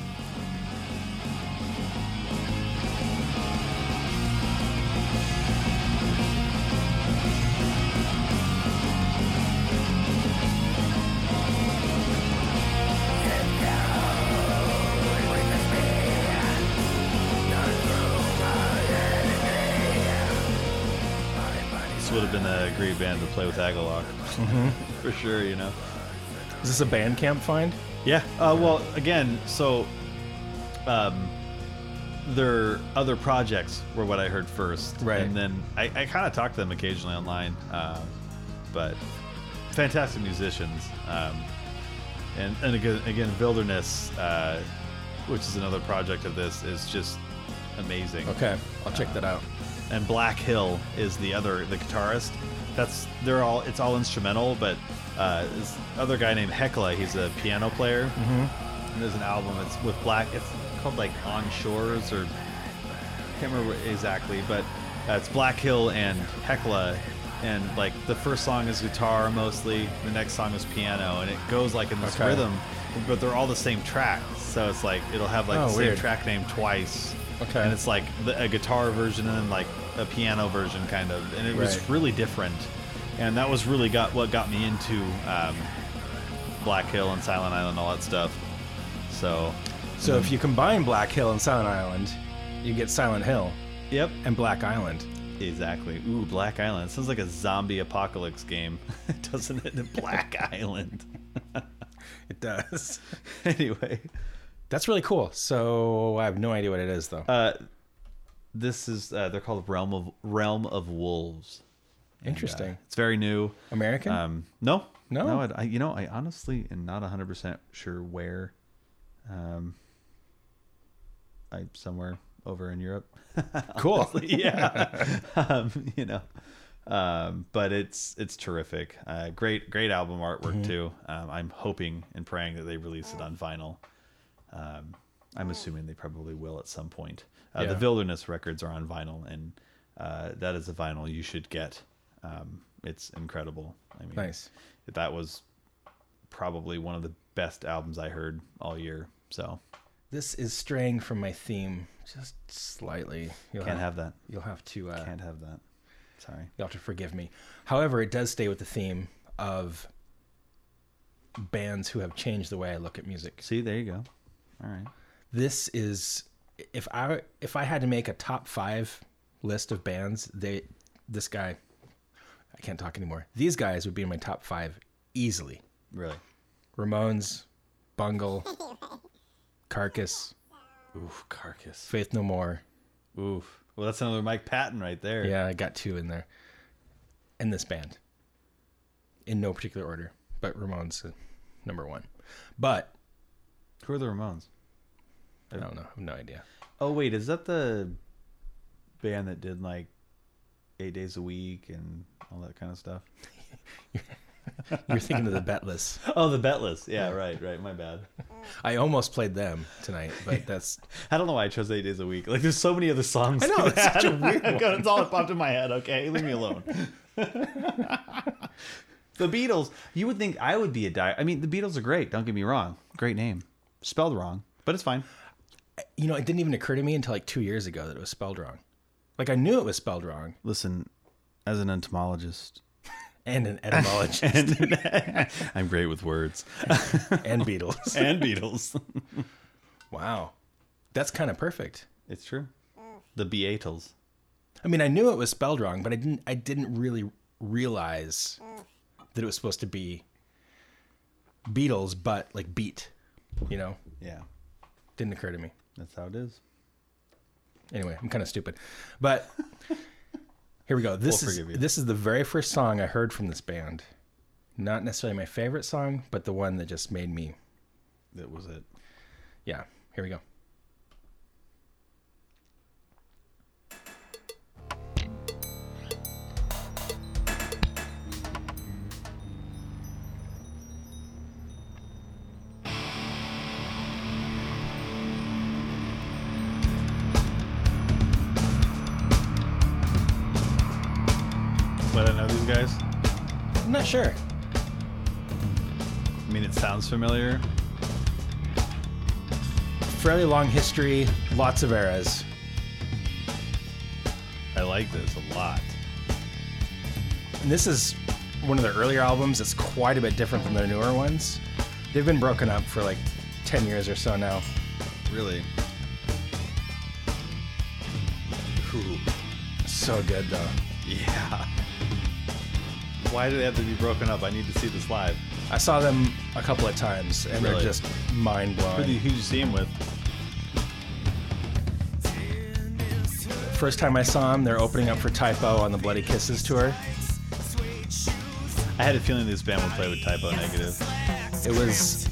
Speaker 2: This would have been a great band to play with Agalock,
Speaker 1: Mm-hmm.
Speaker 2: for sure, you know.
Speaker 1: Is this a Bandcamp find?
Speaker 2: Yeah. Uh, well, again, so um, their other projects were what I heard first,
Speaker 1: Right.
Speaker 2: And then I, I kind of talk to them occasionally online, um, but fantastic musicians. Um, and and again, again Wilderness, uh, which is another project of this, is just amazing.
Speaker 1: Okay, I'll check that out.
Speaker 2: And Black Hill is the other the guitarist. That's they're all it's all instrumental, but uh, this other guy named Hecla, he's a piano player.
Speaker 1: Mm-hmm.
Speaker 2: And there's an album. It's with Black. It's called like On Shores or can't remember exactly, but uh, it's Black Hill and Hecla, and like the first song is guitar mostly, the next song is piano, and it goes like in this
Speaker 1: Okay.
Speaker 2: rhythm, but they're all the same track, so it's like it'll have like
Speaker 1: Oh,
Speaker 2: the same
Speaker 1: weird.
Speaker 2: track name twice,
Speaker 1: Okay.
Speaker 2: and it's like the, a guitar version and then like a piano version kind of, and it was
Speaker 1: Right.
Speaker 2: really different, and that was really got what got me into um, Black Hill and Silent Island, all that stuff, so.
Speaker 1: So if you combine Black Hill and Silent Island, you get Silent Hill
Speaker 2: Yep,
Speaker 1: and Black Island.
Speaker 2: Exactly. Ooh, Black Island. It sounds like a zombie apocalypse game, doesn't it? Black Island.
Speaker 1: It does.
Speaker 2: anyway,
Speaker 1: That's really cool. So I have no idea what it is though.
Speaker 2: Uh, this is uh, they're called Realm of Realm of Wolves. uh,
Speaker 1: Interesting.
Speaker 2: It's very new.
Speaker 1: American?
Speaker 2: Um, no,
Speaker 1: No?
Speaker 2: no. I, I, you know, I honestly am not hundred percent sure where. Um, I somewhere over in Europe.
Speaker 1: cool.
Speaker 2: yeah. um, you know. Um, but it's it's terrific. Uh, great great album artwork
Speaker 1: Mm-hmm.
Speaker 2: too. Um, I'm hoping and praying that they release it on vinyl. Um, I'm assuming they probably will at some point. Uh, The
Speaker 1: Yeah.
Speaker 2: Wilderness records are on vinyl, and uh, that is a vinyl you should get. Um, it's incredible. I mean,
Speaker 1: Nice.
Speaker 2: That was probably one of the best albums I heard all year. So
Speaker 1: This is straying from my theme just slightly. You'll
Speaker 2: can't have that.
Speaker 1: You'll have to. Uh,
Speaker 2: Can't have that. Sorry.
Speaker 1: You'll have to forgive me. However, it does stay with the theme of bands who have changed the way I look at music.
Speaker 2: See, there you go. All right.
Speaker 1: This is if I if I had to make a top five list of bands, they this guy I can't talk anymore. These guys would be in my top five easily.
Speaker 2: Really?
Speaker 1: Ramones, Bungle, Carcass,
Speaker 2: Oof, carcass.
Speaker 1: Faith No More.
Speaker 2: Oof. Well, that's another Mike Patton right there.
Speaker 1: Yeah, I got two in there. And this band. In no particular order, but Ramones uh, number one. But
Speaker 2: Who are the Ramones?
Speaker 1: I don't know. I have no idea.
Speaker 2: Oh, wait, is that the band that did like eight days a week and all that kind of stuff?
Speaker 1: You're thinking of the Betless.
Speaker 2: Oh, the Betless. Yeah, right, right. My bad.
Speaker 1: I almost played them tonight, but that's
Speaker 2: I don't know why I chose eight days a week. Like, there's so many other songs.
Speaker 1: I know,
Speaker 2: that-
Speaker 1: it's such a weird
Speaker 2: God, it's all that popped in my head. Okay, leave me alone. the Beatles. You would think I would be a die. I mean, the Beatles are great. Don't get me wrong. Great name. Spelled wrong, but it's fine.
Speaker 1: you know, it didn't even occur to me until like two years ago that it was spelled wrong. Like I knew it was spelled wrong,
Speaker 2: Listen, as an entomologist,
Speaker 1: and an etymologist
Speaker 2: I'm great with words.
Speaker 1: and Beatles.
Speaker 2: and Beatles.
Speaker 1: Wow, that's kind of perfect.
Speaker 2: It's true. The Beatles.
Speaker 1: I mean, I knew it was spelled wrong, but I didn't. I didn't really realize that it was supposed to be Beatles, but like beat. You know,
Speaker 2: Yeah,
Speaker 1: didn't occur to me.
Speaker 2: that's how it is.
Speaker 1: Anyway, I'm kind of stupid, but here we go. This
Speaker 2: We'll
Speaker 1: is
Speaker 2: forgive you.
Speaker 1: this is the very first song I heard from this band. Not necessarily my favorite song, but the one that just made me.
Speaker 2: That was it.
Speaker 1: Yeah, here we go.
Speaker 2: But I know these guys.
Speaker 1: I'm not sure.
Speaker 2: I mean, it sounds familiar.
Speaker 1: Fairly long history, lots of eras.
Speaker 2: I like this a lot.
Speaker 1: And this is one of their earlier albums. It's quite a bit different than their newer ones. They've been broken up for like 10 years or so now.
Speaker 2: Really. Ooh,
Speaker 1: So good though.
Speaker 2: yeah. Why do they have to be broken up? I need to see this live.
Speaker 1: I saw them a couple of times and
Speaker 2: Really?
Speaker 1: they're just mind blowing.
Speaker 2: Who do you, who do you see him with?
Speaker 1: First time I saw them, they're opening up for Typo on the Bloody Kisses tour.
Speaker 2: I had a feeling this band would play with typo negative.
Speaker 1: It was.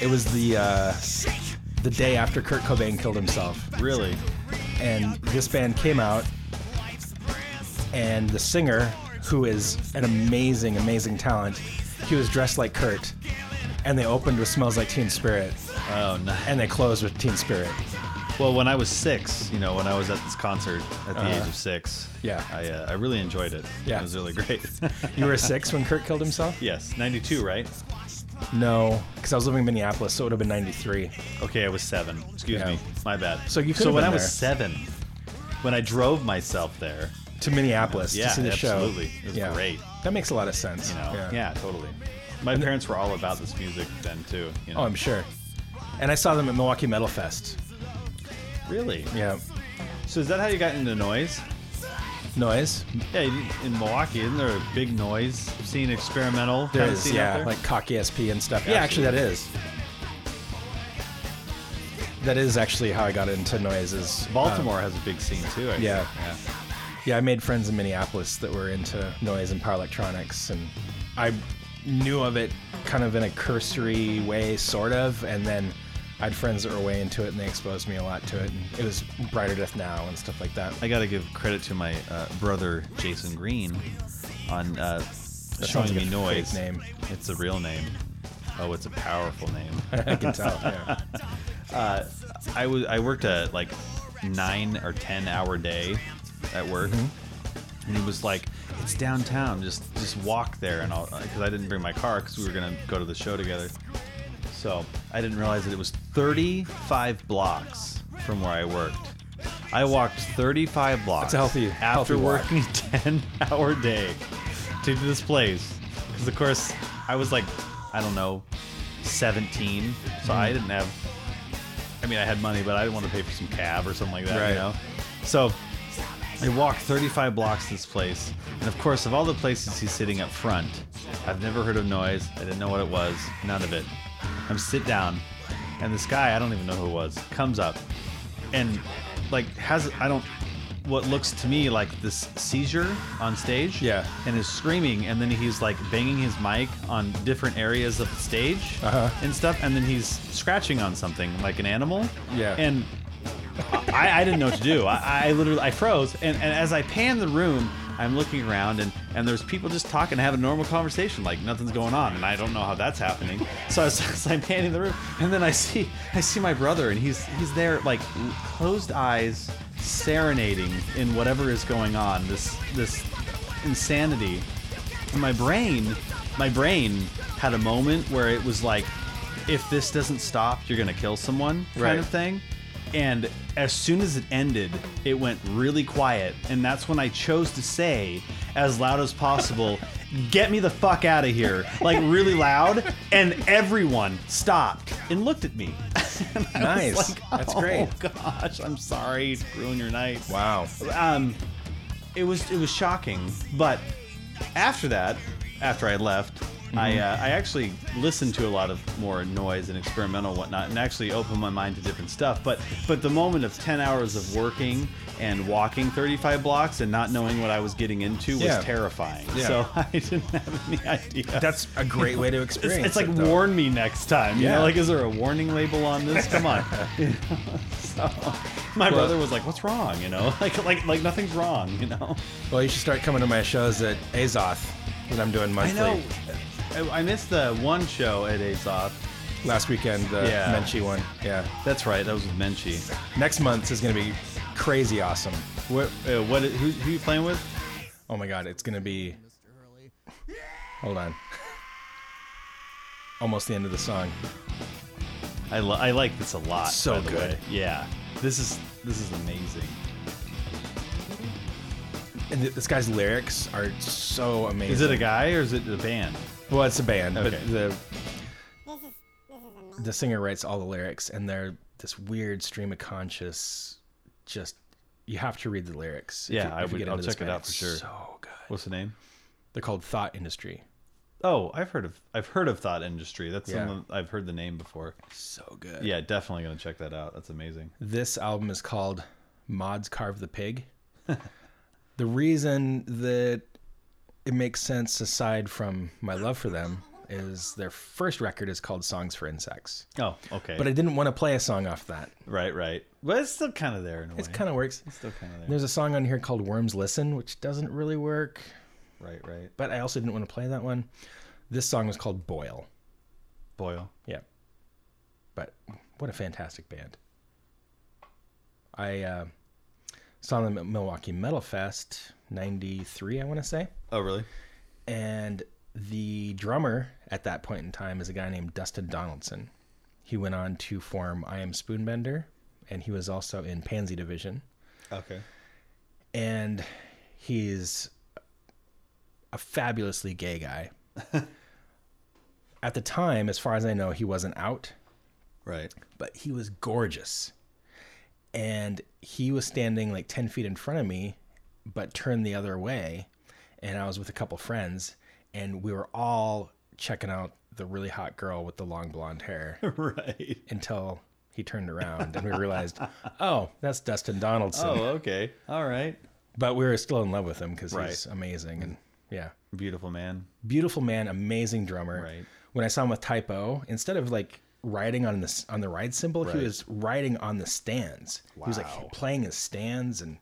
Speaker 1: It was the uh, the day after Kurt Cobain killed himself,
Speaker 2: Really?
Speaker 1: and this band came out, and the singer, who is an amazing, amazing talent, he was dressed like Kurt, and they opened with "Smells Like Teen Spirit,"
Speaker 2: Oh, no.
Speaker 1: and they closed with "Teen Spirit."
Speaker 2: Well, when I was six, you know, when I was at this concert at the age of six,
Speaker 1: Uh-huh. yeah.
Speaker 2: I, uh, I really enjoyed it.
Speaker 1: Yeah.
Speaker 2: It was really great.
Speaker 1: You were six when Kurt killed himself?
Speaker 2: yes, 92, right?
Speaker 1: No, because I was living in Minneapolis, so it would have been '93.
Speaker 2: Okay, I was seven. Excuse
Speaker 1: Yeah.
Speaker 2: me. My bad.
Speaker 1: So you
Speaker 2: So
Speaker 1: could've
Speaker 2: when
Speaker 1: been
Speaker 2: I was
Speaker 1: there.
Speaker 2: seven, when I drove myself there,
Speaker 1: to Minneapolis
Speaker 2: Yeah,
Speaker 1: to see the show.
Speaker 2: absolutely. It was great.
Speaker 1: That makes a lot of sense.
Speaker 2: you know, yeah, totally. My parents were all about this music then too. You know?
Speaker 1: Oh, I'm sure. And I saw them at Milwaukee Metal Fest. Oh,
Speaker 2: really?
Speaker 1: Yeah.
Speaker 2: So is that how you got into noise?
Speaker 1: Noise.
Speaker 2: Yeah, you- in Milwaukee, isn't there a big noise scene, experimental
Speaker 1: There
Speaker 2: kind of
Speaker 1: is,
Speaker 2: scene out
Speaker 1: yeah,
Speaker 2: there?
Speaker 1: like cock ESP and stuff. Yeah, actually, that is. That is actually how I got into noise. Is uh,
Speaker 2: Baltimore has a big scene too. I
Speaker 1: yeah.
Speaker 2: think. yeah.
Speaker 1: yeah, I made friends in Minneapolis that were into noise and power electronics, and I knew of it kind of in a cursory way, sort of. And then I had friends that were way into it, and they exposed me a lot to it. And it was Brighter Death Now and stuff like that.
Speaker 2: I gotta give credit to my uh, brother Jason Green on uh,
Speaker 1: That
Speaker 2: showing
Speaker 1: sounds like
Speaker 2: me
Speaker 1: a
Speaker 2: noise.
Speaker 1: fake name.
Speaker 2: It's a real name. Oh, it's a powerful name.
Speaker 1: I can tell. Yeah.
Speaker 2: I was I worked a like nine or ten hour day at work,
Speaker 1: Mm-hmm.
Speaker 2: and he was like, "It's downtown. Just just walk there." And all because I didn't bring my car because we were gonna go to the show together. So I didn't realize that it was 35 blocks from where I worked. I walked 35 blocks.
Speaker 1: a healthy-
Speaker 2: after
Speaker 1: healthy walk.
Speaker 2: working 10 hour day to this place because of course I was like I don't know 17, so
Speaker 1: Mm-hmm.
Speaker 2: I didn't have. I mean, I had money, but I didn't want to pay for some cab or something like that.
Speaker 1: Right.
Speaker 2: You know, so I walked 35 blocks to this place, and of course, of all the places he's sitting up front, I've never heard of noise. I didn't know what it was, none of it. I'm sit down, and this guy I don't even know who it was comes up, and like has I don't what looks to me like this seizure on stage
Speaker 1: Yeah.
Speaker 2: and is screaming and then he's like banging his mic on different areas of the stage
Speaker 1: Uh-huh.
Speaker 2: and stuff and then he's scratching on something like an animal
Speaker 1: Yeah.
Speaker 2: and I, I didn't know what to do I, I literally i froze and, and as i pan the room i'm looking around and, and there's people just talking having a normal conversation like nothing's going on and i don't know how that's happening so as, as i'm panning the room and then i see i see my brother and he's he's there like closed eyes serenading in whatever is going on this this insanity and my brain my brain had a moment where it was like if this doesn't stop you're gonna kill someone kind
Speaker 1: Right.
Speaker 2: of thing and as soon as it ended it went really quiet and that's when i chose to say as loud as possible get me the fuck out of here like really loud and everyone stopped and looked at me And I was
Speaker 1: Nice. That's great.
Speaker 2: oh gosh i'm sorry to ruin your night
Speaker 1: Wow.
Speaker 2: um, it was it was shocking. But after that, after I left,
Speaker 1: Mm-hmm.
Speaker 2: I uh, I actually listened to a lot of more noise and experimental whatnot, and actually opened my mind to different stuff. But but the moment of ten hours of working and walking 35 blocks and not knowing what I was getting into was
Speaker 1: Yeah.
Speaker 2: terrifying.
Speaker 1: Yeah.
Speaker 2: So I didn't have any idea.
Speaker 1: That's a great way to
Speaker 2: it's,
Speaker 1: experience
Speaker 2: it's like
Speaker 1: it, though.
Speaker 2: warn me next time. You
Speaker 1: Yeah.
Speaker 2: know, like is there a warning label on this? Come on. You know, so, my brother was like, "What's wrong?" You know, like like like nothing's wrong. You know.
Speaker 1: Well, you should start coming to my shows at Azoth that I'm doing
Speaker 2: I
Speaker 1: monthly.
Speaker 2: know. I, I missed the one show at Azoth.
Speaker 1: Last weekend, the
Speaker 2: Yeah.
Speaker 1: Menchie one. Yeah.
Speaker 2: That's right. That was with Menchie.
Speaker 1: Next month is going to be crazy awesome.
Speaker 2: What? Uh, what? Who, who you playing with?
Speaker 1: Oh my god, it's gonna be. Hold on. Almost the end of the song.
Speaker 2: I, li- I like this a lot.
Speaker 1: So
Speaker 2: by the
Speaker 1: good.
Speaker 2: way. Yeah. This is this is amazing.
Speaker 1: And th- this guy's lyrics are so amazing.
Speaker 2: Is it a guy or is it a band?
Speaker 1: Well, it's a band,
Speaker 2: Okay.
Speaker 1: but the
Speaker 3: This is this is amazing.
Speaker 1: the singer writes all the lyrics, and they're this weird stream of conscious. Just you have to read the lyrics. if
Speaker 2: Yeah,
Speaker 1: you-
Speaker 2: I
Speaker 1: if you
Speaker 2: would-
Speaker 1: get
Speaker 2: I'll
Speaker 1: into this
Speaker 2: check it
Speaker 1: band.
Speaker 2: out for
Speaker 1: It's
Speaker 2: sure.
Speaker 1: So good.
Speaker 2: What's the name?
Speaker 1: They're called Thought Industry.
Speaker 2: Oh, I've heard of I've heard of Thought Industry. That's
Speaker 1: Yeah.
Speaker 2: someone I've heard the name before.
Speaker 1: So good.
Speaker 2: Yeah, definitely gonna check that out. That's amazing.
Speaker 1: This album is called Mods Carve the Pig. the reason that it makes sense, aside from my love for them, is their first record is called Songs for Insects.
Speaker 2: Oh, okay.
Speaker 1: But I didn't want to play a song off that.
Speaker 2: right, right. But it's still kind of there in a way.
Speaker 1: It kind of works.
Speaker 2: still kind of there.
Speaker 1: There's a song on here called Worms Listen, which doesn't really work,
Speaker 2: Right, right.
Speaker 1: but I also didn't want to play that one. This song was called Boil.
Speaker 2: Boyle.
Speaker 1: Yeah. But what a fantastic band. I uh, saw them at Milwaukee Metal Fest 93, I want to say.
Speaker 2: Oh, really?
Speaker 1: And the drummer at that point in time is a guy named Dustin Donaldson. He went on to form I Am Spoonbender, and he was also in Pansy Division
Speaker 2: Okay.
Speaker 1: and he's a fabulously gay guy. At the time, as far as I know, he wasn't out,
Speaker 2: Right.
Speaker 1: but he was gorgeous. And he was standing like 10 feet in front of me, but turned the other way. And I was with a couple friends, and we were all checking out the really hot girl with the long blonde hair
Speaker 2: right.
Speaker 1: until he turned around and we realized, oh, that's Dustin Donaldson
Speaker 2: Oh, okay. All right.
Speaker 1: but we were still in love with him because
Speaker 2: Right.
Speaker 1: he's amazing and yeah
Speaker 2: Beautiful man.
Speaker 1: beautiful man amazing drummer
Speaker 2: Right.
Speaker 1: when i saw him with typo instead of like riding on this on the ride cymbal
Speaker 2: Right.
Speaker 1: he was riding on the stands he was
Speaker 2: Wow.
Speaker 1: like playing his stands and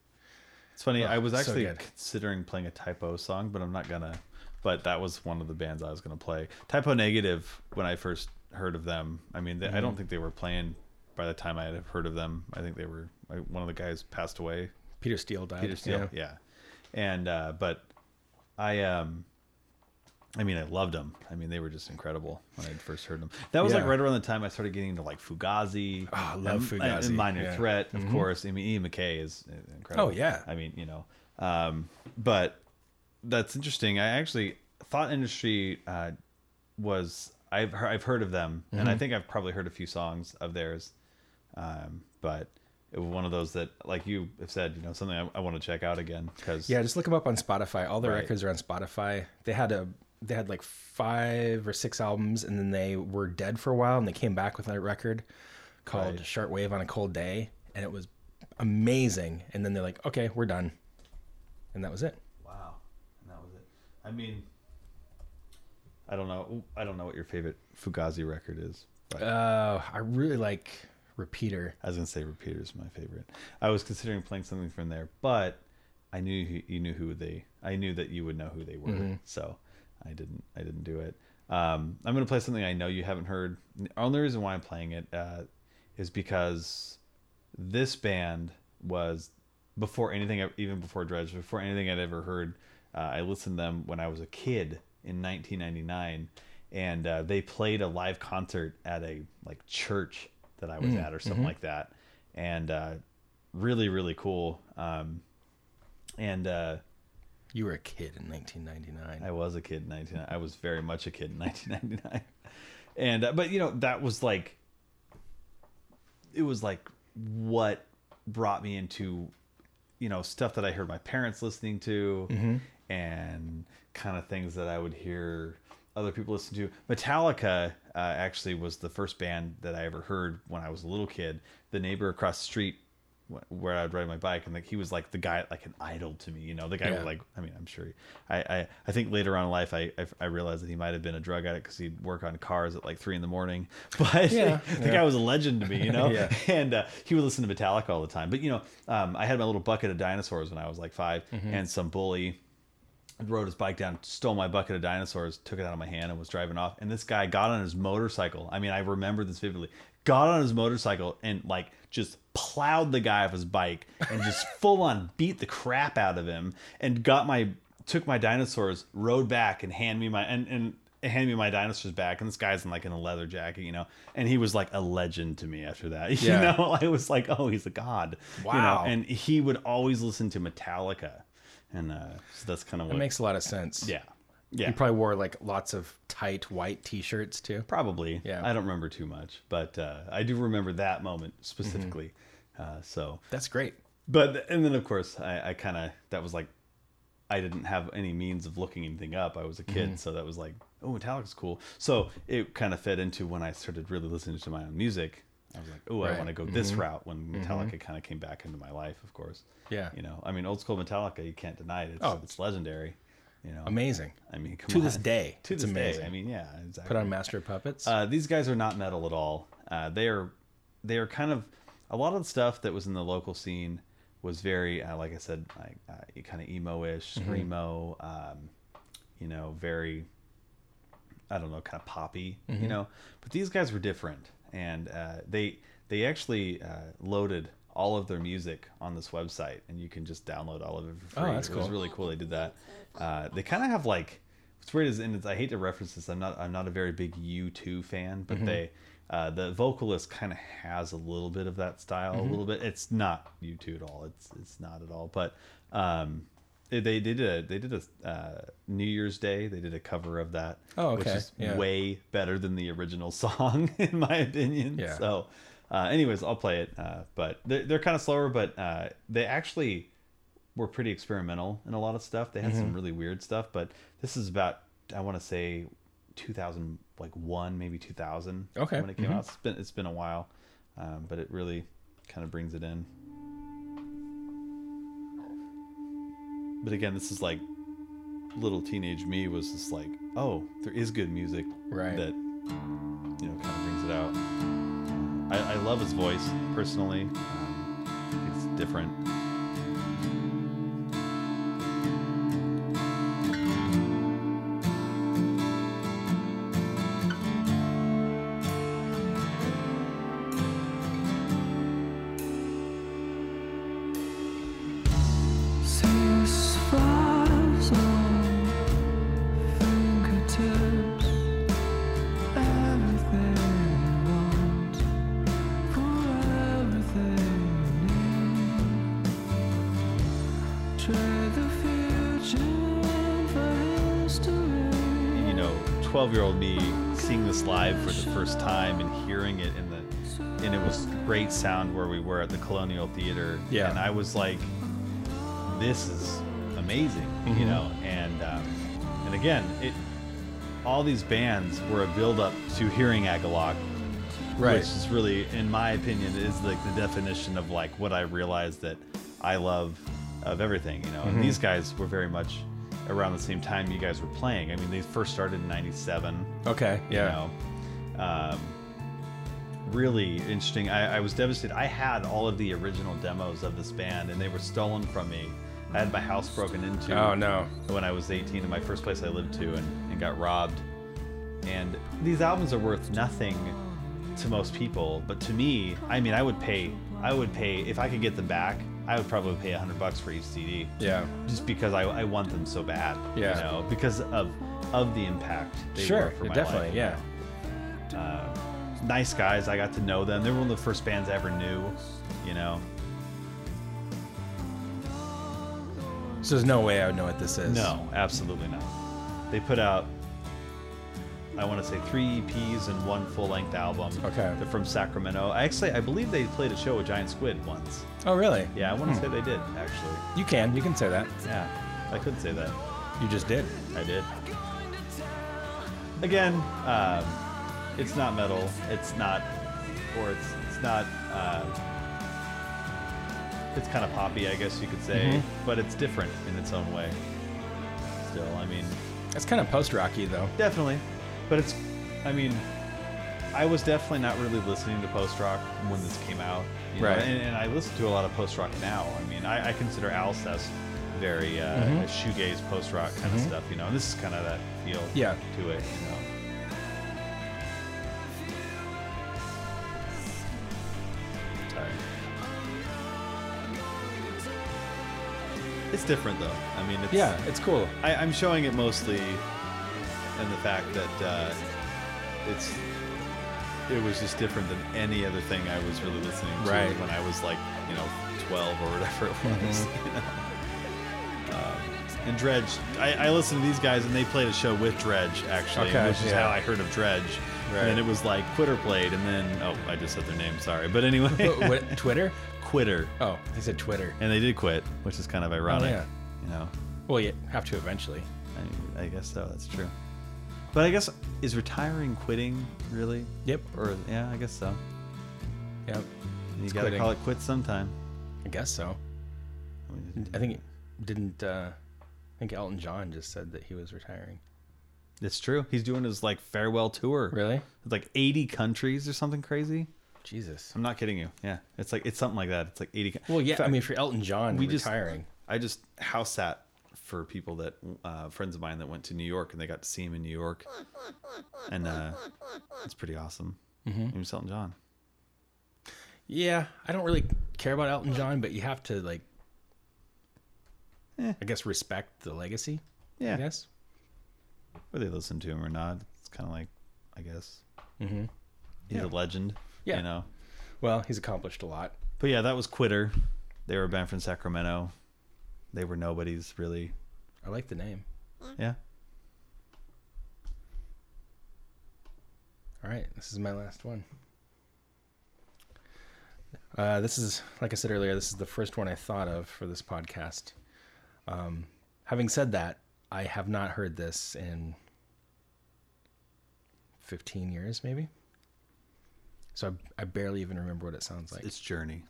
Speaker 2: It's funny. I was
Speaker 1: Oh, so
Speaker 2: actually
Speaker 1: good.
Speaker 2: considering playing a typo song, but I'm not gonna. But that was one of the bands I was gonna play. Typo Negative. When I first heard of them, I mean,
Speaker 1: Mm-hmm.
Speaker 2: they, I don't think they were playing by the time I had heard of them. I think they were like, one of the guys passed away.
Speaker 1: peter steele died
Speaker 2: Peter Steele. Yeah. And uh, but I um. I mean, I loved them. I mean, they were just incredible when I first heard them. That was like
Speaker 1: Yeah. Oh,
Speaker 2: right around the time I started getting into like Fugazi.
Speaker 1: I love
Speaker 2: and- and
Speaker 1: Fugazi,
Speaker 2: Minor
Speaker 1: yeah. Mm-hmm.
Speaker 2: Threat, of course. I mean, Ian McKay is uh, incredible.
Speaker 1: Oh, yeah.
Speaker 2: I mean, you know, um, but that's interesting. I actually thought industry uh, was I've heard, I've heard of them, and I think I've probably heard a few songs of theirs, um, but it was one of those that, like you have said, you know, something I, I want to check out again because
Speaker 1: yeah just look him up on spotify all their
Speaker 2: Right.
Speaker 1: records are on spotify they had a they had like five or six albums and then they were dead for a while and they came back with a record called
Speaker 2: Right.
Speaker 1: shortwave on a cold day and it was amazing and then they're like okay we're done and that was it
Speaker 2: Wow, and that was it. I mean, I don't know. I don't know what your favorite Fugazi record is. But
Speaker 1: Uh, I really like Repeater.
Speaker 2: I was gonna say Repeater's my favorite. I was considering playing something from there, but I knew who, you knew who they. I knew that you would know who they were, so I didn't. I didn't do it. Um, I'm gonna play something I know you haven't heard. The only reason why I'm playing it uh, is because this band was before anything, I- even before Dredge, before anything I'd ever heard. Uh, I listened to them when I was a kid in 1999, and uh, they played a live concert at a like church that I was at or something like that, and uh, really, really cool. Um, and uh,
Speaker 1: You were a kid in 1999.
Speaker 2: I was a kid in 19. I was very much a kid in 1999. And uh, but you know that was like it was like what brought me into you know stuff that I heard my parents listening to
Speaker 1: Mm-hmm.
Speaker 2: and kind of things that I would hear other people listen to. Metallica uh, actually was the first band that I ever heard when I was a little kid. The neighbor across the street wh- where I'd ride my bike and like he was like the guy like an idol to me you know the guy
Speaker 1: Yeah.
Speaker 2: would like I mean I'm sure he, I, I I think later on in life I I, I realized that he might have been a drug addict because he'd work on cars at like three in the morning but
Speaker 1: Yeah.
Speaker 2: the guy was a legend to me you know
Speaker 1: Yeah.
Speaker 2: and uh, he would listen to Metallica all the time. But you know, um, I had my little bucket of dinosaurs when I was like 5 and some bully rode his bike down, stole my bucket of dinosaurs, took it out of my hand, and was driving off. And this guy got on his motorcycle. I mean, I remember this vividly. got on his motorcycle and like just plowed the guy off his bike and just full on beat the crap out of him and got my took my dinosaurs, rode back and hand me my and and hand me my dinosaurs back and this guy's in like in a leather jacket you know and he was like a legend to me after that you
Speaker 9: Yeah.
Speaker 2: know i was like oh he's a god you know
Speaker 9: Wow.
Speaker 2: and he would always listen to metallica and uh so that's kind of what
Speaker 1: It makes a lot of sense.
Speaker 2: yeah yeah
Speaker 1: He probably wore like lots of tight white t-shirts too.
Speaker 2: Probably.
Speaker 1: Yeah.
Speaker 2: I don't remember too much, but uh, I do remember that moment specifically.
Speaker 1: Mm-hmm.
Speaker 2: Uh, so,
Speaker 1: That's great.
Speaker 2: but and then of course I, I kind of that was like I didn't have any means of looking anything up. I was a
Speaker 1: Mm-hmm.
Speaker 2: kid, so that was like, oh, Metallica's cool. So it kind of fed into when I started really listening to my own music. I was like, oh, I
Speaker 1: Right. Mm-hmm.
Speaker 2: want to go this route when Metallica kind of came back into my life. Of course.
Speaker 1: Yeah.
Speaker 2: You know, I mean, old school Metallica, you can't deny it. It's,
Speaker 1: Oh.
Speaker 2: it's legendary. You know,
Speaker 1: Amazing.
Speaker 2: I mean, come
Speaker 1: To this
Speaker 2: on.
Speaker 1: day,
Speaker 2: to
Speaker 1: it's
Speaker 2: this
Speaker 1: amazing.
Speaker 2: day. I mean, yeah, exactly.
Speaker 1: Put on Master of Puppets.
Speaker 2: Uh, these guys are not metal at all. Uh, they are, they are kind of a lot of the stuff that was in the local scene was very, uh, like I said, like uh, kind of emo-ish, screamo, um, you know, very, I don't know, kind of poppy,
Speaker 1: Mm-hmm.
Speaker 2: you know. But these guys were different, and uh, they they actually uh, loaded all of their music on this website, and you can just download all of it for
Speaker 1: Oh,
Speaker 2: free.
Speaker 1: that's
Speaker 2: It was
Speaker 1: cool.
Speaker 2: really cool they did that. Uh, they kind of have like what's weird is, and it's, I hate to reference this. I'm not I'm not a very big U2 fan,
Speaker 1: Mm-hmm.
Speaker 2: but they. Uh, the vocalist kind of has a little bit of that style,
Speaker 1: Mm-hmm.
Speaker 2: a little bit. It's not U2 at all. It's it's not at all. But um, they they did a they did a uh, New Year's Day. They did a cover of that.
Speaker 1: Oh,
Speaker 2: Which
Speaker 1: okay.
Speaker 2: is
Speaker 1: Yeah.
Speaker 2: way better than the original song, in my opinion.
Speaker 1: Yeah.
Speaker 2: So, uh, anyways, I'll play it. Uh, but they're, they're kind of slower, but uh, they actually were pretty experimental in a lot of stuff. They had some
Speaker 1: Mm-hmm.
Speaker 2: really weird stuff, but this is about I want to say 2000, like one maybe 2000.
Speaker 1: Okay. Mm-hmm.
Speaker 2: When it came out, it's been it's been a while, um, but it really kind of brings it in. But again, this is like little teenage me was just like, oh, there is good music
Speaker 1: Right.
Speaker 2: that you know kind of brings it out. I, I love his voice personally. Um, it's different. you know, 12 year old me seeing this live for the first time and hearing it in the, and it was great sound where we were at the Colonial Theater.
Speaker 1: Yeah.
Speaker 2: And I was like, this is amazing, you know, and, um, and again, it, all these bands were a build up to hearing Agalock,
Speaker 1: right.
Speaker 2: which is really, in my opinion, is like the definition of like what I realized that I love of everything, you know.
Speaker 1: Mm-hmm.
Speaker 2: And these guys were very much around the same time you guys were playing. I mean, they first started in '97.
Speaker 1: okay. Yeah.
Speaker 2: You know, um, really interesting. I, I was devastated. I had all of the original demos of this band, and they were stolen from me. I had my house broken into
Speaker 1: Oh, no.
Speaker 2: when I was 18 in my first place I lived to and, and got robbed. And these albums are worth nothing to most people, but to me, I mean, I would pay, I would pay, if I could get them back, I would probably pay 100 bucks for each CD
Speaker 1: Yeah.
Speaker 2: just because I, I want them so bad.
Speaker 1: Yeah.
Speaker 2: You know, because of of the impact they were
Speaker 1: Sure.
Speaker 2: for my
Speaker 1: Definitely.
Speaker 2: life.
Speaker 1: yeah.
Speaker 2: Nice guys. I got to know them. They were one of the first bands I ever knew. You know.
Speaker 1: So there's no way I would know what this is.
Speaker 2: No, absolutely not. They put out. I want to say three EPs and one full-length album.
Speaker 1: Okay.
Speaker 2: They're from Sacramento. I actually, I believe they played a show with Giant Squid once.
Speaker 1: Oh, really?
Speaker 2: Yeah, I want to say they did actually.
Speaker 1: You can. You can say that.
Speaker 2: Yeah, I could say that.
Speaker 1: You just did.
Speaker 2: I did. Again, um, it's not metal. It's not, or it's it's not. Uh, it's kind of poppy, I guess you could say, but it's different in its own way. Still, I mean,
Speaker 1: It's kind of post-rocky though.
Speaker 2: definitely, but it's. I mean, I was definitely not really listening to post rock when this came out, you know,
Speaker 1: Right.
Speaker 2: and, and I listen to a lot of post rock now. I mean, I, I consider Alcest very uh,
Speaker 1: Mm-hmm.
Speaker 2: shoegaze post rock kind of stuff, you know. And this is kind of that feel
Speaker 1: Yeah.
Speaker 2: to it, you know. It's different though. I mean, it's,
Speaker 1: Yeah, it's cool.
Speaker 2: I, I'm showing it mostly in the fact that uh, it's it was just different than any other thing I was really listening to
Speaker 1: Right. Mm-hmm.
Speaker 2: when I was like you know 12 or whatever it was. You know? um, and Dredge, I, I listened to these guys and they played a show with Dredge actually,
Speaker 1: Okay,
Speaker 2: which is
Speaker 1: yeah.
Speaker 2: how I heard of Dredge.
Speaker 1: Right.
Speaker 2: And then it was like Quitter played, and then oh, I just said their name. Sorry, but anyway,
Speaker 1: But what, Twitter?
Speaker 2: Quitter,
Speaker 1: Oh, they said Twitter.
Speaker 2: and they did quit, which is kind of ironic.
Speaker 1: yeah.
Speaker 2: You know,
Speaker 1: Well, you have to eventually.
Speaker 2: I, I guess so. That's true. But I guess is retiring quitting really?
Speaker 1: Yep.
Speaker 2: Or yeah, I guess so.
Speaker 1: Yep.
Speaker 2: You
Speaker 1: It's
Speaker 2: gotta
Speaker 1: quitting.
Speaker 2: call it quits sometime.
Speaker 1: I guess so.
Speaker 2: I mean,
Speaker 1: I think it didn't. Uh, I think Elton John just said that he was retiring.
Speaker 2: It's true. He's doing his like farewell tour.
Speaker 1: Really?
Speaker 2: It's like 80 countries or something crazy.
Speaker 1: Jesus.
Speaker 2: I'm not kidding you. Yeah. It's like it's something like that. It's like 80. co-
Speaker 1: Well, yeah.
Speaker 2: In fact,
Speaker 1: I mean, for Elton John,
Speaker 2: we just-
Speaker 1: retiring.
Speaker 2: I just house sat for people that uh, friends of mine that went to New York and they got to see him in New York, and uh, it's pretty awesome. Mm-hmm. was Elton John.
Speaker 1: Yeah, I don't really care about Elton John, but you have to like, I guess, respect the legacy.
Speaker 2: Eh. Yeah.
Speaker 1: I guess.
Speaker 2: whether they listen to him or not, it's kind of like, I guess, mm-hmm. he's a legend.
Speaker 1: Yeah.
Speaker 2: you know.
Speaker 1: Well, he's accomplished a lot.
Speaker 2: But yeah, that was Quitter. They were a band from Sacramento. They were nobodies really.
Speaker 1: I like the name.
Speaker 2: Yeah,
Speaker 1: All right, this is my last one. Uh, this is, like I said earlier, this is the first one I thought of for this podcast. Um, having said that, I have not heard this in 15 years, maybe. So I, I barely even remember what it sounds like.
Speaker 2: it's Journey.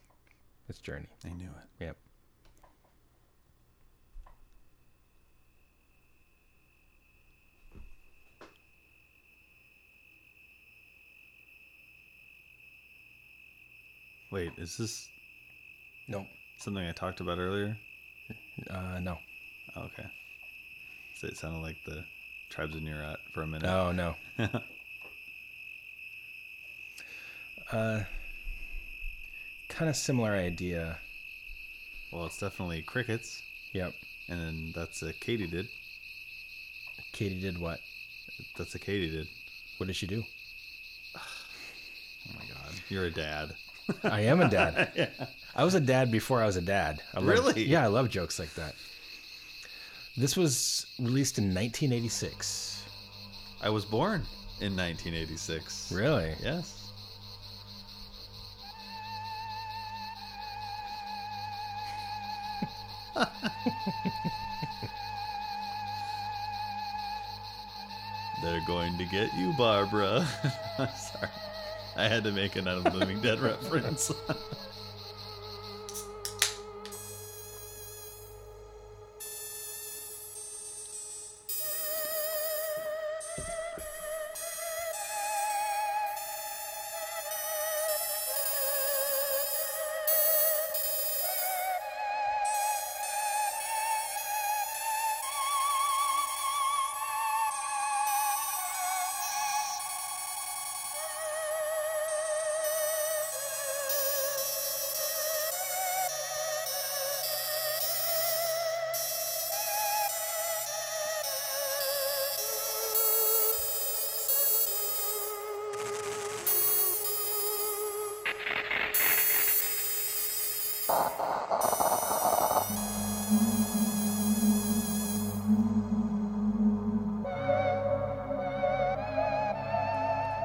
Speaker 1: It's Journey.
Speaker 2: I knew it.
Speaker 1: Yep.
Speaker 2: Wait, is this
Speaker 1: No.
Speaker 2: something I talked about earlier?
Speaker 1: Uh, no.
Speaker 2: Oh, okay. So it sounded like the Tribes of Neurat for a minute.
Speaker 1: Oh no. uh, kind of Uh, similar idea.
Speaker 2: Well, it's definitely crickets,
Speaker 1: Yep.
Speaker 2: and then that's a Katie did.
Speaker 1: Katie did what?
Speaker 2: That's a Katie did.
Speaker 1: What did she do?
Speaker 2: Oh my God, you're a dad.
Speaker 1: I am a dad. I was a dad before I was a dad. I love-
Speaker 2: Really?
Speaker 1: yeah, I love jokes like that. This was released in 1986.
Speaker 2: I was born in 1986.
Speaker 1: Really?
Speaker 2: Yes. They're going to get you, Barbara. I'm sorry. I had to make an Out of the Living Dead reference.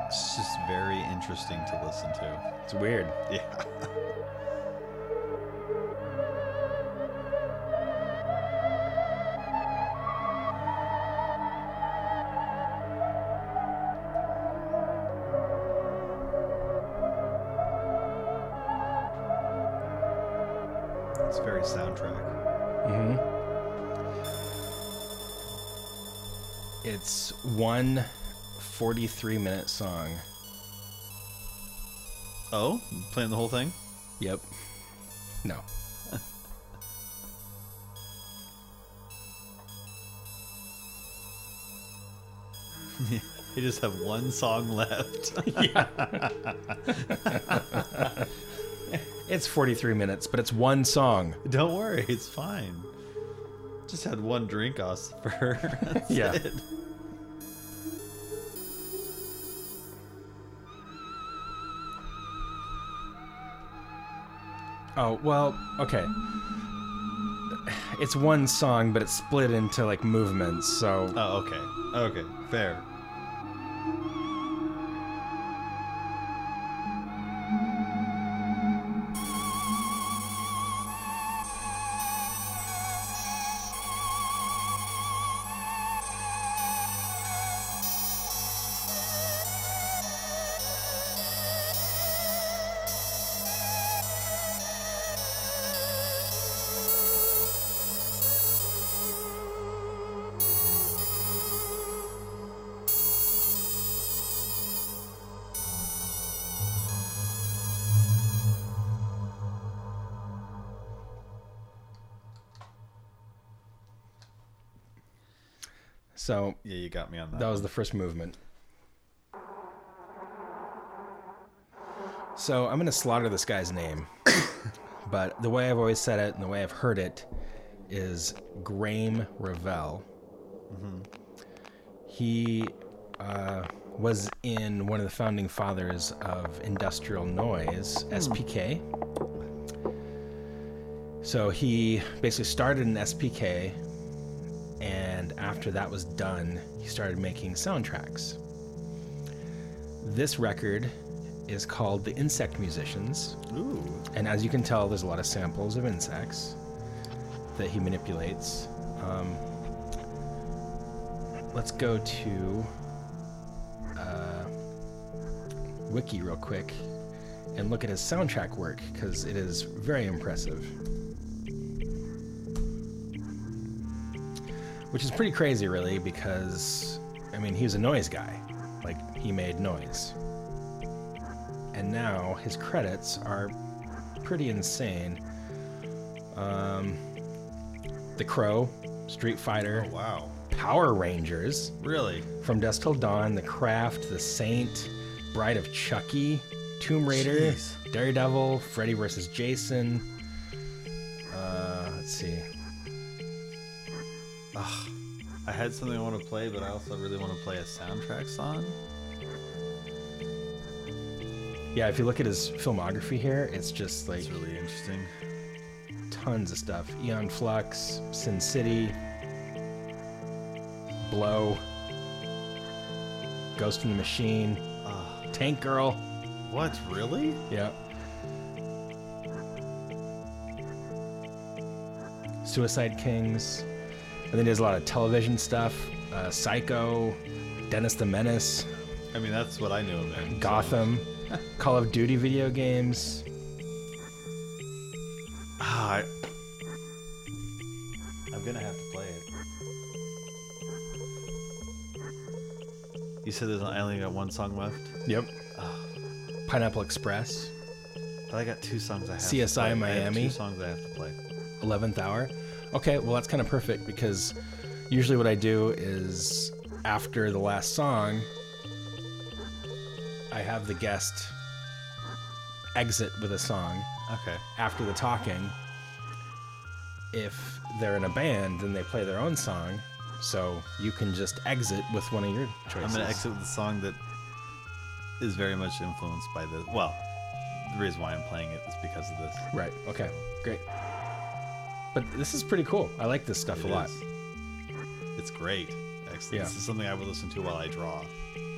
Speaker 2: it's just very interesting to listen to.
Speaker 1: It's weird.
Speaker 2: Yeah. It's very soundtrack.
Speaker 1: It's one 43 minute song.
Speaker 2: Oh, playing the whole thing?
Speaker 1: Yep. No.
Speaker 2: You just have one song left.
Speaker 1: It's 43 minutes, but it's one song.
Speaker 2: Don't worry, it's fine. Just had one drink, us for her. That's
Speaker 1: Yeah.
Speaker 2: it.
Speaker 1: Oh, well, okay. It's one song, but it's split into like movements, so
Speaker 2: Oh, okay. Okay. Fair.
Speaker 1: so
Speaker 2: Yeah, you got me on that.
Speaker 1: that was the first movement. So I'm gonna slaughter this guy's name, but the way I've always said it and the way I've heard it is Graham Revell. He uh, was in one of the founding fathers of industrial noise, SPK. So he basically started an SPK, and after that was done, he started making soundtracks. This record is called The Insect Musicians,
Speaker 2: Ooh.
Speaker 1: and as you can tell, there's a lot of samples of insects that he manipulates. Um, let's go to uh, Wiki real quick and look at his soundtrack work because it is very impressive. Which is pretty crazy, really, because I mean, he was a noise guy. Like, he made noise. And now his credits are pretty insane. Um, the Crow, Street Fighter,
Speaker 2: Oh, wow.
Speaker 1: Power Rangers,
Speaker 2: Really?
Speaker 1: From Dusk Till Dawn, The Craft, The Saint, Bride of Chucky, Tomb Raider,
Speaker 2: Jeez.
Speaker 1: Daredevil, Freddy vs. Jason. Uh, let's see.
Speaker 2: I had something I want to play, but I also really want to play a soundtrack song.
Speaker 1: Yeah, if you look at his filmography here, it's just like
Speaker 2: It's really interesting.
Speaker 1: tons of stuff. Eon Flux, Sin City, Blow, Ghost in the Machine,
Speaker 2: Ah.
Speaker 1: Tank Girl.
Speaker 2: What? Really?
Speaker 1: Yep. Suicide Kings. And then there's a lot of television stuff. Uh, Psycho, Dennis the Menace,
Speaker 2: I mean, that's what I knew of him. so-
Speaker 1: Gotham, Call of Duty video games.
Speaker 2: Ah, I... I'm gonna have to play it. You said there's I only got one song left,
Speaker 1: Yep. Pineapple Express,
Speaker 2: but I got two songs I have. to
Speaker 1: CSI
Speaker 2: play. I have
Speaker 1: Miami.
Speaker 2: two songs I have to play.
Speaker 1: 11th Hour. Okay, well, that's kind of perfect because usually what I do is after the last song, I have the guest exit with a song.
Speaker 2: Okay.
Speaker 1: after the talking, if they're in a band, then they play their own song. So you can just exit with one of your
Speaker 2: I'm
Speaker 1: choices.
Speaker 2: gonna exit with a song that is very much influenced by the. Well, the reason why I'm playing it is because of this.
Speaker 1: Right. Okay. Great. But this is pretty cool. I like this stuff
Speaker 2: It
Speaker 1: a lot.
Speaker 2: is. It's great. Excellent.
Speaker 1: Yeah.
Speaker 2: This is something I would listen to while I draw.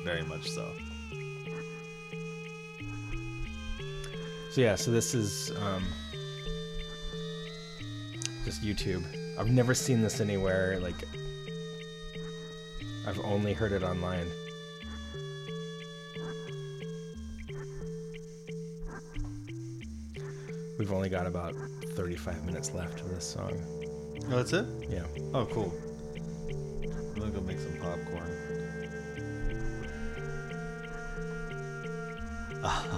Speaker 2: Very much so.
Speaker 1: So yeah. So this is um, just YouTube. I've never seen this anywhere. Like, I've only heard it online. We've only got about 35 minutes left of this song.
Speaker 2: Oh, that's it?
Speaker 1: Yeah.
Speaker 2: Oh, cool. I'm gonna go make some popcorn.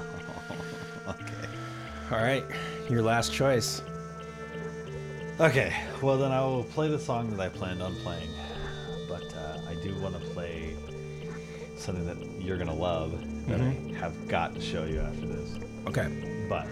Speaker 2: okay.
Speaker 1: All right, your last choice.
Speaker 2: Okay, well then I will play the song that I planned on playing, but uh, I do want to play something that you're gonna love that
Speaker 1: Mm-hmm.
Speaker 2: I have got to show you after this.
Speaker 1: Okay.
Speaker 2: But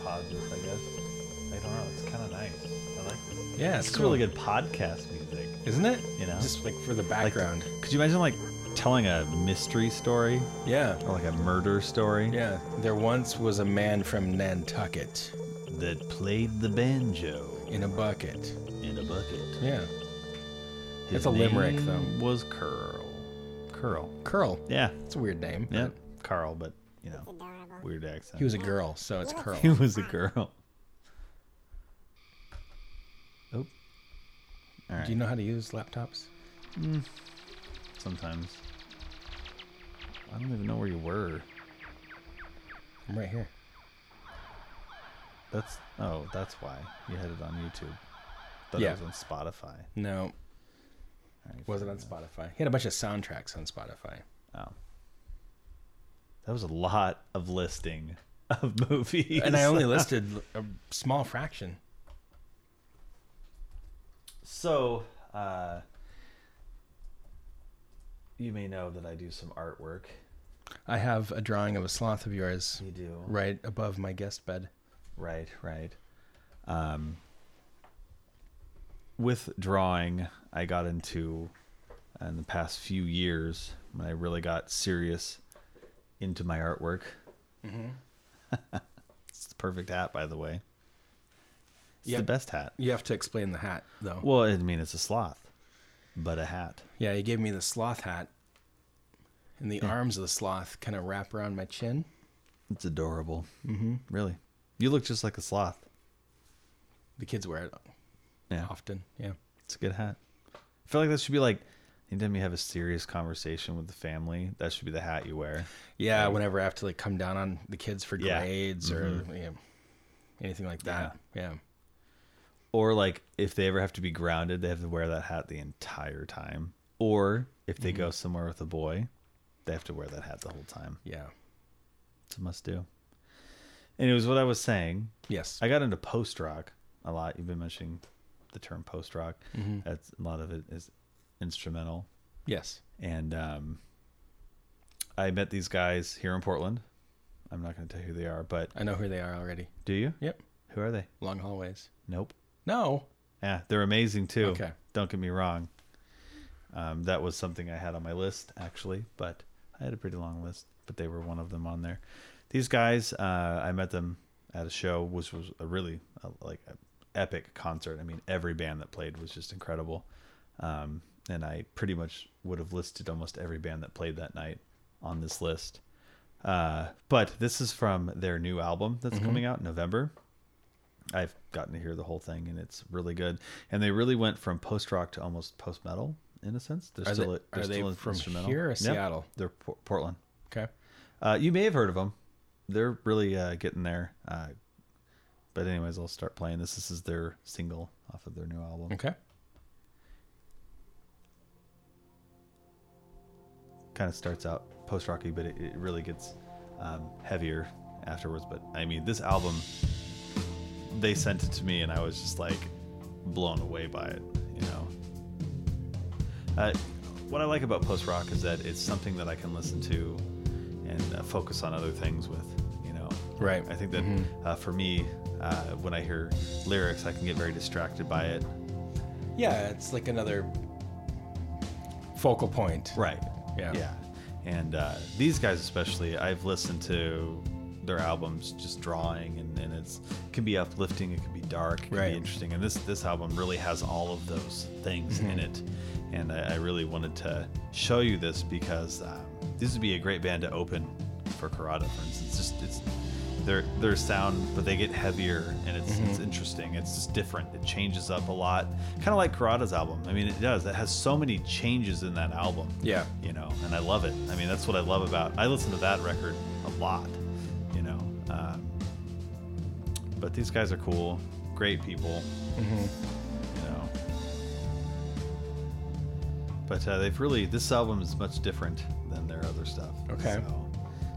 Speaker 2: subjects, I guess. I don't know. It's kind of nice. I like this.
Speaker 1: Yeah,
Speaker 2: It's
Speaker 1: it's
Speaker 2: really
Speaker 1: cool.
Speaker 2: good podcast music.
Speaker 1: isn't it?
Speaker 2: You know?
Speaker 1: just like for the
Speaker 2: Like,
Speaker 1: background.
Speaker 2: could you imagine like telling a mystery story
Speaker 1: yeah,
Speaker 2: or Oh, like a murder story
Speaker 1: yeah. There once was a man from Nantucket
Speaker 2: that played the banjo
Speaker 1: in a bucket.
Speaker 2: in a bucket?
Speaker 1: Yeah,
Speaker 2: His
Speaker 1: It's a limerick,
Speaker 2: name
Speaker 1: though.
Speaker 2: Was Curl. Curl.
Speaker 1: Curl.
Speaker 2: Yeah.
Speaker 1: It's a weird name.
Speaker 2: Yeah.
Speaker 1: but
Speaker 2: Carl, but you know,
Speaker 3: adorable.
Speaker 2: weird accent.
Speaker 1: He was a girl, so it's Curl.
Speaker 2: He was a girl. Oh. All right.
Speaker 1: Do you know how to use laptops?
Speaker 2: Sometimes. I don't even know where you were.
Speaker 1: I'm right here.
Speaker 2: That's oh, that's why you had it on YouTube. Thought
Speaker 1: Yeah.
Speaker 2: it was on Spotify.
Speaker 1: No,
Speaker 2: All right,
Speaker 1: wasn't on Spotify. He had a bunch of soundtracks on Spotify.
Speaker 2: Oh. That was a lot of listing of movies.
Speaker 1: And I only listed a small fraction.
Speaker 2: So, uh, you may know that I do some artwork.
Speaker 1: I have a drawing of a sloth of yours
Speaker 2: You do.
Speaker 1: right above my guest bed.
Speaker 2: Right, right. Um, with drawing, I got into in the past few years when I really got serious into my artwork.
Speaker 1: Mm-hmm.
Speaker 2: it's the perfect hat, by the way. It's
Speaker 1: Yeah.
Speaker 2: the best hat.
Speaker 1: You have to explain the hat, though.
Speaker 2: Well, I mean, it's a sloth, but a hat.
Speaker 1: yeah, you gave me the sloth hat, and the arms of the sloth kind of wrap around my chin.
Speaker 2: It's adorable. Mm-hmm. Really, you look just like a sloth.
Speaker 1: The kids wear it
Speaker 2: Yeah,
Speaker 1: often. Yeah.
Speaker 2: it's a good hat. I feel like that should be like anytime you have a serious conversation with the family, that should be the hat you wear.
Speaker 1: Yeah, whenever I have to like come down on the kids for
Speaker 2: Yeah. Mm-hmm.
Speaker 1: grades or yeah, anything like that. Yeah.
Speaker 2: Or like if they ever have to be grounded, they have to wear that hat the entire time. Or if they go somewhere with a boy, they have to wear that hat the whole time.
Speaker 1: Yeah.
Speaker 2: It's a must do. And it was what I was saying
Speaker 1: Yes.
Speaker 2: I got into post rock a lot. You've been mentioning the term post rock.
Speaker 1: Mm-hmm.
Speaker 2: That's a lot of it is instrumental.
Speaker 1: yes.
Speaker 2: And um, I met these guys here in Portland. I'm not going to tell you who they are, but
Speaker 1: I know who they are already.
Speaker 2: do you?
Speaker 1: Yep.
Speaker 2: Who are they?
Speaker 1: Long hallways.
Speaker 2: Nope.
Speaker 1: No.
Speaker 2: Yeah, they're amazing too.
Speaker 1: Okay.
Speaker 2: Don't get me wrong. Um, that was something I had on my list actually, but I had a pretty long list. But they were one of them on there. These guys, uh, I met them at a show, which was a really uh, like a epic concert. I mean, every band that played was just incredible, um, and I pretty much would have listed almost every band that played that night on this list. Uh, but this is from their new album that's
Speaker 1: Mm-hmm.
Speaker 2: coming out in November. I've gotten to hear the whole thing, and it's really good. And they really went from post rock to almost post metal in a sense. They're
Speaker 1: Are
Speaker 2: still
Speaker 1: they-
Speaker 2: they're
Speaker 1: are they
Speaker 2: still
Speaker 1: from
Speaker 2: instrumental.
Speaker 1: here or
Speaker 2: Yep,
Speaker 1: Seattle?
Speaker 2: They're Por- Portland.
Speaker 1: Okay.
Speaker 2: Uh, you may have heard of them. They're really uh, getting there. Uh, but anyways, I'll start playing this. This is their single off of their new album.
Speaker 1: Okay.
Speaker 2: Kind of starts out post rocky, but it, it really gets um, heavier afterwards. But I mean, this album they sent it to me, and I was just like blown away by it. You know, uh, what I like about post rock is that it's something that I can listen to and uh, focus on other things with. You know,
Speaker 1: Right.
Speaker 2: I think that uh, for me, uh, when I hear lyrics, I can get very distracted by it.
Speaker 1: Yeah, it's like another focal point.
Speaker 2: Right.
Speaker 1: Yeah.
Speaker 2: Yeah. And uh, these guys, especially, I've listened to their albums just drawing, and, and it's it can be uplifting, it can be dark, it can
Speaker 1: Right.
Speaker 2: be interesting. And this this album really has all of those things in it. And I, I really wanted to show you this because um, this would be a great band to open for Karada, for instance. Just it's their their sound, but they get heavier, and it's it's interesting. It's just different. It changes up a lot, kind of like Karada's album. I mean, it does. It has so many changes in that album
Speaker 1: Yeah.
Speaker 2: you know, and I love it. I mean, that's what I love about. I listen to that record a lot, you know. Um, but these guys are cool, great people,
Speaker 1: Mm-hmm.
Speaker 2: you know. But uh, they've really this album is much different than their other stuff.
Speaker 1: Okay.
Speaker 2: So,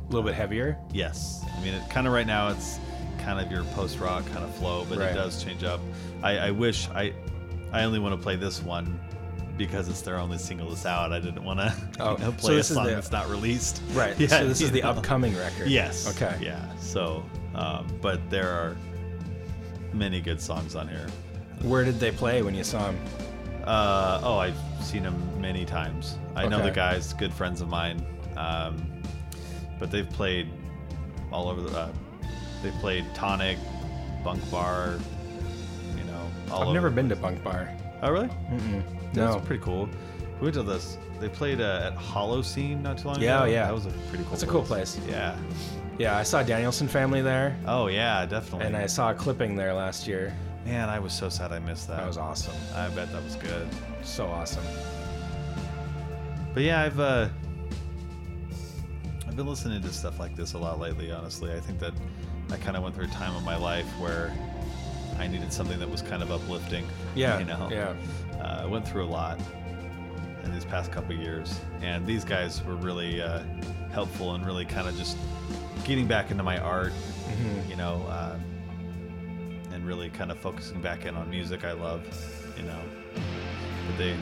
Speaker 1: A little bit heavier.
Speaker 2: yes, I mean, it kind of right now it's kind of your post rock kind of flow, but
Speaker 1: Right.
Speaker 2: it does change up. I, I wish I, I only want to play this one. Because it's their only single that's out, I didn't want to
Speaker 1: Oh,
Speaker 2: you know,
Speaker 1: so
Speaker 2: play a
Speaker 1: this is
Speaker 2: song
Speaker 1: the-
Speaker 2: that's not released.
Speaker 1: Right.
Speaker 2: Yeah,
Speaker 1: so this
Speaker 2: you
Speaker 1: is the
Speaker 2: know.
Speaker 1: upcoming record.
Speaker 2: Yes.
Speaker 1: Okay.
Speaker 2: Yeah. So, um, but there are many good songs on here.
Speaker 1: Where did they play when you saw him?
Speaker 2: Uh, oh, I've seen him many times. I know the
Speaker 1: Okay.
Speaker 2: guys, good friends of mine, um, but they've played all over the. Uh, they played Tonic, Bunk Bar, you know, all
Speaker 1: I've
Speaker 2: over
Speaker 1: never
Speaker 2: the
Speaker 1: been to
Speaker 2: place.
Speaker 1: Bunk Bar.
Speaker 2: Oh, really? That's
Speaker 1: No.
Speaker 2: pretty cool. We went to this. They played uh, at Hollow Scene not too long
Speaker 1: Yeah,
Speaker 2: ago.
Speaker 1: yeah.
Speaker 2: That was a pretty cool.
Speaker 1: That's a cool place.
Speaker 2: Yeah.
Speaker 1: Yeah, I saw Danielson family there,
Speaker 2: Oh yeah, definitely.
Speaker 1: and I saw a clipping there last year.
Speaker 2: man, I was so sad I missed that.
Speaker 1: That was awesome.
Speaker 2: I bet that was good.
Speaker 1: So awesome.
Speaker 2: But yeah, I've uh, I've been listening to stuff like this a lot lately. Honestly, I think that I kind of went through a time in my life where I needed something that was kind of uplifting.
Speaker 1: Yeah,
Speaker 2: you know.
Speaker 1: yeah.
Speaker 2: Uh, I went through a lot in these past couple of years, and these guys were really uh, helpful and really kind of just getting back into my art. You know. Uh, and really kind of focusing back in on music I love, you know. But they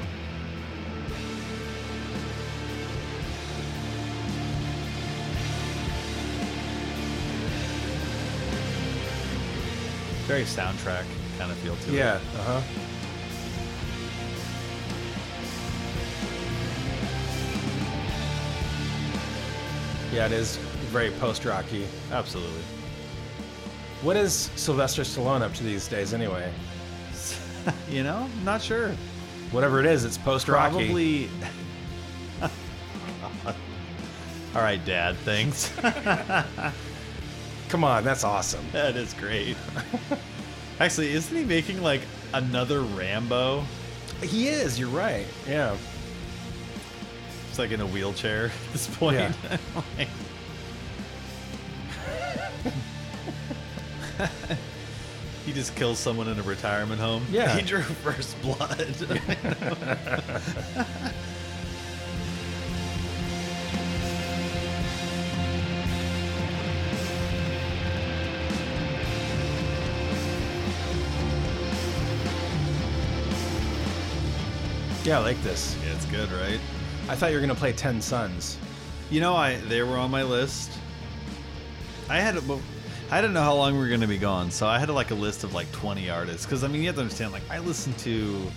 Speaker 2: very soundtrack kind of feel to it.
Speaker 1: Yeah. Uh huh. Yeah, it is very post rocky.
Speaker 2: absolutely.
Speaker 1: What is Sylvester Stallone up to these days, anyway?
Speaker 2: You know, not sure.
Speaker 1: Whatever it is, it's post rocky.
Speaker 2: Probably. All right, Dad. Thanks.
Speaker 1: Come on, that's awesome.
Speaker 2: That is great. Actually, isn't he making like another Rambo?
Speaker 1: He is. You're right. Yeah.
Speaker 2: It's like in a wheelchair at this point.
Speaker 1: Yeah.
Speaker 2: Like- he just kills someone in a retirement home.
Speaker 1: Yeah.
Speaker 2: He drew first blood.
Speaker 1: Yeah, I like this.
Speaker 2: yeah, it's good, right?
Speaker 1: I thought you were gonna play Ten Sons.
Speaker 2: You know, I they were on my list. I had, a, I didn't know how long we were gonna be gone, so I had like a list of like 20 artists. Because I mean, you have to understand, like I listen to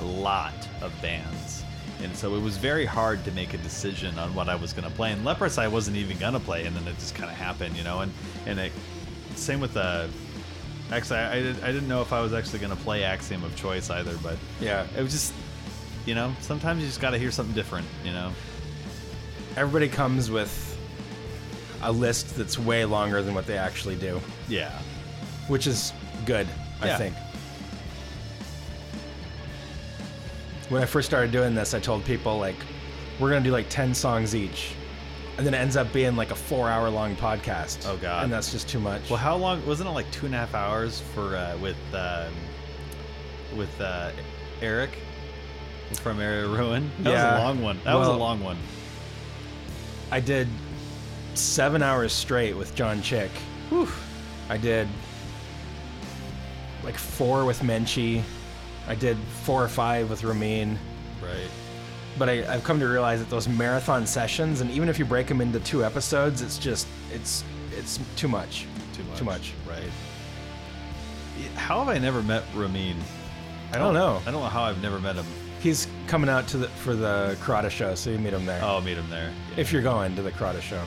Speaker 2: a lot of bands, and so it was very hard to make a decision on what I was gonna play. And Leprous, I wasn't even gonna play, and then it just kind of happened, you know. And and it, same with the. Actually, I, I, did, I didn't know if I was actually going to play Axiom of Choice either, but
Speaker 1: Yeah.
Speaker 2: it was just, you know, sometimes you just got to hear something different, you know?
Speaker 1: Everybody comes with a list that's way longer than what they actually do,
Speaker 2: Yeah.
Speaker 1: which is good, I
Speaker 2: Yeah.
Speaker 1: think. When I first started doing this, I told people like, we're gonna do like ten songs each, and then it ends up being like a four-hour-long podcast.
Speaker 2: Oh, God.
Speaker 1: And that's just too much.
Speaker 2: Well, how long wasn't it like two and a half hours for uh, with um, with uh, Eric from Area Ruin? That was
Speaker 1: Yeah.
Speaker 2: a long one. That was a
Speaker 1: Well-
Speaker 2: long one.
Speaker 1: I did seven hours straight with John Chick. I did like four with Menchie. I did four or five with Ramin.
Speaker 2: Right.
Speaker 1: But I, I've come to realize that those marathon sessions, and even if you break them into two episodes, it's just it's it's too much.
Speaker 2: Too much.
Speaker 1: Too much.
Speaker 2: Right. Yeah, How have I never met Ramin?
Speaker 1: I don't know.
Speaker 2: I don't know how I've never met him.
Speaker 1: He's coming out to the for the Karate show, so you meet him there.
Speaker 2: Oh, I'll meet him there. Yeah.
Speaker 1: If you're going to the Karate show,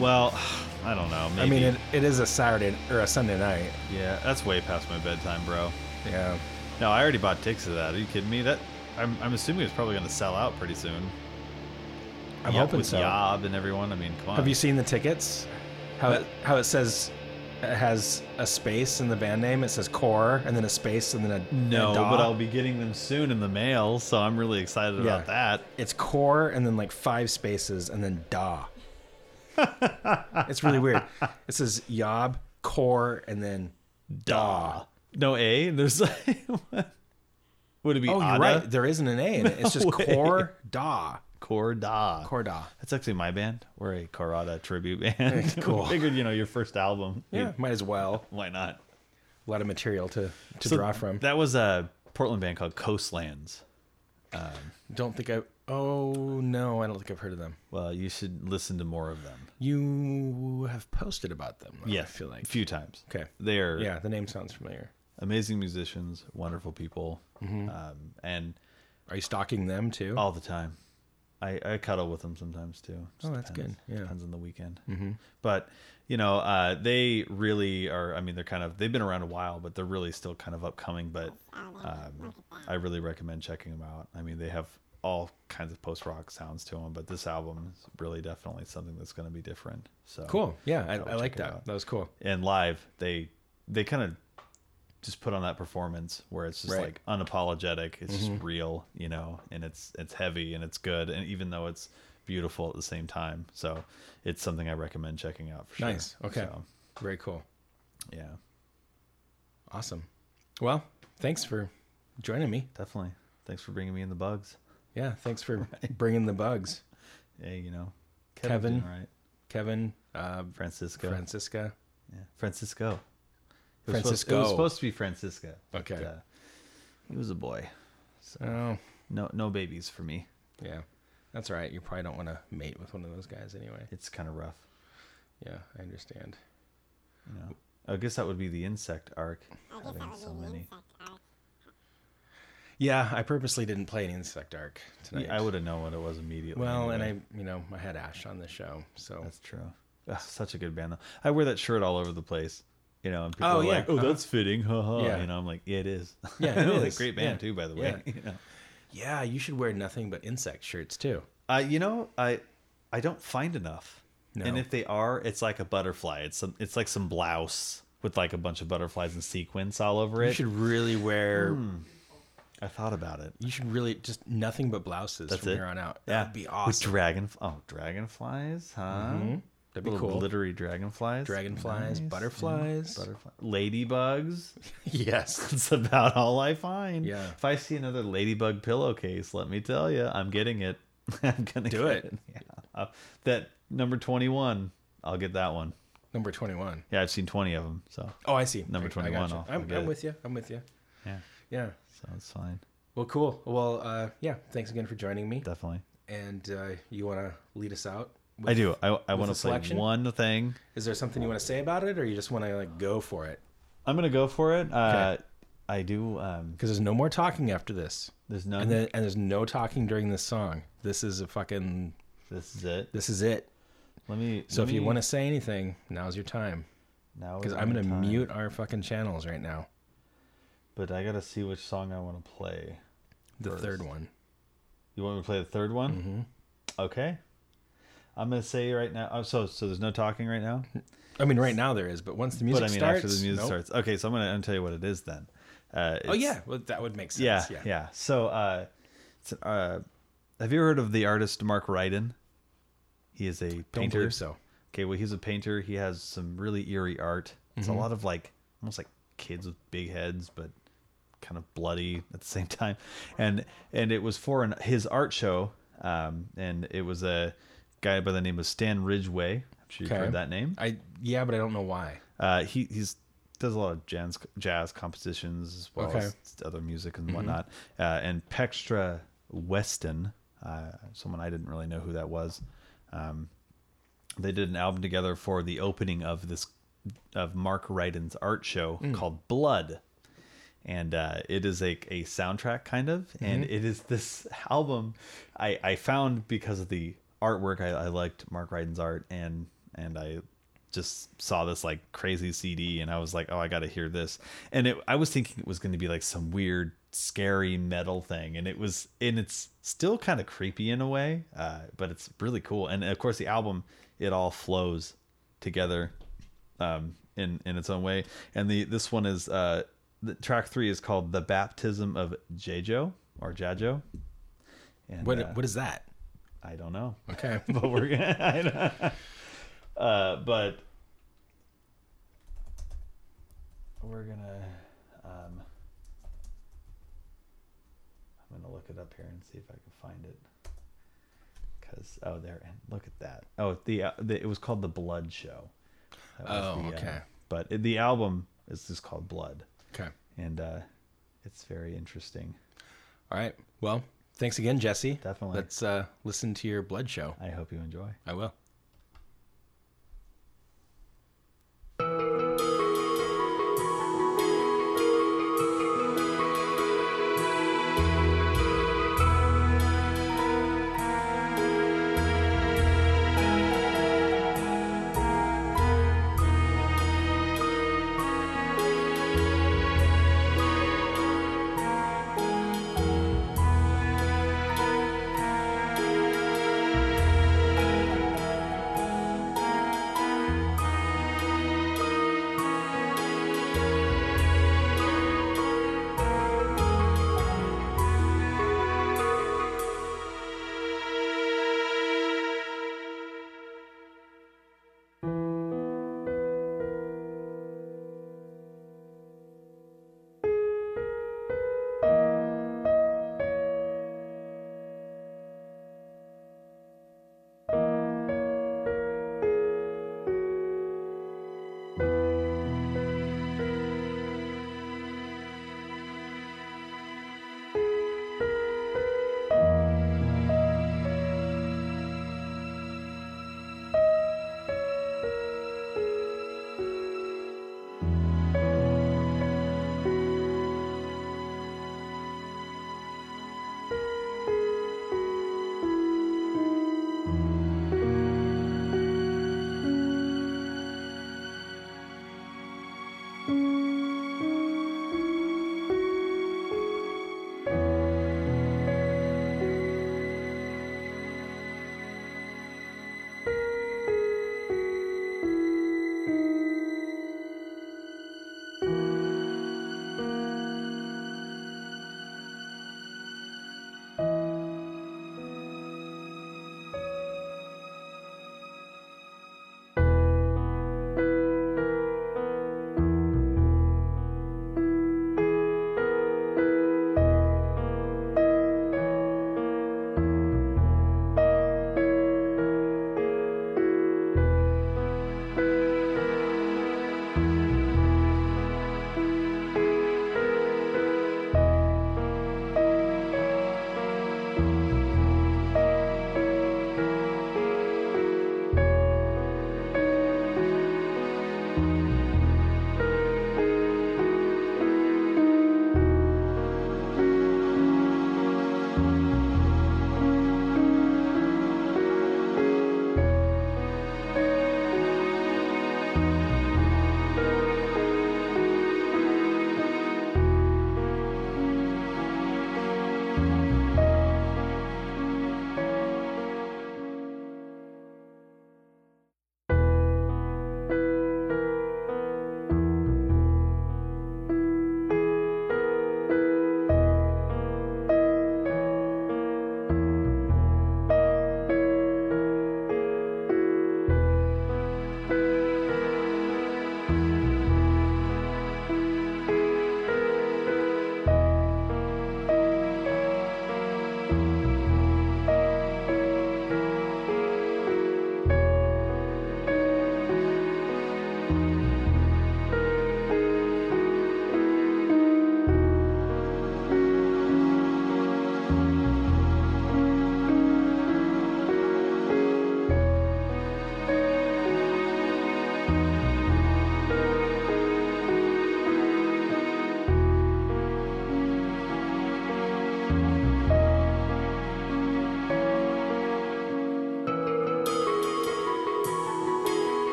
Speaker 2: well, I don't know. Maybe.
Speaker 1: I mean, it, it is a Saturday or a Sunday night.
Speaker 2: yeah, that's way past my bedtime, bro.
Speaker 1: Yeah.
Speaker 2: No, I already bought tickets to that. Are you kidding me? That I'm, I'm assuming it's probably going to sell out pretty soon.
Speaker 1: I'm
Speaker 2: Yup,
Speaker 1: hoping
Speaker 2: with
Speaker 1: so.
Speaker 2: Yob and everyone. I mean, come on.
Speaker 1: Have you seen the tickets? How it,
Speaker 2: What?
Speaker 1: how it says it has a space in the band name. It says core and then a space and then a
Speaker 2: No,
Speaker 1: a dot.
Speaker 2: but I'll be getting them soon in the mail, so I'm really excited
Speaker 1: Yeah.
Speaker 2: about that.
Speaker 1: It's core and then like five spaces and then da. it's really weird. It says yob core and then da.
Speaker 2: No A. There's would it be
Speaker 1: Oh, you're
Speaker 2: Ada?
Speaker 1: right. There isn't an A in it. It's just
Speaker 2: way.
Speaker 1: core da
Speaker 2: Corda.
Speaker 1: core da.
Speaker 2: That's actually my band. We're a Corada tribute band.
Speaker 1: cool.
Speaker 2: Figured you know your first album.
Speaker 1: Yeah,
Speaker 2: You'd-
Speaker 1: might as well.
Speaker 2: Why not?
Speaker 1: A lot of material to to
Speaker 2: So
Speaker 1: draw from.
Speaker 2: That was a Portland band called Coastlands.
Speaker 1: don't think I. Oh no, I don't think I've heard of them.
Speaker 2: Well, you should listen to more of them.
Speaker 1: You have posted about them. though, I feel like
Speaker 2: a few times.
Speaker 1: Okay.
Speaker 2: They're
Speaker 1: Yeah, the name sounds familiar.
Speaker 2: amazing musicians, wonderful people,
Speaker 1: Mm-hmm.
Speaker 2: um, and
Speaker 1: Are you stalking them too?
Speaker 2: all the time. I, I cuddle with them sometimes too. Just
Speaker 1: Oh, that's
Speaker 2: depends.
Speaker 1: good. Yeah. Mm-hmm.
Speaker 2: depends on the weekend. But you know, uh, they really are. I mean, they're kind of they've been around a while, but they're really still kind of upcoming. But um, I really recommend checking them out. I mean, they have all kinds of post rock sounds to them, but this album is really definitely something that's going to be different. So
Speaker 1: Cool. Yeah, I,
Speaker 2: Probably
Speaker 1: I like
Speaker 2: check it
Speaker 1: that.
Speaker 2: out.
Speaker 1: That was cool.
Speaker 2: and live they they kind of just put on that performance where it's just
Speaker 1: Right. Mm-hmm.
Speaker 2: like unapologetic it's just real you know and it's it's heavy and it's good and even though it's beautiful at the same time so it's something i recommend checking out for sure
Speaker 1: Nice. Okay.
Speaker 2: So,
Speaker 1: Very cool.
Speaker 2: yeah
Speaker 1: Awesome. Well, thanks for joining me.
Speaker 2: definitely thanks for bringing me in the bugs
Speaker 1: Yeah, thanks for bringing the bugs,
Speaker 2: yeah you know
Speaker 1: Kevin.
Speaker 2: doing right
Speaker 1: Kevin, uh,
Speaker 2: francisco
Speaker 1: Francisca.
Speaker 2: yeah. francisco It was supposed- it
Speaker 1: Francisco.
Speaker 2: was supposed to be francisco but,
Speaker 1: Okay.
Speaker 2: uh, he was a boy
Speaker 1: Oh,
Speaker 2: no no babies for me
Speaker 1: yeah. That's all right. You probably don't want to mate with one of those guys anyway.
Speaker 2: it's kind of rough
Speaker 1: Yeah, I understand.
Speaker 2: you know. I guess that would be the insect arc.
Speaker 3: I guess
Speaker 2: Having
Speaker 3: that would
Speaker 2: so
Speaker 3: be the
Speaker 2: many.
Speaker 3: insect arc.
Speaker 1: Yeah, I purposely didn't play any Insect Arc tonight.
Speaker 2: Yeah, I would have known what it was immediately.
Speaker 1: Well, and I,
Speaker 2: anyway.
Speaker 1: you know, I had Ash on the show, so
Speaker 2: That's true. Ugh, such a good band, though. I wear that shirt all over the place. You know, and people
Speaker 1: Oh,
Speaker 2: are
Speaker 1: yeah.
Speaker 2: like, oh,
Speaker 1: Uh-huh.
Speaker 2: that's fitting. Ha ha.
Speaker 1: Yeah.
Speaker 2: You know, I'm like, yeah, it is.
Speaker 1: Yeah, it
Speaker 2: Like,
Speaker 1: is.
Speaker 2: Great band,
Speaker 1: Yeah.
Speaker 2: too, by the way.
Speaker 1: Yeah.
Speaker 2: You know,
Speaker 1: yeah, you should wear nothing but insect shirts too.
Speaker 2: uh, you know I, I don't find enough. And
Speaker 1: No.
Speaker 2: if they are, it's like a butterfly. It's some, it's like some blouse with like a bunch of butterflies and sequins all over
Speaker 1: You
Speaker 2: it. Hmm.
Speaker 1: should really wear.
Speaker 2: I thought about it.
Speaker 1: You should really just nothing but blouses
Speaker 2: That's
Speaker 1: from
Speaker 2: it.
Speaker 1: here on out.
Speaker 2: Yeah,
Speaker 1: That'd be awesome. Mm-hmm.
Speaker 2: With dragon, oh, dragonflies, huh?
Speaker 1: That'd be
Speaker 2: Little
Speaker 1: cool.
Speaker 2: glittery dragonflies.
Speaker 1: Dragonflies,
Speaker 2: Nice.
Speaker 1: butterflies.
Speaker 2: Butterfly- ladybugs.
Speaker 1: yes.
Speaker 2: That's about all I find.
Speaker 1: Yeah.
Speaker 2: If I see another ladybug pillowcase, let me tell you, I'm getting it. I'm gonna
Speaker 1: Do
Speaker 2: get
Speaker 1: it.
Speaker 2: Yeah. Uh, that number twenty-one. I'll get that one.
Speaker 1: Number twenty-one.
Speaker 2: Yeah, I've seen twenty of them. So
Speaker 1: Oh, I see.
Speaker 2: Number
Speaker 1: I
Speaker 2: 21,
Speaker 1: gotcha.
Speaker 2: I'll
Speaker 1: I'm,
Speaker 2: forget
Speaker 1: I'm
Speaker 2: it.
Speaker 1: with you. I'm with you.
Speaker 2: yeah,
Speaker 1: Yeah.
Speaker 2: so it's fine.
Speaker 1: Well, cool. Well, uh, yeah. Thanks again for joining me.
Speaker 2: Definitely.
Speaker 1: And uh, you want to lead us out?
Speaker 2: I do. I, I want
Speaker 1: a
Speaker 2: to play
Speaker 1: selection?
Speaker 2: one thing.
Speaker 1: Is there something you want to say about it, or you just want to like go for it?
Speaker 2: I'm gonna go for it. Uh, I do. Um,
Speaker 1: Because there's no more talking after this,
Speaker 2: there's none.
Speaker 1: and then and there's no talking during this song. This is a fucking.
Speaker 2: this is it.
Speaker 1: This is it.
Speaker 2: Let me.
Speaker 1: So if you want to say anything, now's your time.
Speaker 2: now
Speaker 1: Because
Speaker 2: is
Speaker 1: I'm
Speaker 2: my
Speaker 1: gonna
Speaker 2: time.
Speaker 1: mute our fucking channels right now.
Speaker 2: But I gotta see which song I want to play.
Speaker 1: The
Speaker 2: First.
Speaker 1: third one.
Speaker 2: You want me to play the third one?
Speaker 1: Mm-hmm.
Speaker 2: Okay. I'm gonna say right now. Oh, so so there's no talking right now.
Speaker 1: I mean, right now there is, but once the music
Speaker 2: but I mean,
Speaker 1: starts,
Speaker 2: after the music
Speaker 1: nope.
Speaker 2: starts. Okay, so I'm gonna, i tell you what it is then. Uh,
Speaker 1: Oh
Speaker 2: it's-
Speaker 1: yeah, well, that would make sense.
Speaker 2: yeah,
Speaker 1: yeah.
Speaker 2: yeah, So, uh, it's, uh, have you heard of the artist Mark Ryden? He is a painter.
Speaker 1: Don't believe so.
Speaker 2: Okay, well, he's a painter. He has some really eerie art. It's a lot of like almost like kids with big heads, but kind of bloody at the same time. And and it was for an, his art show, um, and it was a guy by the name of Stan Ridgway. I'm sure you've
Speaker 1: Okay.
Speaker 2: heard that name.
Speaker 1: I yeah, but I don't know why.
Speaker 2: Uh, he he's does a lot of jazz jazz compositions as well
Speaker 1: Okay.
Speaker 2: as other music and whatnot. Uh, and Pextra Weston, uh, someone I didn't really know who that was. Um, they did an album together for the opening of this of Mark Ryden's art show called Blood. And uh, it is a, a soundtrack kind of, and it is this album I, I found because of the artwork. I, I liked Mark Ryden's art, and and I just saw this like crazy CD, and I was like, oh, I got to hear this. And it, I was thinking it was going to be like some weird, scary metal thing, and it was, and it's still kind of creepy in a way, uh, but it's really cool. And of course, the album it all flows together um, in in its own way. And the this one is uh, the, track three is called "The Baptism of Jajo" or Jajo. And
Speaker 1: What
Speaker 2: uh,
Speaker 1: what is that?
Speaker 2: I don't know,
Speaker 1: Okay.
Speaker 2: but we're gonna. I know. Uh, but we're gonna. Um, I'm gonna look it up here and see if I can find it. Cause oh there and look at that oh the, uh, the it was called the Blood Show. That was
Speaker 1: Oh,
Speaker 2: the, uh,
Speaker 1: okay.
Speaker 2: but it- the album is just called Blood,
Speaker 1: Okay.
Speaker 2: and uh, it's very interesting.
Speaker 1: All right. Well, thanks again, Jesse.
Speaker 2: Definitely.
Speaker 1: Let's uh, listen to your blood show.
Speaker 2: I hope you enjoy.
Speaker 1: I will.
Speaker 3: Thank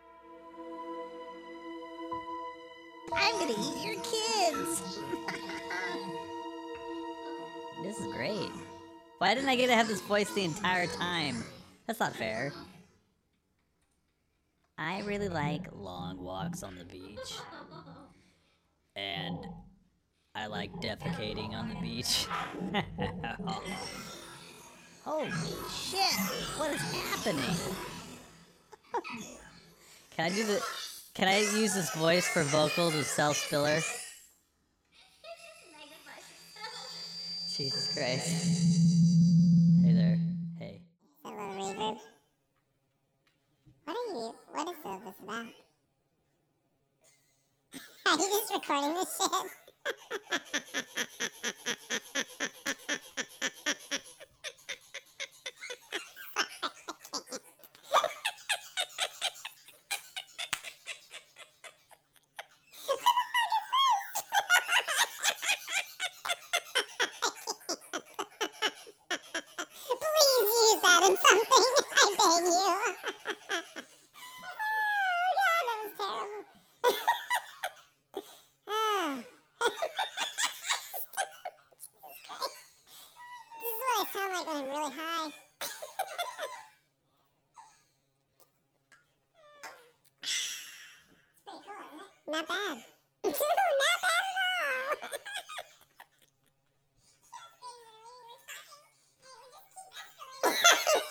Speaker 9: Why didn't I get to have this voice the entire time? That's not fair. I really like long walks on the beach. And I like defecating on the beach. Holy shit! What is happening? Can I do the? Can I use this voice for vocals with Cell Spiller? Jesus Christ! Hey there. Hey.
Speaker 3: It's a little reverb. What are you? What is all this about? Are you just recording this shit? Please use that in something. I beg you. Oh god, that was terrible. Ah. this is what I sound like when I'm really high. Not bad. Not bad at all. uh,